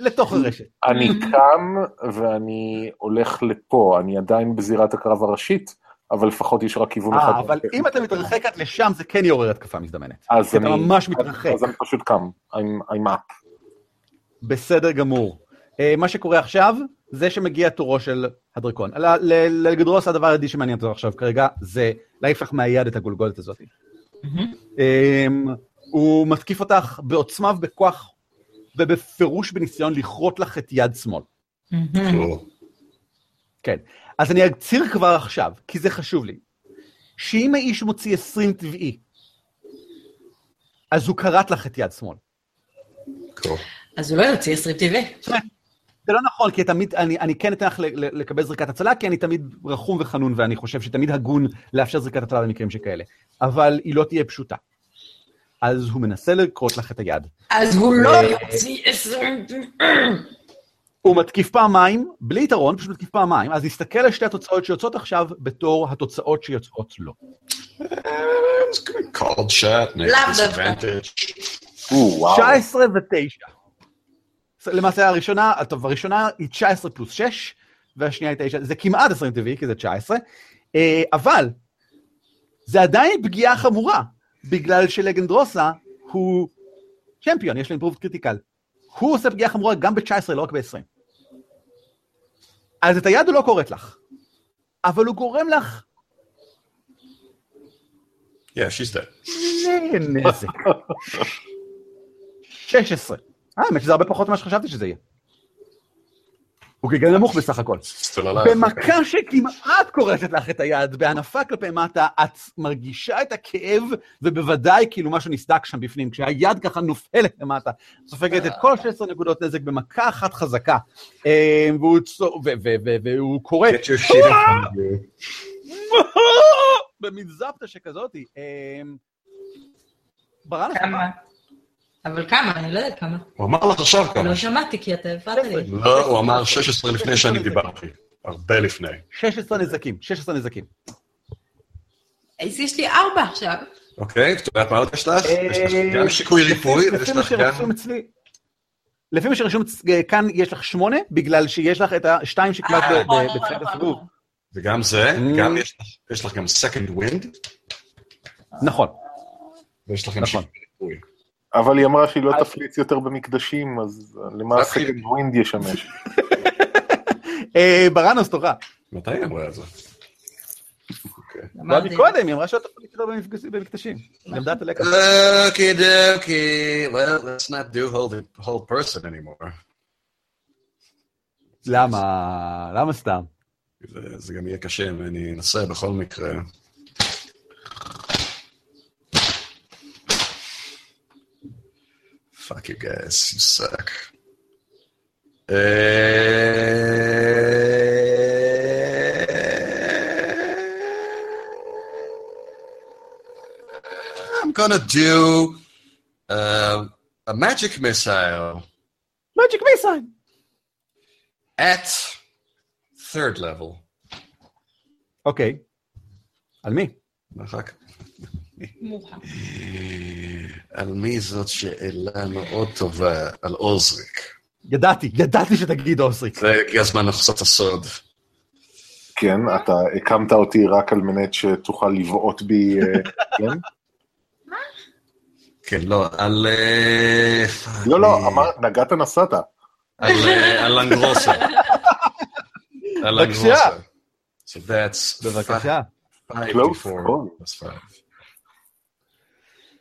Speaker 1: לתוך הרשת.
Speaker 4: אני קם ואני הולך לפה, אני עדיין בזירת הקרב הראשית, אבל לפחות יש רק כיוון אחד.
Speaker 1: אה, אבל אם אתה מתרחק עד לשם, זה כן יעורר התקפה מזדמנת.
Speaker 4: אז
Speaker 1: כי אתה
Speaker 4: אני-
Speaker 1: ממש מתרחק.
Speaker 4: אז אני פשוט קם, I'm I'm up.
Speaker 1: בסדר גמור. אה, מה שקורה עכשיו, זה שמגיע תורו של הדרקון. ל- ל- לגדרוס הדבר היחידי שמעניין אותו עכשיו כרגע, זה להעיף לך מהיד את הגולגולת הזאת. אמ, הוא מתקיף אותך בעוצמה ובכוח, ובפירוש בניסיון לכרות לך את יד שמאל.
Speaker 3: מהמם.
Speaker 1: כן. אז אני אצהיר כבר עכשיו, כי זה חשוב לי, שאם האיש מוציא 20 טבעי, אז הוא כרת לך את יד שמאל.
Speaker 2: Cool.
Speaker 3: אז הוא לא יוציא 20 טבעי.
Speaker 1: זה לא נכון, כי תמיד, אני, אני כן אתן לך ל- ל- לקבל זריקת הצלה, כי אני תמיד רחום וחנון, ואני חושב שתמיד הגון לאפשר זריקת הצלה במקרים שכאלה. אבל היא לא תהיה פשוטה. אז הוא מנסה לכרות לך את היד.
Speaker 3: אז הוא לא
Speaker 1: אה.
Speaker 3: יוציא 20 טבעי.
Speaker 1: הוא מתקיף פעמיים, בלי יתרון, פשוט מתקיף פעמיים, אז תסתכל על שתי התוצאות שיוצאות עכשיו בתור התוצאות שיוצאות לו.
Speaker 2: It's good. Called shot, make
Speaker 3: לאו
Speaker 2: disadvantage.
Speaker 4: או, וואו.
Speaker 1: 19 ו-9. למעשה הראשונה, טוב, הראשונה היא 19 פלוס 6, והשנייה היא 9, זה כמעט 20 טבעי, כי זה 19, אה, אבל זה עדיין פגיעה חמורה, בגלל שלגנדרוסה הוא צ'מפיון, יש לו אימפרובד קריטיקל. הוא עושה פגיעה חמורה גם ב-19, לא רק ב-20. אז את היד הוא לא קורט לך, אבל הוא גורם לך
Speaker 2: Yeah, she's dead.
Speaker 1: נזק. 16. אה, האמת שזה הרבה פחות ממה שחשבתי שזה יהיה. הוא גלגל נמוך בסך הכל.
Speaker 2: Still alive.
Speaker 1: במכה שכמעט קורצת לך את היד, בהנפה כלפי מטה, את מרגישה את הכאב, ובוודאי כאילו משהו נסדק שם בפנים, כשהיד ככה נופלת למטה, סופגת את כל 16 נקודות נזק במכה אחת חזקה. אה, והוא צו- ו- ו- ו- והוא קורא,
Speaker 2: Get your shit in front of you.
Speaker 1: במין זפטה שכזאתי. אה, ברנס,
Speaker 3: כמה? אבל כמה? אני לא יודעת כמה.
Speaker 2: הוא אמר לך עכשיו כמה.
Speaker 3: לא שמעתי כי אתה הפרעת לי.
Speaker 2: לא, הוא אמר 16 לפני שאני דיברתי. הרבה לפני.
Speaker 1: 16 נזקים, 16 נזקים.
Speaker 3: אז יש לי ארבע עכשיו.
Speaker 2: אוקיי, את יודעת מה עוד יש לך? יש לך
Speaker 1: אה,
Speaker 2: גם שיקוי
Speaker 1: לפי-
Speaker 2: ריפוי, ויש
Speaker 1: לפי מה
Speaker 2: לך גם...
Speaker 1: שרשום אצלי- לפי מה שרשום אצ- אה, כאן, יש לך שמונה, בגלל שיש לך את השתיים שקיבלת
Speaker 3: אה,
Speaker 1: ב-
Speaker 3: נכון,
Speaker 1: ב-
Speaker 3: נכון,
Speaker 1: בתחילת
Speaker 3: נכון,
Speaker 1: הסיבוב.
Speaker 3: נכון.
Speaker 2: וגם זה, גם
Speaker 1: Mm.
Speaker 2: יש לך- יש לך גם second wind,
Speaker 1: נכון,
Speaker 2: ויש לך גם
Speaker 1: נכון.
Speaker 2: שיקוי ריפוי.
Speaker 4: אבל היא אמרה שהיא לא
Speaker 1: אז-
Speaker 4: תפליץ יותר במקדשים, אז למה
Speaker 2: אוקיי.
Speaker 4: הסקנד ווינד ישמש?
Speaker 1: אה, ברנוס תורה.
Speaker 2: מתי היא אמרה את זה?
Speaker 1: לא
Speaker 3: נכון. אמרתי.
Speaker 1: מקודם, היא אמרה שאתה יכול לקרוא במפגשים- במקדשים.
Speaker 3: נכון.
Speaker 1: למדה את הלקח.
Speaker 2: Okie dokie. Well, let's not do whole, whole person anymore.
Speaker 1: למה? למה סתם?
Speaker 2: זה, זה גם יהיה קשה אם אני אנסה בכל מקרה. Fuck you guys, you suck. Eh, Uh, I'm gonna do uh, a magic missile
Speaker 1: Magic missile!
Speaker 2: at third level.
Speaker 1: אוקיי. על מי?
Speaker 2: ואחר כך- אה, על מי זאת שאלה מאוד טובה, על עוזריק.
Speaker 1: ידעתי, ידעתי שתגיד אוסריק.
Speaker 2: זה הגיע הזמן לחשוף את הסוד.
Speaker 5: כן, אתה הקמת אותי רק על מנת שתוכל לבעוט בי, אה, כן?
Speaker 2: כן, לא, על... אה, פאק,
Speaker 5: לא, לא,
Speaker 2: אה,
Speaker 5: אמר, נגעת נסעת.
Speaker 2: על, אה, על לנגרוסה. על לנגרוסה. So that's
Speaker 1: בבקשה.
Speaker 2: five
Speaker 5: Close
Speaker 2: to four.
Speaker 5: call.
Speaker 2: That's five.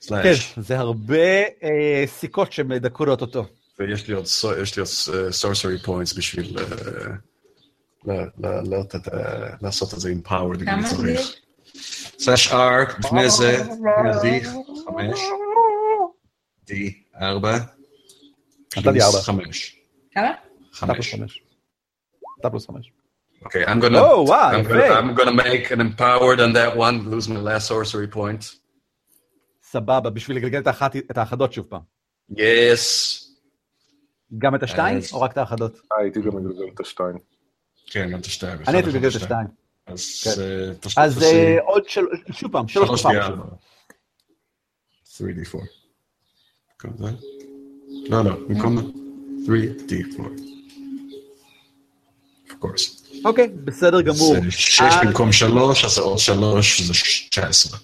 Speaker 2: Slash.
Speaker 1: כן, זה הרבה אה, סיכות שמדקרות אותו.
Speaker 2: ויש לי עוד סו- יש לי עוד סורסרי פוינטס בשביל אה, ל- ל- לעלות את ה- לעשות את זה עם פאוור.
Speaker 3: כמה זה?
Speaker 2: סלאש R, לפני זה, D,
Speaker 3: אה.
Speaker 2: חמש, D, ארבע,
Speaker 1: נתן לי ארבע.
Speaker 2: חמש.
Speaker 3: כמה?
Speaker 1: אתה פלוס
Speaker 2: חמש.
Speaker 1: חמש. אתה פלוס חמש.
Speaker 2: Okay, אוקיי, I'm gonna.
Speaker 1: Oh, wow,
Speaker 2: I'm gonna,
Speaker 1: great.
Speaker 2: I'm gonna make an empowered on that one. Lose my last sorcery point.
Speaker 1: סבבה, בשביל לגלגל את האחת- את האחדות שוב פעם.
Speaker 2: Yes.
Speaker 1: גם את השתיים,
Speaker 2: אז-
Speaker 1: או רק את האחדות?
Speaker 5: אה, הייתי גם מגלגל את השתיים.
Speaker 2: כן, גם את השתיים.
Speaker 1: אני הייתי מגלגל את השתיים.
Speaker 2: אז
Speaker 1: כן.
Speaker 2: אה, תוש-
Speaker 1: אז
Speaker 2: תוסיף
Speaker 1: אה, עוד שלוש, שוב פעם, שלוש
Speaker 2: שלוש
Speaker 1: פעם.
Speaker 2: D4. 3D4. במקום זה? לא, לא, במקום זה. 3D4. Of course.
Speaker 1: אוקיי, בסדר גמור.
Speaker 2: זה שש
Speaker 1: אז-
Speaker 2: במקום שלוש, אז זה עוד שלוש, זה ש- 19.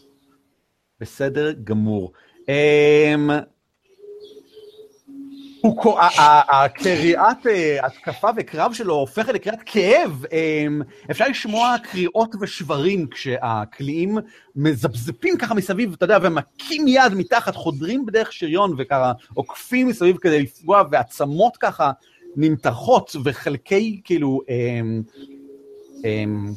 Speaker 1: בסדר גמור. אמ... הוא קו- ה- ה- ה- הקריאת אה, התקפה וקרב שלו הופכת לקריאת כאב. אמ, אפשר לשמוע קריאות ושברים כשהקליעים מזפזפים ככה מסביב, אתה יודע, ומכים יד מתחת, חודרים בדרך שריון וככה עוקפים מסביב כדי לפגוע, ועצמות ככה נמתחות, וחלקי כאילו אמ, אמ,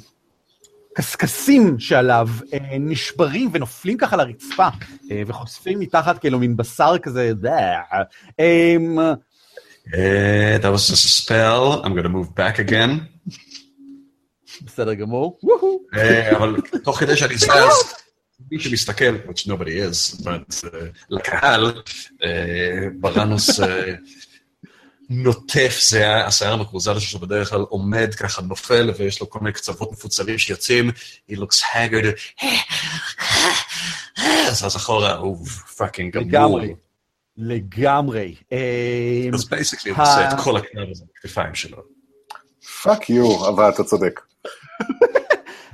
Speaker 1: קשקשים שעליו אה, נשברים ונופלים ככה לרצפה, אה, וחושפים מתחת כאילו מין בשר כזה, דה. אמ,
Speaker 2: Uh, that was just a spell. I'm gonna move back again.
Speaker 1: בסדר גמור. וואו.
Speaker 2: אה, אבל תוך כדי שאני זז, מי שמסתכל, which nobody is, but אה, לקהל, אה, ברנוס אה, נוטף זיעה, השיער המקורזל שלו בדרך כלל עומד ככה, נופל, ויש לו כל מיני קצוות מפוצלים שיוצאים, he looks haggard, אה, זז אחורה, הוא fucking גמור.
Speaker 1: לגמרי. לגמרי. אמ,
Speaker 2: אז basically הוא עושה את כל הקרב הזה, הכתפיים שלו.
Speaker 5: פאק יו, אבל אתה צודק.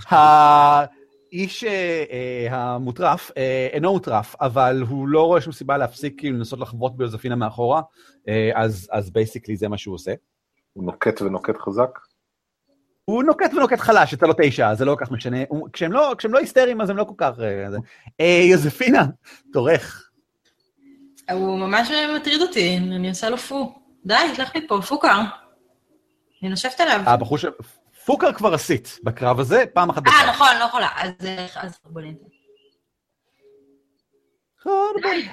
Speaker 1: האיש אה, אה, המוטרף אה, אינו מוטרף, אבל הוא לא רואה שום סיבה להפסיק כאילו לנסות לחבוט ביוזפינה מאחורה, אה, אז- אז בייסיקלי זה מה שהוא עושה.
Speaker 5: הוא נוקט ונוקט חזק.
Speaker 1: הוא נוקט ונוקט חלש, אתה לא תשע, זה לא כל כך משנה. הוא- כשהם לא, כשהם לא היסטריים, אז הם לא כל כך... אה, זה. אה, יוזפינה, תורך.
Speaker 3: הוא ממש מטריד אותי, אני עושה לו פו. די, תלך מפה, פוקר. אני נושבת עליו.
Speaker 1: הבחור ש... פוקר כבר עשית בקרב הזה, פעם אחת
Speaker 3: אה,
Speaker 1: בקרב.
Speaker 3: נכון, לא יכולה. אז אה, אז בוא ניתן.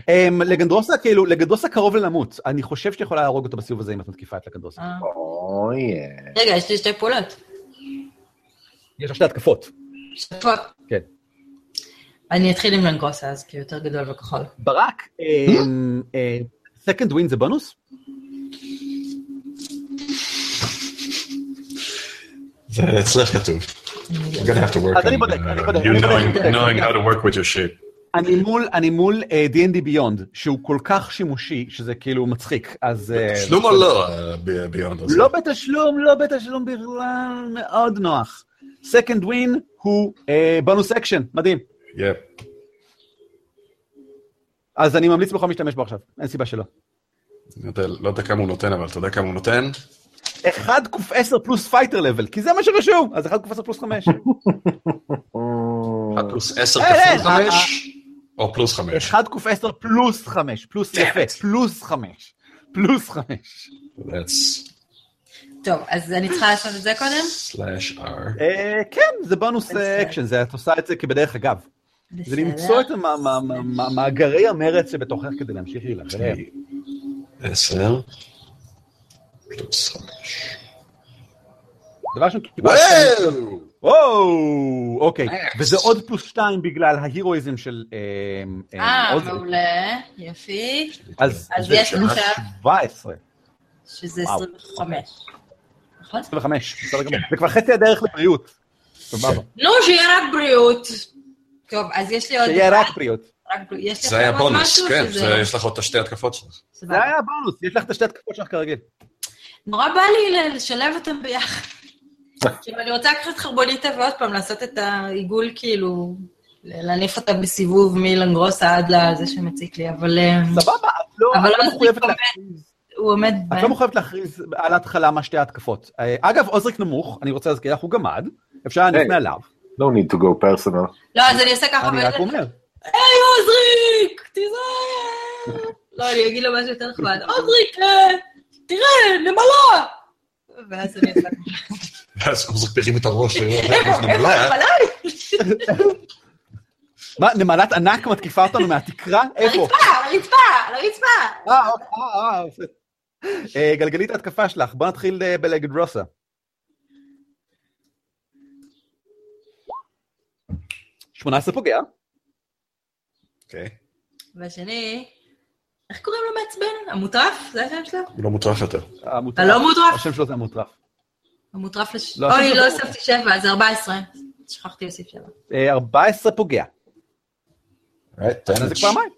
Speaker 1: אמ, לגנדרוסה, כאילו, לגנדרוסה קרוב ללמות. אני חושב שאת יכולה להרוג אותו בסיבוב הזה אם את מתקיפה את לגנדרוסה.
Speaker 3: אה.
Speaker 5: אוי,
Speaker 3: רגע, יש לי שתי פעולות.
Speaker 1: יש לך שתי התקפות.
Speaker 3: שתפות.
Speaker 1: כן.
Speaker 3: אני אתחיל עם לנגרוסה, אז כי הוא יותר גדול וכחול.
Speaker 1: ברק, אמ, אה, second win זה בונוס?
Speaker 2: זה אצלך כתוב. You're gonna have to work
Speaker 1: אז אני
Speaker 2: on,
Speaker 1: בודק,
Speaker 2: uh,
Speaker 1: אני בודק,
Speaker 2: you
Speaker 1: אני בודק.
Speaker 2: knowing- knowing how to work with your shape.
Speaker 1: אני מול, אני מול אה, D&D Beyond, שהוא כל כך שימושי, שזה כאילו מצחיק, אז... אה,
Speaker 2: תשלום או לא, ביונד הזה?
Speaker 1: לא בתשלום, לא בתשלום בכלל, מאוד נוח. Second win הוא אה, בונוס אקשן, מדהים.
Speaker 2: יפ.
Speaker 1: אז אני ממליץ בכל להשתמש בו עכשיו, אין סיבה שלא.
Speaker 2: אני יודע- לא יודע כמה הוא נותן, אבל אתה יודע כמה הוא נותן?
Speaker 1: 1 קוף 10 פלוס פייטר לבל, כי זה מה שרשום, אז 1 קוף 10 פלוס 5.
Speaker 5: Mm,
Speaker 2: 1 פלוס 10
Speaker 1: אה, אה,
Speaker 2: כפול
Speaker 1: אה,
Speaker 2: 5? או פלוס 5?
Speaker 1: 1 קוף 10 פלוס 5, פלוס יפה, פלוס 5. פלוס 5.
Speaker 2: That's
Speaker 3: טוב, אז אני צריכה לעשות את זה קודם?
Speaker 2: slash R.
Speaker 1: אה, כן, זה בונוס אה,
Speaker 3: בסדר.
Speaker 1: אקשן, זה- את עושה את זה כבדרך אגב. זה
Speaker 3: בסדר.
Speaker 1: למצוא את המ- מ- מ- מ-
Speaker 3: אוקיי.
Speaker 1: מאגרי המרץ שבתוכך כדי להמשיך להילחם.
Speaker 2: 10. פלוס חמש.
Speaker 1: דבר ראשון, קיבלת...
Speaker 2: וואו!
Speaker 1: וואו, אוקיי.
Speaker 3: אה.
Speaker 2: Nice.
Speaker 1: וזה עוד פלוס שתיים בגלל ההירואיזם של אה, אה,
Speaker 3: אה,
Speaker 1: עוזרי.
Speaker 3: מעולה, יפי,
Speaker 1: אז
Speaker 3: אז
Speaker 1: זה
Speaker 3: יש
Speaker 1: פלוס
Speaker 3: עכשיו-
Speaker 1: 17.
Speaker 3: שזה
Speaker 1: וואו.
Speaker 3: 25. נכון?
Speaker 1: 25, בסדר גמור. זה כבר חצי הדרך לבריאות. סבבה.
Speaker 3: נו, לא, שיהיה רק בריאות. טוב, אז יש לי עוד...
Speaker 1: שיהיה רק בריאות.
Speaker 3: רק בריאות. יש לי
Speaker 2: זה היה
Speaker 3: עכשיו עוד
Speaker 2: בונוס,
Speaker 3: משהו
Speaker 2: כן,
Speaker 3: שזה-
Speaker 2: זה- יש לך עוד את השתי התקפות שלך.
Speaker 3: סבבה.
Speaker 1: זה היה בונוס, יש לך את השתי התקפות שלך כרגיל.
Speaker 3: נורא בא לי ל- לשלב אותם ביחד. כאילו, אני רוצה לקחת חרבוניטה ועוד פעם לעשות את העיגול, כאילו, ל- להניף אותה בסיבוב מלנגרוסה עד לזה שמציק לי, אבל אה,
Speaker 1: סבבה, את לא
Speaker 3: אבל
Speaker 1: את
Speaker 3: לא
Speaker 1: לא מחויבת
Speaker 3: מספיק
Speaker 1: להכריז-
Speaker 3: הוא עומד
Speaker 1: את
Speaker 3: בהם.
Speaker 1: לא מחויבת להכריז על ההתחלה מה שתי ההתקפות. אה, אגב, עוזריק נמוך, אני רוצה להזכיר לך, הוא גמד, אפשר להניף
Speaker 5: היי.
Speaker 1: מעליו.
Speaker 5: No need to go personal.
Speaker 3: לא, אז אני אעשה ככה,
Speaker 1: אני רק
Speaker 3: ואני-
Speaker 1: אומר.
Speaker 3: היי, עוזריק, תיזהר. לא, אני אגיד לו משהו יותר נחמד. עוזריק, אה, תראה, נמלה. ואז אני אעשה ככה.
Speaker 2: ואז הוא מחזיק הרים את הראש, אה, הוא אומר, "נמלה."
Speaker 3: נמלה?
Speaker 1: מה, נמלת ענק מתקיפה אותנו מהתקרה? איפה?
Speaker 3: הרצפה, הרצפה, הרצפה.
Speaker 1: אה, אוקיי, אה, אה, בסדר. אה, גלגלית ההתקפה שלך, בוא נתחיל אה, בלגדרוסה. שמונה עשרה פוגע,
Speaker 2: אוקיי.
Speaker 3: והשני, איך קוראים לו מעצבן? המוטרף? זה השם שלו?
Speaker 2: הוא לא מוטרף יותר.
Speaker 1: המוטרף.
Speaker 3: הלא מוטרף?
Speaker 1: השם שלו זה המוטרף.
Speaker 3: המוטרף לש...
Speaker 1: לא,
Speaker 3: אוי,
Speaker 1: השם
Speaker 3: לא
Speaker 1: שלו זה
Speaker 3: הוספתי שבע, אז 14. שכחתי להוסיף שבע.
Speaker 1: אה, 14 פוגע, אז זה פעמיים.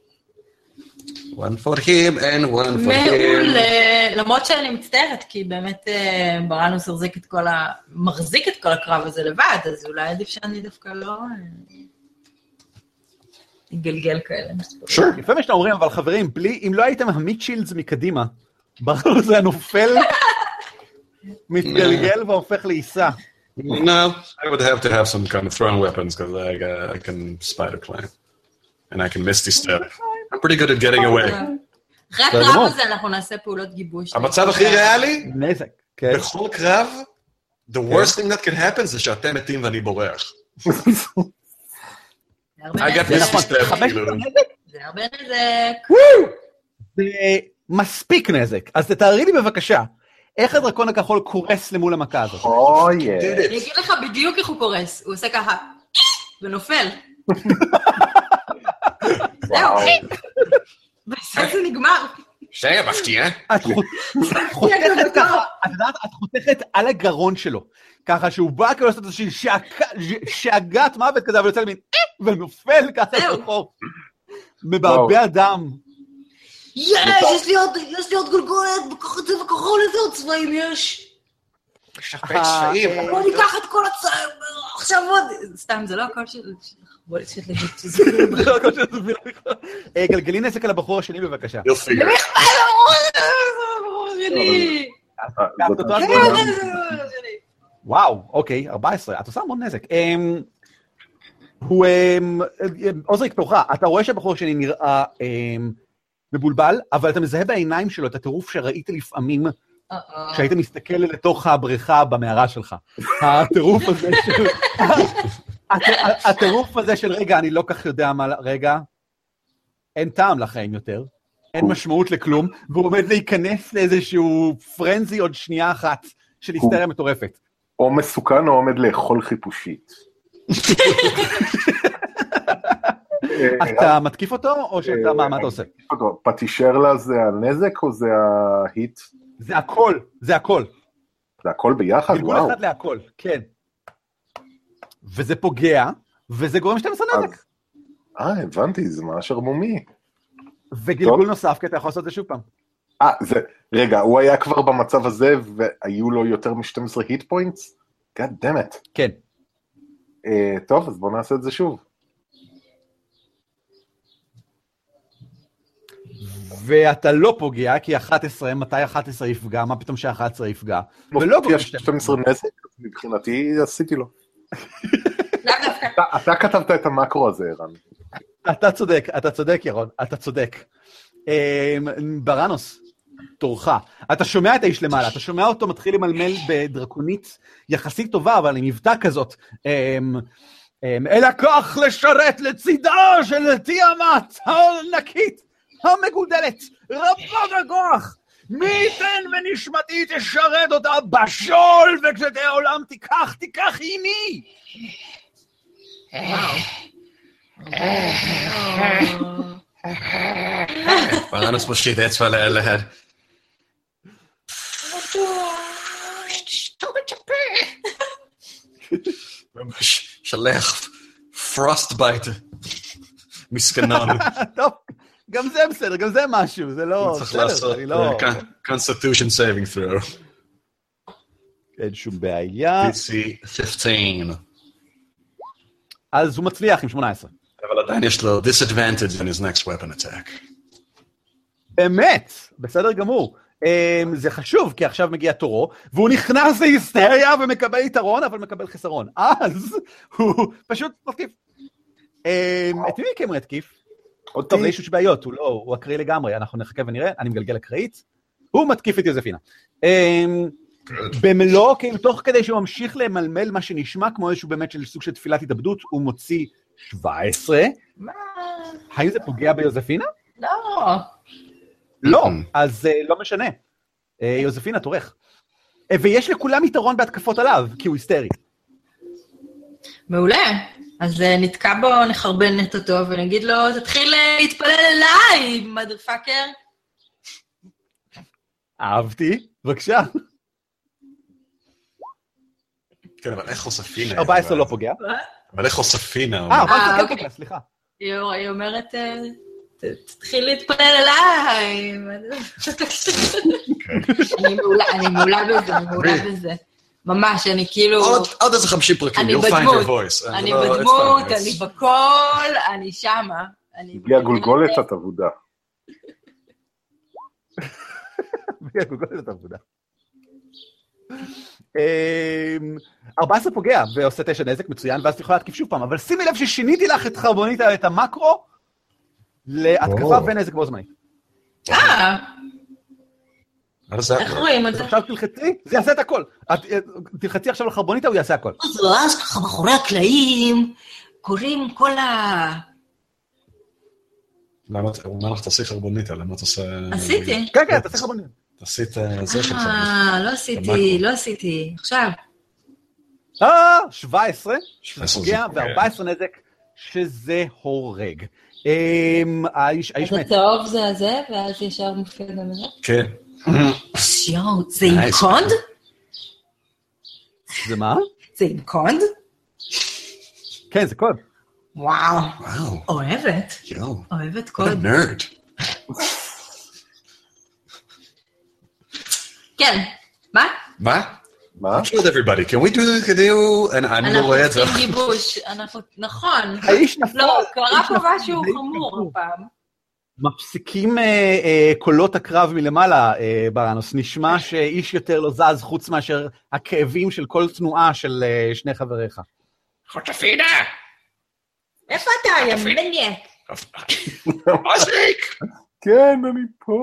Speaker 2: One for him and one for him.
Speaker 3: מעולה. למרות שאני מצטערת, כי באמת אה, בראנוס החזיק את כל ה... מחזיק את כל הקרב הזה לבד, אז אולי עדיף שאני דווקא לא... אה, אגלגל כאלה.
Speaker 2: Sure.
Speaker 1: לפעמים יש לנו אומרים, אבל חברים, בלי, אם לא הייתם המיטשילדס מקדימה, ברור זה נופל, מתגלגל והופך לעיסה.
Speaker 2: No, I would have to have some kind of thrown weapons because I, uh, I can spider climb. And I can misty step. I'm pretty good at getting away.
Speaker 1: בסדר
Speaker 3: אחרי הקרב
Speaker 1: גמור.
Speaker 3: הזה אנחנו נעשה פעולות גיבוש.
Speaker 2: המצב הכי ריאלי,
Speaker 1: נזק, כן.
Speaker 2: בכל קרב, the worst thing that can happen זה שאתם מתים ואני בורח.
Speaker 3: זה הרבה
Speaker 2: I got
Speaker 1: זה
Speaker 3: נזק.
Speaker 1: נכון,
Speaker 2: Misty step,
Speaker 1: חמש
Speaker 2: כאילו.
Speaker 1: נזק
Speaker 3: זה הרבה נזק.
Speaker 1: זה מספיק נזק. אז תתארי לי בבקשה, איך הדרקון הכחול קורס למול המכה הזאת?
Speaker 5: אוי,
Speaker 2: Did
Speaker 3: אני
Speaker 2: it.
Speaker 3: אגיד לך בדיוק איך הוא קורס, הוא עושה ככה, ונופל. זהו, בסוף זה נגמר.
Speaker 2: שהיה מפתיע.
Speaker 1: את חות- חותכת ככה, את יודעת, את חותכת על הגרון שלו. ככה שהוא בא כאילו לעשות איזושהי שעקה- ש- שאגת מוות כזה, אבל יוצא למין אה, ונופל ככה
Speaker 3: זהו.
Speaker 1: לרחוב. מבעבע דם.
Speaker 3: יש, יש לי עוד, יש לי עוד גולגולת, קח את זה וכחול, איזה עוד צבעים יש. בוא ניקח את כל הצבעים, עכשיו עוד. סתם, זה לא הכל של... בוא נשאיר לי את זה. לא
Speaker 1: לא אה, גלגלי נזק על הבחור השני בבקשה.
Speaker 2: You'll figure. it.
Speaker 1: זאת
Speaker 3: לא,
Speaker 5: זאת-
Speaker 3: כן,
Speaker 1: אותה תמונה. וואו, אוקיי, 14, את עושה המון נזק. אמ, הוא, אמ, עוזריק תורך, אתה רואה שהבחור שלי נראה אמ, מבולבל, אבל אתה מזהה בעיניים שלו את הטירוף שראית לפעמים
Speaker 3: אה,
Speaker 1: כשהיית מסתכל לתוך הבריכה במערה שלך. הטירוף הזה של... הט- הטירוף הזה של, רגע, אני לא כך יודע מה... ל- רגע, אין טעם לחיים יותר, אין משמעות לכלום, והוא עומד להיכנס לאיזשהו פרנזי עוד שנייה אחת של היסטריה מטורפת.
Speaker 5: או מסוכן או עומד לאכול חיפושית.
Speaker 1: אתה מתקיף אותו, או שאתה,
Speaker 5: אה,
Speaker 1: מה, מה
Speaker 5: אה,
Speaker 1: אתה עושה?
Speaker 5: אותו, פטישרלה זה הנזק או זה ההיט?
Speaker 1: זה הכל, זה הכל.
Speaker 5: זה הכל ביחד?
Speaker 1: גלגול
Speaker 5: וואו.
Speaker 1: אחד להכל, כן. וזה פוגע, וזה גורם 12 נזק.
Speaker 5: אז- אה, הבנתי, זה ממש ערמומי.
Speaker 1: וגלגול נוסף, כי אתה יכול לעשות את זה שוב פעם.
Speaker 5: אה, זה, רגע, הוא היה כבר במצב הזה והיו לו יותר מ-12 היט פוינטס? God damn it.
Speaker 1: כן.
Speaker 5: אה, טוב, אז בואו נעשה את זה שוב.
Speaker 1: ואתה לא פוגע, כי 11, מתי 11 יפגע? מה פתאום ש-11 יפגע? ולא
Speaker 5: מופיע
Speaker 1: גורם
Speaker 5: 12 נזק, אז מבחינתי עשיתי לו.
Speaker 3: לאו דווקא.
Speaker 5: אתה אתה כתבת את המקרו הזה, ערן.
Speaker 1: אתה צודק, אתה צודק, ירון, אתה צודק. אמ, ברנוס, תורך. אתה שומע את האיש למעלה, אתה שומע אותו מתחיל למלמל בדרקונית יחסית טובה, אבל עם מבטא כזאת. אמ, אמ, אלא כך לשרת לצידה של תיאמת הענקית, המגודלת, רבת הכוח, מי ייתן ונשמתי תשרת אותה בשול, וכשאת העולם תיקח, תיקח עימי.
Speaker 2: Varanus מושיט אצבע ל- ליד. ממש שלח פרוסט בייט מסקנון.
Speaker 1: טוב, גם זה בסדר, גם זה משהו, זה לא...
Speaker 2: צריך
Speaker 1: בסדר,
Speaker 2: לעשות
Speaker 1: אני לא...
Speaker 2: uh, con- constitution saving throw.
Speaker 1: אין שום בעיה.
Speaker 2: DC 15.
Speaker 1: אז הוא מצליח עם 18.
Speaker 2: אבל עדיין יש לו disadvantage on his next weapon attack.
Speaker 1: אמת, בסדר גמור. אמ, זה חשוב, כי עכשיו מגיע תורו, והוא נכנס להיסטריה ומקבל יתרון, אבל מקבל חיסרון. אז הוא פשוט מתקיף. אמ, את מי מכם הוא יתקיף?
Speaker 5: עוד
Speaker 1: טוב, לאיש יש בעיות, הוא לא, הוא אקראי לגמרי, אנחנו נחכה ונראה, אני מגלגל אקראית. הוא מתקיף את יוזפינה. אמ, במלוא, כאילו, תוך כדי שהוא ממשיך למלמל מה שנשמע כמו איזשהו באמת של סוג של תפילת התאבדות, הוא מוציא 17.
Speaker 3: מה?
Speaker 1: האם זה פוגע ביוזפינה?
Speaker 3: לא.
Speaker 1: לא,
Speaker 2: Mm-mm.
Speaker 1: אז אה, לא משנה. אה, יוזפינה, תורך. אה, ויש לכולם יתרון בהתקפות עליו, כי הוא היסטרי.
Speaker 3: מעולה. אז אה, נתקע בו, נחרבן את אותו ונגיד לו, תתחיל אה, להתפלל אליי, mother fucker.
Speaker 1: אהבתי, בבקשה.
Speaker 2: כן, אבל איך חוספינה?
Speaker 1: 14 לא פוגע.
Speaker 2: אבל איך חוספינה?
Speaker 1: אה, 14 כן
Speaker 3: אוקיי.
Speaker 1: פוגע, סליחה.
Speaker 3: היא אומר- היא אומרת, אה, ת- תתחיל להתפלל אליי. אני מעולה, אני מעולה בזה, אני מעולה בזה. ממש, אני כאילו...
Speaker 2: אוקיי. עוד- עוד איזה 50 פרקים,
Speaker 3: אני
Speaker 2: you'll find
Speaker 3: בדמות.
Speaker 2: your voice.
Speaker 3: אני
Speaker 2: לא- it's
Speaker 3: בדמות,
Speaker 2: fine,
Speaker 3: אני
Speaker 2: it's-
Speaker 3: בקול, אני שמה. אני-
Speaker 5: בלי הגולגולת
Speaker 3: אה.
Speaker 5: את אבודה.
Speaker 1: בלי הגוגל את העבודה. אמ, 14 פוגע ועושה 9 נזק, מצוין, ואז את יכולה להתקיף שוב פעם. אבל שימי לב ששיניתי לך את חרבונית, את המקרו, להתקפה
Speaker 2: או.
Speaker 1: ונזק בו זמנית.
Speaker 3: אה,
Speaker 2: מה זה?
Speaker 3: איך רואים את
Speaker 1: אז
Speaker 3: זה?
Speaker 1: עכשיו תלחצי, זה יעשה את הכל. את- אה, תלחצי עכשיו על חרבונית, הוא יעשה הכל.
Speaker 3: אז ואז לא ככה מאחורי הקלעים קורים כל ה...
Speaker 2: למה אתה- הוא אומר לך תעשי חרבוניטה, למה את עושה...
Speaker 3: עשיתי.
Speaker 1: כן, כן, תעשה חרבונית.
Speaker 2: תעשי את ה- אה, זה שלך.
Speaker 3: אה, לא עשיתי, לא עשיתי. עכשיו,
Speaker 1: אה, 17, זה
Speaker 2: 17
Speaker 1: פוגע,
Speaker 2: זה פוגע.
Speaker 1: ו-14 נזק, שזה הורג. אמ, האיש האיש
Speaker 3: אז
Speaker 1: מת.
Speaker 3: הצהוב זה הזה, ואז ישר מופיע גם זה.
Speaker 2: כן.
Speaker 3: יואו, זה עם
Speaker 2: Nice.
Speaker 3: קונד?
Speaker 1: זה מה?
Speaker 3: זה עם קונד?
Speaker 1: כן, זה קוד.
Speaker 3: וואו,
Speaker 2: וואו,
Speaker 3: אוהבת,
Speaker 2: יואו.
Speaker 3: אוהבת
Speaker 2: What a
Speaker 3: קונד.
Speaker 2: nerd.
Speaker 3: כן, מה?
Speaker 2: מה?
Speaker 5: מה?
Speaker 2: I'm sure everybody. Can we do this? Can you- אני- אני לא
Speaker 3: אנחנו
Speaker 2: רואה את זה.
Speaker 3: צריכים גיבוש, אנחנו, נכון.
Speaker 1: האיש נפל.
Speaker 3: לא, קרה
Speaker 1: האיש
Speaker 3: פה
Speaker 1: נפל,
Speaker 3: משהו
Speaker 1: האיש
Speaker 3: חמור
Speaker 1: נפל.
Speaker 3: הפעם.
Speaker 1: מפסיקים אה, אה, קולות הקרב מלמעלה, אה, בראנוס. נשמע שאיש יותר לא זז חוץ מאשר הכאבים של כל תנועה של אה, שני חבריך.
Speaker 2: חוטפינה!
Speaker 3: איפה אתה, יא מניאק?
Speaker 2: עוזיק!
Speaker 5: כן, אני פה.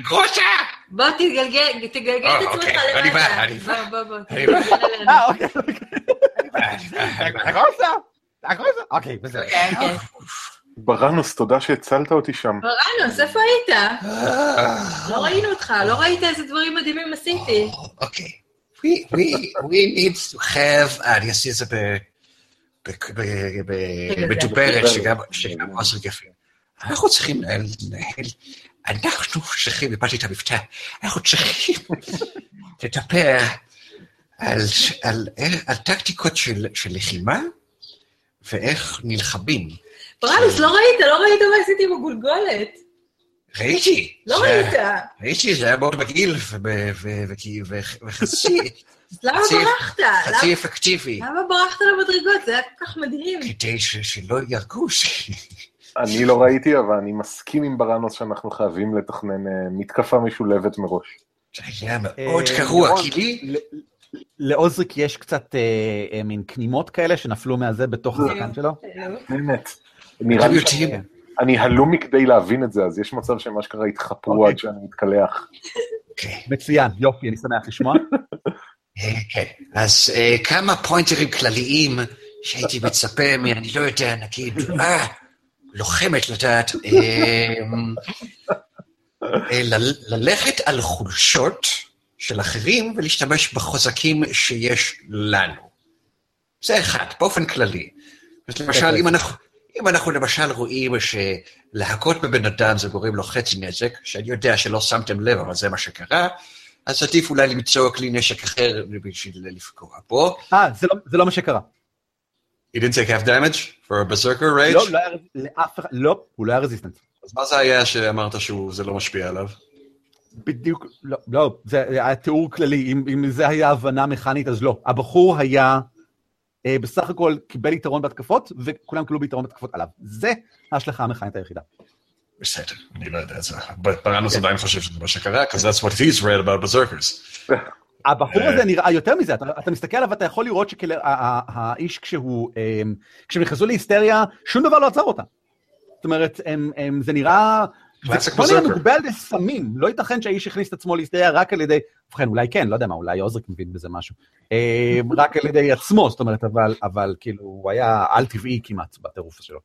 Speaker 2: נגושה!
Speaker 3: בוא תגלגל,
Speaker 2: אה,
Speaker 3: תגלגל את עצמך
Speaker 2: אוקיי, אני בא,
Speaker 3: למטה.
Speaker 2: אני
Speaker 3: בוא, בוא, בוא.
Speaker 2: אני בא.
Speaker 3: תגלגל אלינו.
Speaker 1: אה, אוקיי. תגרוסה, תגרוסה. אוקיי, בסדר.
Speaker 3: אוקיי, אוקיי.
Speaker 5: ברנוס, תודה שהצלת אותי שם.
Speaker 3: ברנוס, איפה היית?
Speaker 2: אה,
Speaker 3: לא ראינו אותך, לא ראית איזה דברים מדהימים עשיתי.
Speaker 2: אוקיי. We- we- we need to have- אה, אני אעשה את זה ב- ב- ב-
Speaker 3: כן,
Speaker 2: ב- מדוברת, שגם שגם עוזריק יפה. אנחנו צריכים לנהל, לנהל- אנחנו צריכים, איבדתי את המבטא, אנחנו צריכים לדבר על, על, על טקטיקות של, של לחימה ואיך נלחמים.
Speaker 3: ברנוס, לא ראית, לא ראית מה עשיתי עם הגולגולת.
Speaker 2: ראיתי!
Speaker 3: לא
Speaker 2: זה-
Speaker 3: ראית.
Speaker 2: ראיתי, זה היה מאוד מגעיל וב- ו- וכי- ו- וחצי
Speaker 3: אז למה
Speaker 2: חצי-
Speaker 3: אה, ברחת? למה-
Speaker 2: חצי אפקטיבי.
Speaker 3: למה ברחת למדרגות? זה היה כל כך מדהים.
Speaker 2: כדי ש- שלא יהרגו, ש-
Speaker 5: אני לא ראיתי, אבל אני מסכים עם ברנוס שאנחנו חייבים לתכנן אה, מתקפה משולבת מראש.
Speaker 2: זה היה מאוד
Speaker 1: אה,
Speaker 2: גרוע,
Speaker 1: ירון,
Speaker 2: כי לי...
Speaker 1: ל- לעוזריק יש קצת אה, אה, מין כנימות כאלה שנפלו מהזה בתוך הזקן שלו.
Speaker 3: כאילו.
Speaker 5: באמת. נראה
Speaker 2: אתם
Speaker 5: לי שאני
Speaker 2: יודעים,
Speaker 5: אני הלום מכדי להבין את זה, אז יש מצב שמה שקרה יתחפרו
Speaker 1: אוקיי.
Speaker 5: עד שאני מתקלח.
Speaker 2: אוקיי,
Speaker 1: מצוין, יופי, אני שמח לשמוע.
Speaker 2: אה, כן. אז אה, כמה פוינטרים כלליים שהייתי מצפה מ... אני לא יודע, נגיד, אה, לוחמת לדעת, אה, אה, ל- ללכת על חולשות של אחרים ולהשתמש בחוזקים שיש לנו. זה אחד, באופן כללי. אז למשל, אם אנחנו, אם אנחנו למשל רואים שלהכות בבן אדם זה גורם לו חצי נזק, שאני יודע שלא שמתם לב, אבל זה מה שקרה, אז עדיף אולי למצוא כלי נשק אחר בשביל לפגוע בו.
Speaker 1: אה, זה לא- זה לא מה שקרה.
Speaker 2: He didn't take half damage for a berserker rage?
Speaker 1: לא, לא היה רז- לאף אחד, לא, הוא לא היה רזיסטנט.
Speaker 6: אז מה זה היה שאמרת שזה לא משפיע עליו?
Speaker 1: בדיוק, לא, לא, זה היה תיאור כללי, אם, אם זה היה הבנה מכנית, אז לא. הבחור היה, אה, בסך הכל קיבל יתרון בהתקפות, וכולם קיבלו ביתרון בהתקפות עליו. זה ההשלכה המכנית היחידה.
Speaker 6: בסדר, אני לא יודע את זה. אבל פרנוס עדיין חושב שזה מה שקרה, because that's what he's read about berserkers.
Speaker 1: הבחור
Speaker 6: אה.
Speaker 1: הזה נראה יותר מזה, אתה, אתה מסתכל עליו ואתה יכול לראות שהאיש כשהוא, אמ, כשהם נכנסו להיסטריה, שום דבר לא עצר אותם. זאת אומרת, הם, הם, זה נראה... זה
Speaker 6: Classic
Speaker 1: כמו נראה
Speaker 6: berserker.
Speaker 1: מגובה על ידי סמים, לא ייתכן שהאיש הכניס את עצמו להיסטריה רק על ידי, ובכן אולי כן, לא יודע מה, אולי עוזריק מבין בזה משהו, אמ, רק על ידי עצמו, זאת אומרת, אבל, אבל כאילו, הוא היה על-טבעי כמעט בטירוף שלו.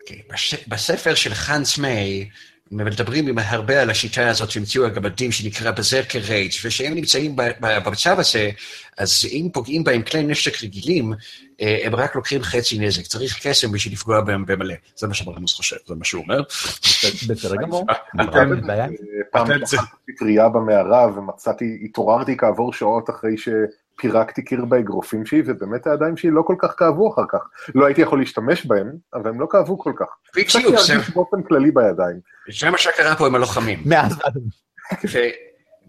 Speaker 2: אוקיי, בש- בספר של חנס מיי, מדברים עם הרבה על השיטה הזאת שהמציאו הגמדים שנקרא בזרקר רייג' ושהם נמצאים ב- ב- במצב הזה, אז אם פוגעים בהם כלי נשק רגילים, אה, הם רק לוקחים חצי נזק. צריך קסם בשביל לפגוע בהם במלא.
Speaker 6: זה מה שברנוס חושב, זה מה שהוא אומר.
Speaker 1: בסדר גמור.
Speaker 6: אתם-
Speaker 1: אין בעיה.
Speaker 4: פעם
Speaker 6: אתם צריכים-
Speaker 4: פתחתי קריאה במערה ומצאתי, התעוררתי כעבור שעות אחרי שפירקתי קיר באגרופים שלי, ובאמת הידיים שלי לא כל כך כאבו אחר כך. לא הייתי יכול להשתמש בהם, אבל הם לא כאבו כל כך. קצת
Speaker 2: בדיוק, זה-
Speaker 4: להרגיש באופן כללי בידיים.
Speaker 2: זה מה שקרה פה עם הלוחמים.
Speaker 1: מאז ועד היום.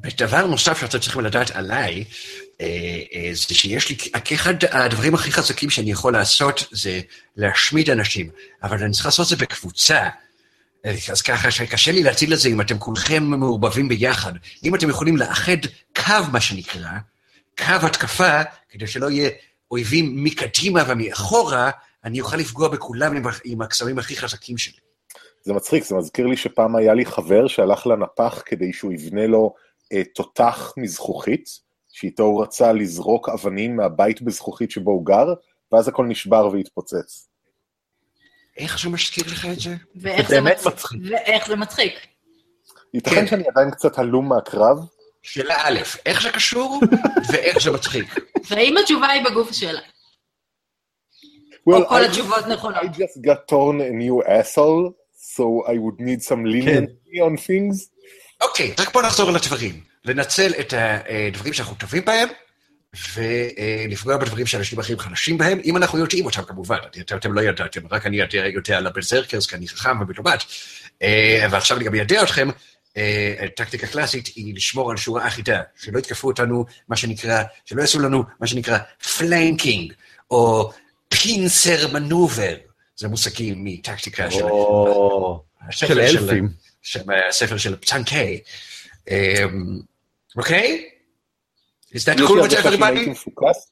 Speaker 2: ודבר נוסף שאתם צריכים לדעת עליי, אה, אה, זה שיש לי, כאחד הדברים הכי חזקים שאני יכול לעשות זה להשמיד אנשים, אבל אני צריך לעשות את זה בקבוצה. אה, אז ככה שקשה לי להציל את זה אם אתם כולכם מעורבבים ביחד. אם אתם יכולים לאחד קו, מה שנקרא, קו התקפה, כדי שלא יהיה אויבים מקדימה ומאחורה, אני אוכל לפגוע בכולם עם, ה- עם הקסמים הכי חזקים שלי.
Speaker 4: זה מצחיק, זה מזכיר לי שפעם היה לי חבר שהלך לנפח כדי שהוא יבנה לו אה, תותח מזכוכית, שאיתו הוא רצה לזרוק אבנים מהבית בזכוכית שבו הוא גר, ואז הכל נשבר והתפוצץ.
Speaker 2: איך זה מזכיר לך את זה?
Speaker 3: ואיך
Speaker 1: זה
Speaker 3: זה
Speaker 1: באמת
Speaker 3: מצחיק.
Speaker 1: מצחיק.
Speaker 3: ואיך זה מצחיק.
Speaker 4: ייתכן שאני עדיין קצת הלום מהקרב,
Speaker 2: שאלה א', איך זה קשור ואיך זה מצחיק.
Speaker 3: והאם התשובה היא בגוף השאלה?
Speaker 4: Well,
Speaker 3: או כל
Speaker 4: I-
Speaker 3: התשובות
Speaker 4: I
Speaker 3: נכונות.
Speaker 4: just got torn a new asshole, so I would need some leniency on things.
Speaker 2: אוקיי, רק בוא נחזור לדברים. לנצל את הדברים שאנחנו טובים בהם, ולפגוע בדברים שאנשים אחרים חלשים בהם, אם אנחנו יודעים אותם כמובן, אתם, אתם לא ידעתם, רק אני יודע, יודע על הבזרקרס, כי אני חכם ומלומד. אה, ועכשיו אני גם איידע אתכם, אה, טקטיקה קלאסית היא לשמור על שורה אחידה, שלא יתקפו אותנו, מה שנקרא, שלא יעשו לנו מה שנקרא פלנקינג, או פינסר מנובר, זה מושגים מטקטיקה של...
Speaker 1: או,
Speaker 2: הספר
Speaker 1: של אלפים.
Speaker 2: של הספר של פצנקי. אמ, אוקיי? Is that
Speaker 4: יש לי
Speaker 2: cool with
Speaker 4: הרגשה שאם הייתי
Speaker 2: everybody?
Speaker 4: מפוקס-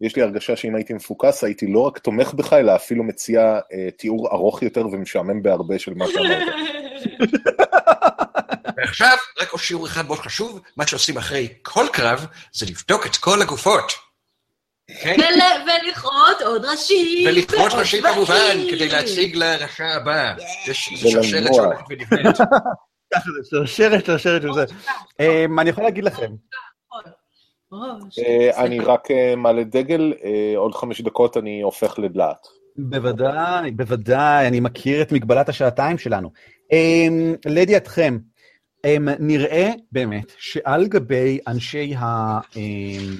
Speaker 4: יש לי הרגשה שאם הייתי מפוקס, הייתי לא רק תומך בך, אלא אפילו מציע אה, תיאור ארוך יותר ומשעמם בהרבה של מה שאמרת.
Speaker 2: ועכשיו, רק עוד שיעור אחד מאוד חשוב, מה שעושים אחרי כל קרב, זה לבדוק את כל הגופות. אוקיי?
Speaker 3: ול- ולכרות עוד ראשים.
Speaker 2: ולכרות
Speaker 3: ועוד
Speaker 2: ראשי כמובן,
Speaker 3: צבעים.
Speaker 2: כדי להציג לרשע הבא. יש
Speaker 4: ולנבוע.
Speaker 2: שרשרת שהולכת ונבנית.
Speaker 1: ככה זה, שרשרת, שרשרת של זה. אמ, אני יכול להגיד לכם,
Speaker 3: נכון. ראש.
Speaker 4: אה, אני רק אה, מעלה דגל, אה, עוד חמש דקות אני הופך לדלעת.
Speaker 1: בוודאי, בוודאי, אני מכיר את מגבלת השעתיים שלנו. אמ, לידיעתכם, אמ, נראה באמת שעל גבי אנשי ה... אמ,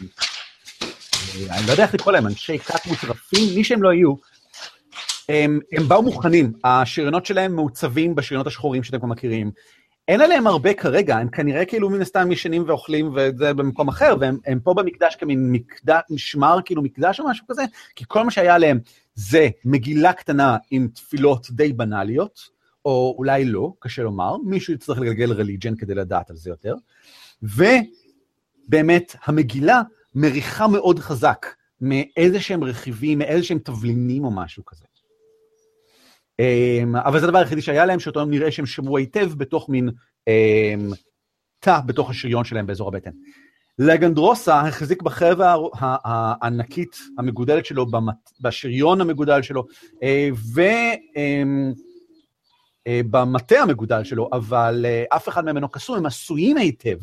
Speaker 1: אה, אני לא יודע איך לקרוא להם, אנשי כת מוטרפים, מי שהם לא יהיו, הם, הם באו מוכנים, השריונות שלהם מעוצבים בשריונות השחורים שאתם כבר מכירים. אין עליהם הרבה כרגע, הם כנראה כאילו מן הסתם ישנים ואוכלים וזה במקום אחר, והם הם פה במקדש כמין מקדש, משמר כאילו מקדש או משהו כזה, כי כל מה שהיה עליהם זה מגילה קטנה עם תפילות די בנאליות, או אולי לא, קשה לומר, מישהו יצטרך לגלגל רליג'ן כדי לדעת על זה יותר, ובאמת המגילה מריחה מאוד חזק מאיזה שהם רכיבים, מאיזה שהם תבלינים או משהו כזה. אמ, אבל זה הדבר היחידי שהיה להם, שאותו נראה שהם שמרו היטב בתוך מין אמ, תא, בתוך השריון שלהם באזור הבטן. לגנדרוסה החזיק בחרב הר- ה- הענקית המגודלת שלו, במת- בשריון המגודל שלו, אה, ו... אמ, אה, במטה המגודל שלו, אבל אה, אף אחד מהם אינו קסום, הם עשויים היטב,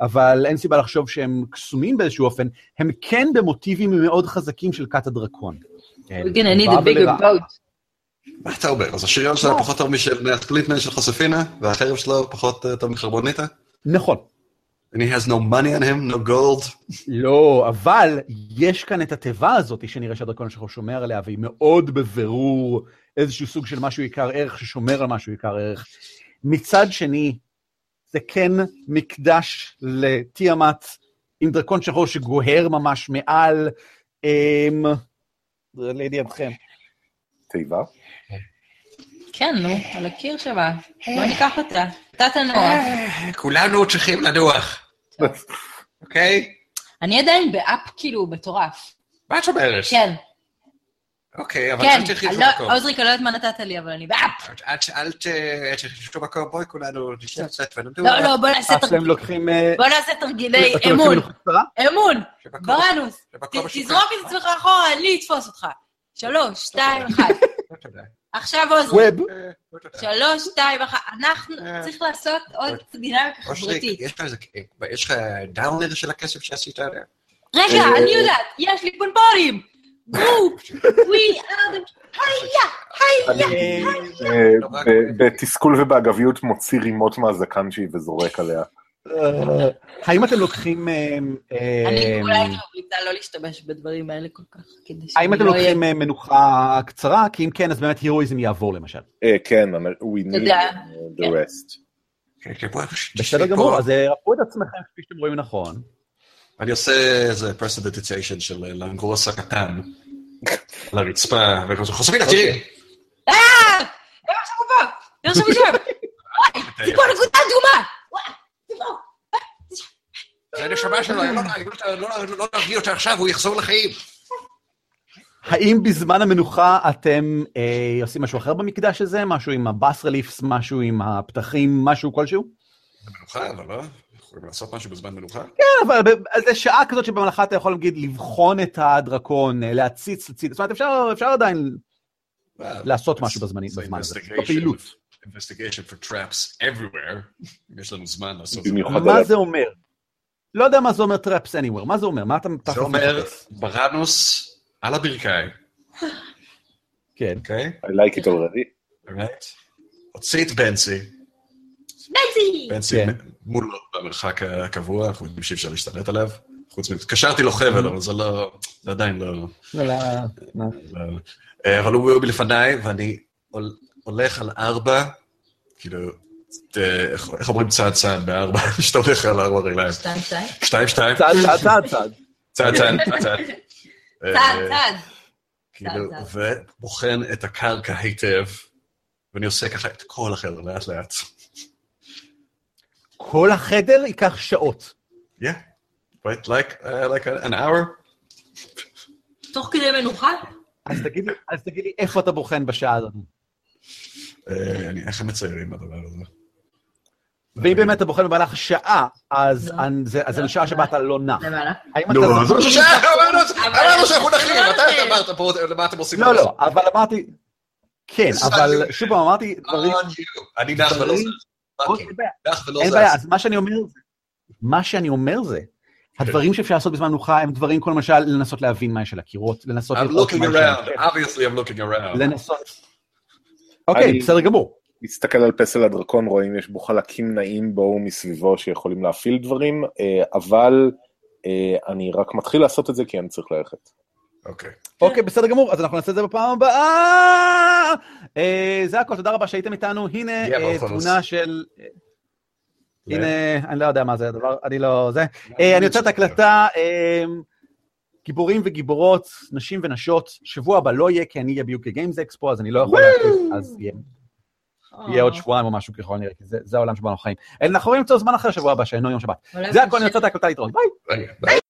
Speaker 1: אבל אין סיבה לחשוב שהם קסומים באיזשהו אופן, הם כן במוטיבים מאוד חזקים של כת הדרקון.
Speaker 7: We're gonna need a
Speaker 1: לרעה
Speaker 7: bigger
Speaker 1: ולרעה.
Speaker 7: boat.
Speaker 2: מה אתה אומר? אז השריון
Speaker 3: לא.
Speaker 2: שלה פחות טוב משל הפליטמן של חוספינה, והחרב שלו פחות אה, טוב מחרבוניטה?
Speaker 1: נכון.
Speaker 2: And he has no money on him, no gold.
Speaker 1: לא, אבל יש כאן את התיבה הזאת שנראה שהדרקון השחור שומר עליה, והיא מאוד בבירור איזשהו סוג של משהו עיקר ערך ששומר על משהו עיקר ערך. מצד שני, זה כן מקדש לתיאמת עם דרקון שחור שגוהר ממש מעל, אמ... זה לידיעתכם.
Speaker 5: תיבה.
Speaker 3: כן, נו, על הקיר שבה. בוא ניקח אותה. אתה תנוח.
Speaker 8: אה, כולנו צריכים לנוח, אוקיי?
Speaker 3: אני עדיין באפ כאילו מטורף.
Speaker 8: מה את אומרת?
Speaker 3: כן,
Speaker 8: אוקיי, אבל
Speaker 3: כן.
Speaker 8: אל תלכי
Speaker 3: אני
Speaker 8: לשום
Speaker 3: לא-
Speaker 8: מקום.
Speaker 3: עוזריק, אני לא יודעת מה נתת לי, אבל אני באפ.
Speaker 8: את- את- אל ת- אל תלכי לשום מקום, בואי כולנו נשתה קצת ונדוע.
Speaker 3: לא, לא, בוא נעשה
Speaker 1: אז אתם
Speaker 3: תרגיל.
Speaker 1: לוקחים... אה,
Speaker 3: בוא נעשה תרגילי
Speaker 1: אתם לוקחים
Speaker 3: אמון.
Speaker 1: מלוכה קצרה?
Speaker 3: אמון.
Speaker 8: שבקום-
Speaker 3: ברנוס, ת-
Speaker 8: שבקום השוקע.
Speaker 3: תזרוק את עצמך אחורה, אני אתפוס אותך. שלוש, שתיים, אחת.
Speaker 8: לא תודה.
Speaker 3: עכשיו עוזריק.
Speaker 1: ווב,
Speaker 8: אה, לא תודה.
Speaker 3: שלוש, שתיים, אחת. אנחנו,
Speaker 8: אה.
Speaker 3: צריך לעשות עוד דינמיקה
Speaker 8: אושריק, אה,
Speaker 3: חברתית.
Speaker 8: יש לך איזה- יש לך דאונר של הכסף שעשית עליה?
Speaker 3: רגע,
Speaker 8: אה,
Speaker 3: אני יודעת, יש לי פונפונים! גרופ! We are the...
Speaker 1: אה,
Speaker 5: אה, ב- בתסכול ובאגביות מוציא רימות מהזקן שלי וזורק עליה.
Speaker 1: אה, האם אתם לוקחים... אה, אה,
Speaker 3: אני אולי הייתי ממליצה לא להשתמש בדברים האלה כל כך, כדי
Speaker 1: האם
Speaker 2: לא
Speaker 1: אתם
Speaker 3: שלא
Speaker 1: לוקחים אה, מנוחה קצרה? כי אם כן, אז באמת הירואיזם יעבור למשל.
Speaker 5: אה, כן, אבל we need
Speaker 3: תודה.
Speaker 5: uh, the rest.
Speaker 8: כן, כן, בואי,
Speaker 1: בסדר
Speaker 8: תשבי
Speaker 1: גמור,
Speaker 8: פה.
Speaker 1: אז אה, רפאו את עצמכם כפי שאתם רואים נכון.
Speaker 2: אני עושה איזה פרסדטיטיישן של אה, לנגרוס הקטן. לרצפה, וחוספינה, תראי!
Speaker 3: אה! הם עכשיו הוא פה! הם עכשיו הוא שם! ציפור נקודה אדומה! וואי, ציפור.
Speaker 8: זה הנשמה שלו, אני לא- אני לא- לא- לא- לא נביא אותה עכשיו, הוא יחזור לחיים.
Speaker 1: האם בזמן המנוחה אתם אה, עושים משהו אחר במקדש הזה? משהו עם הבאס רליפס, משהו עם הפתחים, משהו כלשהו?
Speaker 2: מנוחה, אבל לא? יכולים לעשות משהו בזמן מנוחה?
Speaker 1: כן, אבל ב- אז זה שעה כזאת שבמלאכה אתה יכול, נגיד, לבחון את הדרקון, אה, להציץ לציד. זאת אומרת, אפשר, אפשר עדיין לעשות משהו בזמנים-
Speaker 2: זה
Speaker 1: בזמן הזה,
Speaker 2: investigation-
Speaker 1: בפעילות.
Speaker 2: investigation for traps everywhere. אם יש לנו זמן לעשות את זה.
Speaker 5: במיוחד על
Speaker 1: מה זה אומר? לא יודע מה זה אומר טראפס anywhere, מה זה אומר? מה אתה
Speaker 2: זה
Speaker 1: תכף
Speaker 2: אומר
Speaker 1: מחפש?
Speaker 2: בראנוס על הברכיים,
Speaker 1: כן.
Speaker 2: אוקיי?
Speaker 5: I like it already.
Speaker 2: באמת? הוציא את בנסי,
Speaker 3: בנזי!
Speaker 2: בנסי
Speaker 1: כן.
Speaker 2: מולו במרחק הקבוע, אנחנו יודעים שאי אפשר להשתלט עליו. חוץ מזה, קשרתי לו חבל, אבל זה לא, זה עדיין לא... לא- אה, אבל הוא מלפניי, ואני הול- הולך על ארבע, כאילו, אה, איך איך אומרים צעד צעד בארבע, שאתה הולך על ארבע רגליים.
Speaker 3: שתיים, שתיים.
Speaker 2: שתיים, שתיים,
Speaker 1: צעד, צעד, צעד, צעד.
Speaker 2: צעד צעד, צעד צעד.
Speaker 3: צעד,
Speaker 2: אה,
Speaker 3: צעד.
Speaker 2: כאילו,
Speaker 3: צעד,
Speaker 2: ובוחן את הקרקע היטב, ואני עושה ככה את כל החדר לאט לאט.
Speaker 1: כל החדר ייקח שעות.
Speaker 2: Yeah, but like, uh, like an hour.
Speaker 3: תוך כדי מנוחה?
Speaker 1: אז תגיד לי- אז תגיד לי איפה אתה בוחן בשעה הזאת.
Speaker 2: אה, אני- איך הם מציירים בדבר הזה?
Speaker 1: ואם באמת אתה בוחן במהלך שעה, אז
Speaker 3: לא.
Speaker 1: אני- זה- אז זה
Speaker 3: לא.
Speaker 1: שעה שבה אתה לא נח.
Speaker 3: למעלה.
Speaker 1: האם
Speaker 2: נו,
Speaker 1: אתה
Speaker 2: אז לא
Speaker 1: זקוק-
Speaker 2: זה שעה, אמרנו אמרנו שאנחנו נחים,
Speaker 3: אבל-
Speaker 2: מתי אתה אמרת פה, למה אתם עושים?
Speaker 1: לא, לא, אבל אמרתי... כן,
Speaker 2: זה
Speaker 1: אבל
Speaker 2: שעה. אה,
Speaker 1: שוב פעם, אמרתי דברים...
Speaker 2: On you. אני נח ולא
Speaker 1: דברים-
Speaker 2: זז.
Speaker 1: אין בעיה,
Speaker 2: נח ולא
Speaker 1: אוקיי. אין
Speaker 2: זז.
Speaker 1: בעיה, אז מה שאני אומר זה... מה שאני אומר זה...
Speaker 2: כן.
Speaker 1: הדברים שאפשר לעשות בזמן מנוחה הם דברים כמו למשל לנסות להבין מה יש על הקירות, לנסות
Speaker 2: I'm
Speaker 1: לראות
Speaker 2: looking
Speaker 1: מה יש על
Speaker 2: around,
Speaker 1: השטח,
Speaker 2: obviously I'm looking around.
Speaker 1: לנסות... אוקיי,
Speaker 5: אני-
Speaker 1: בסדר גמור.
Speaker 5: מסתכל על פסל הדרקון, רואה אם יש בו חלקים נעים בו ומסביבו שיכולים להפעיל דברים, אה, אבל אה, אני רק מתחיל לעשות את זה כי אני צריך ללכת.
Speaker 2: אוקיי.
Speaker 1: אוקיי, בסדר גמור, אז אנחנו נעשה את זה בפעם הבאה. אה, זה הכל, תודה רבה שהייתם איתנו. הנה
Speaker 2: Yeah,
Speaker 1: אה,
Speaker 2: both of us.
Speaker 1: תמונה של... הנה, אני לא יודע מה זה הדבר, אני לא... זה. אה, אני רוצה את ההקלטה, אה, גיבורים וגיבורות, נשים ונשות, שבוע הבא לא יהיה, כי אני אהיה ביוקי גיימס אקספו, אז אני לא יכול להקליט, אז יהיה-
Speaker 3: אה,
Speaker 1: יהיה עוד שבועיים או משהו ככל הנראה, כי זה זה העולם שבו אנחנו חיים. אה, אנחנו יכולים למצוא זמן אחר שבוע הבא, שאינו יום שבת.
Speaker 3: אולי
Speaker 1: זה הכל, אני
Speaker 3: קשה.
Speaker 1: רוצה את ההקלטה להתראות, ביי.
Speaker 2: רגע, ביי.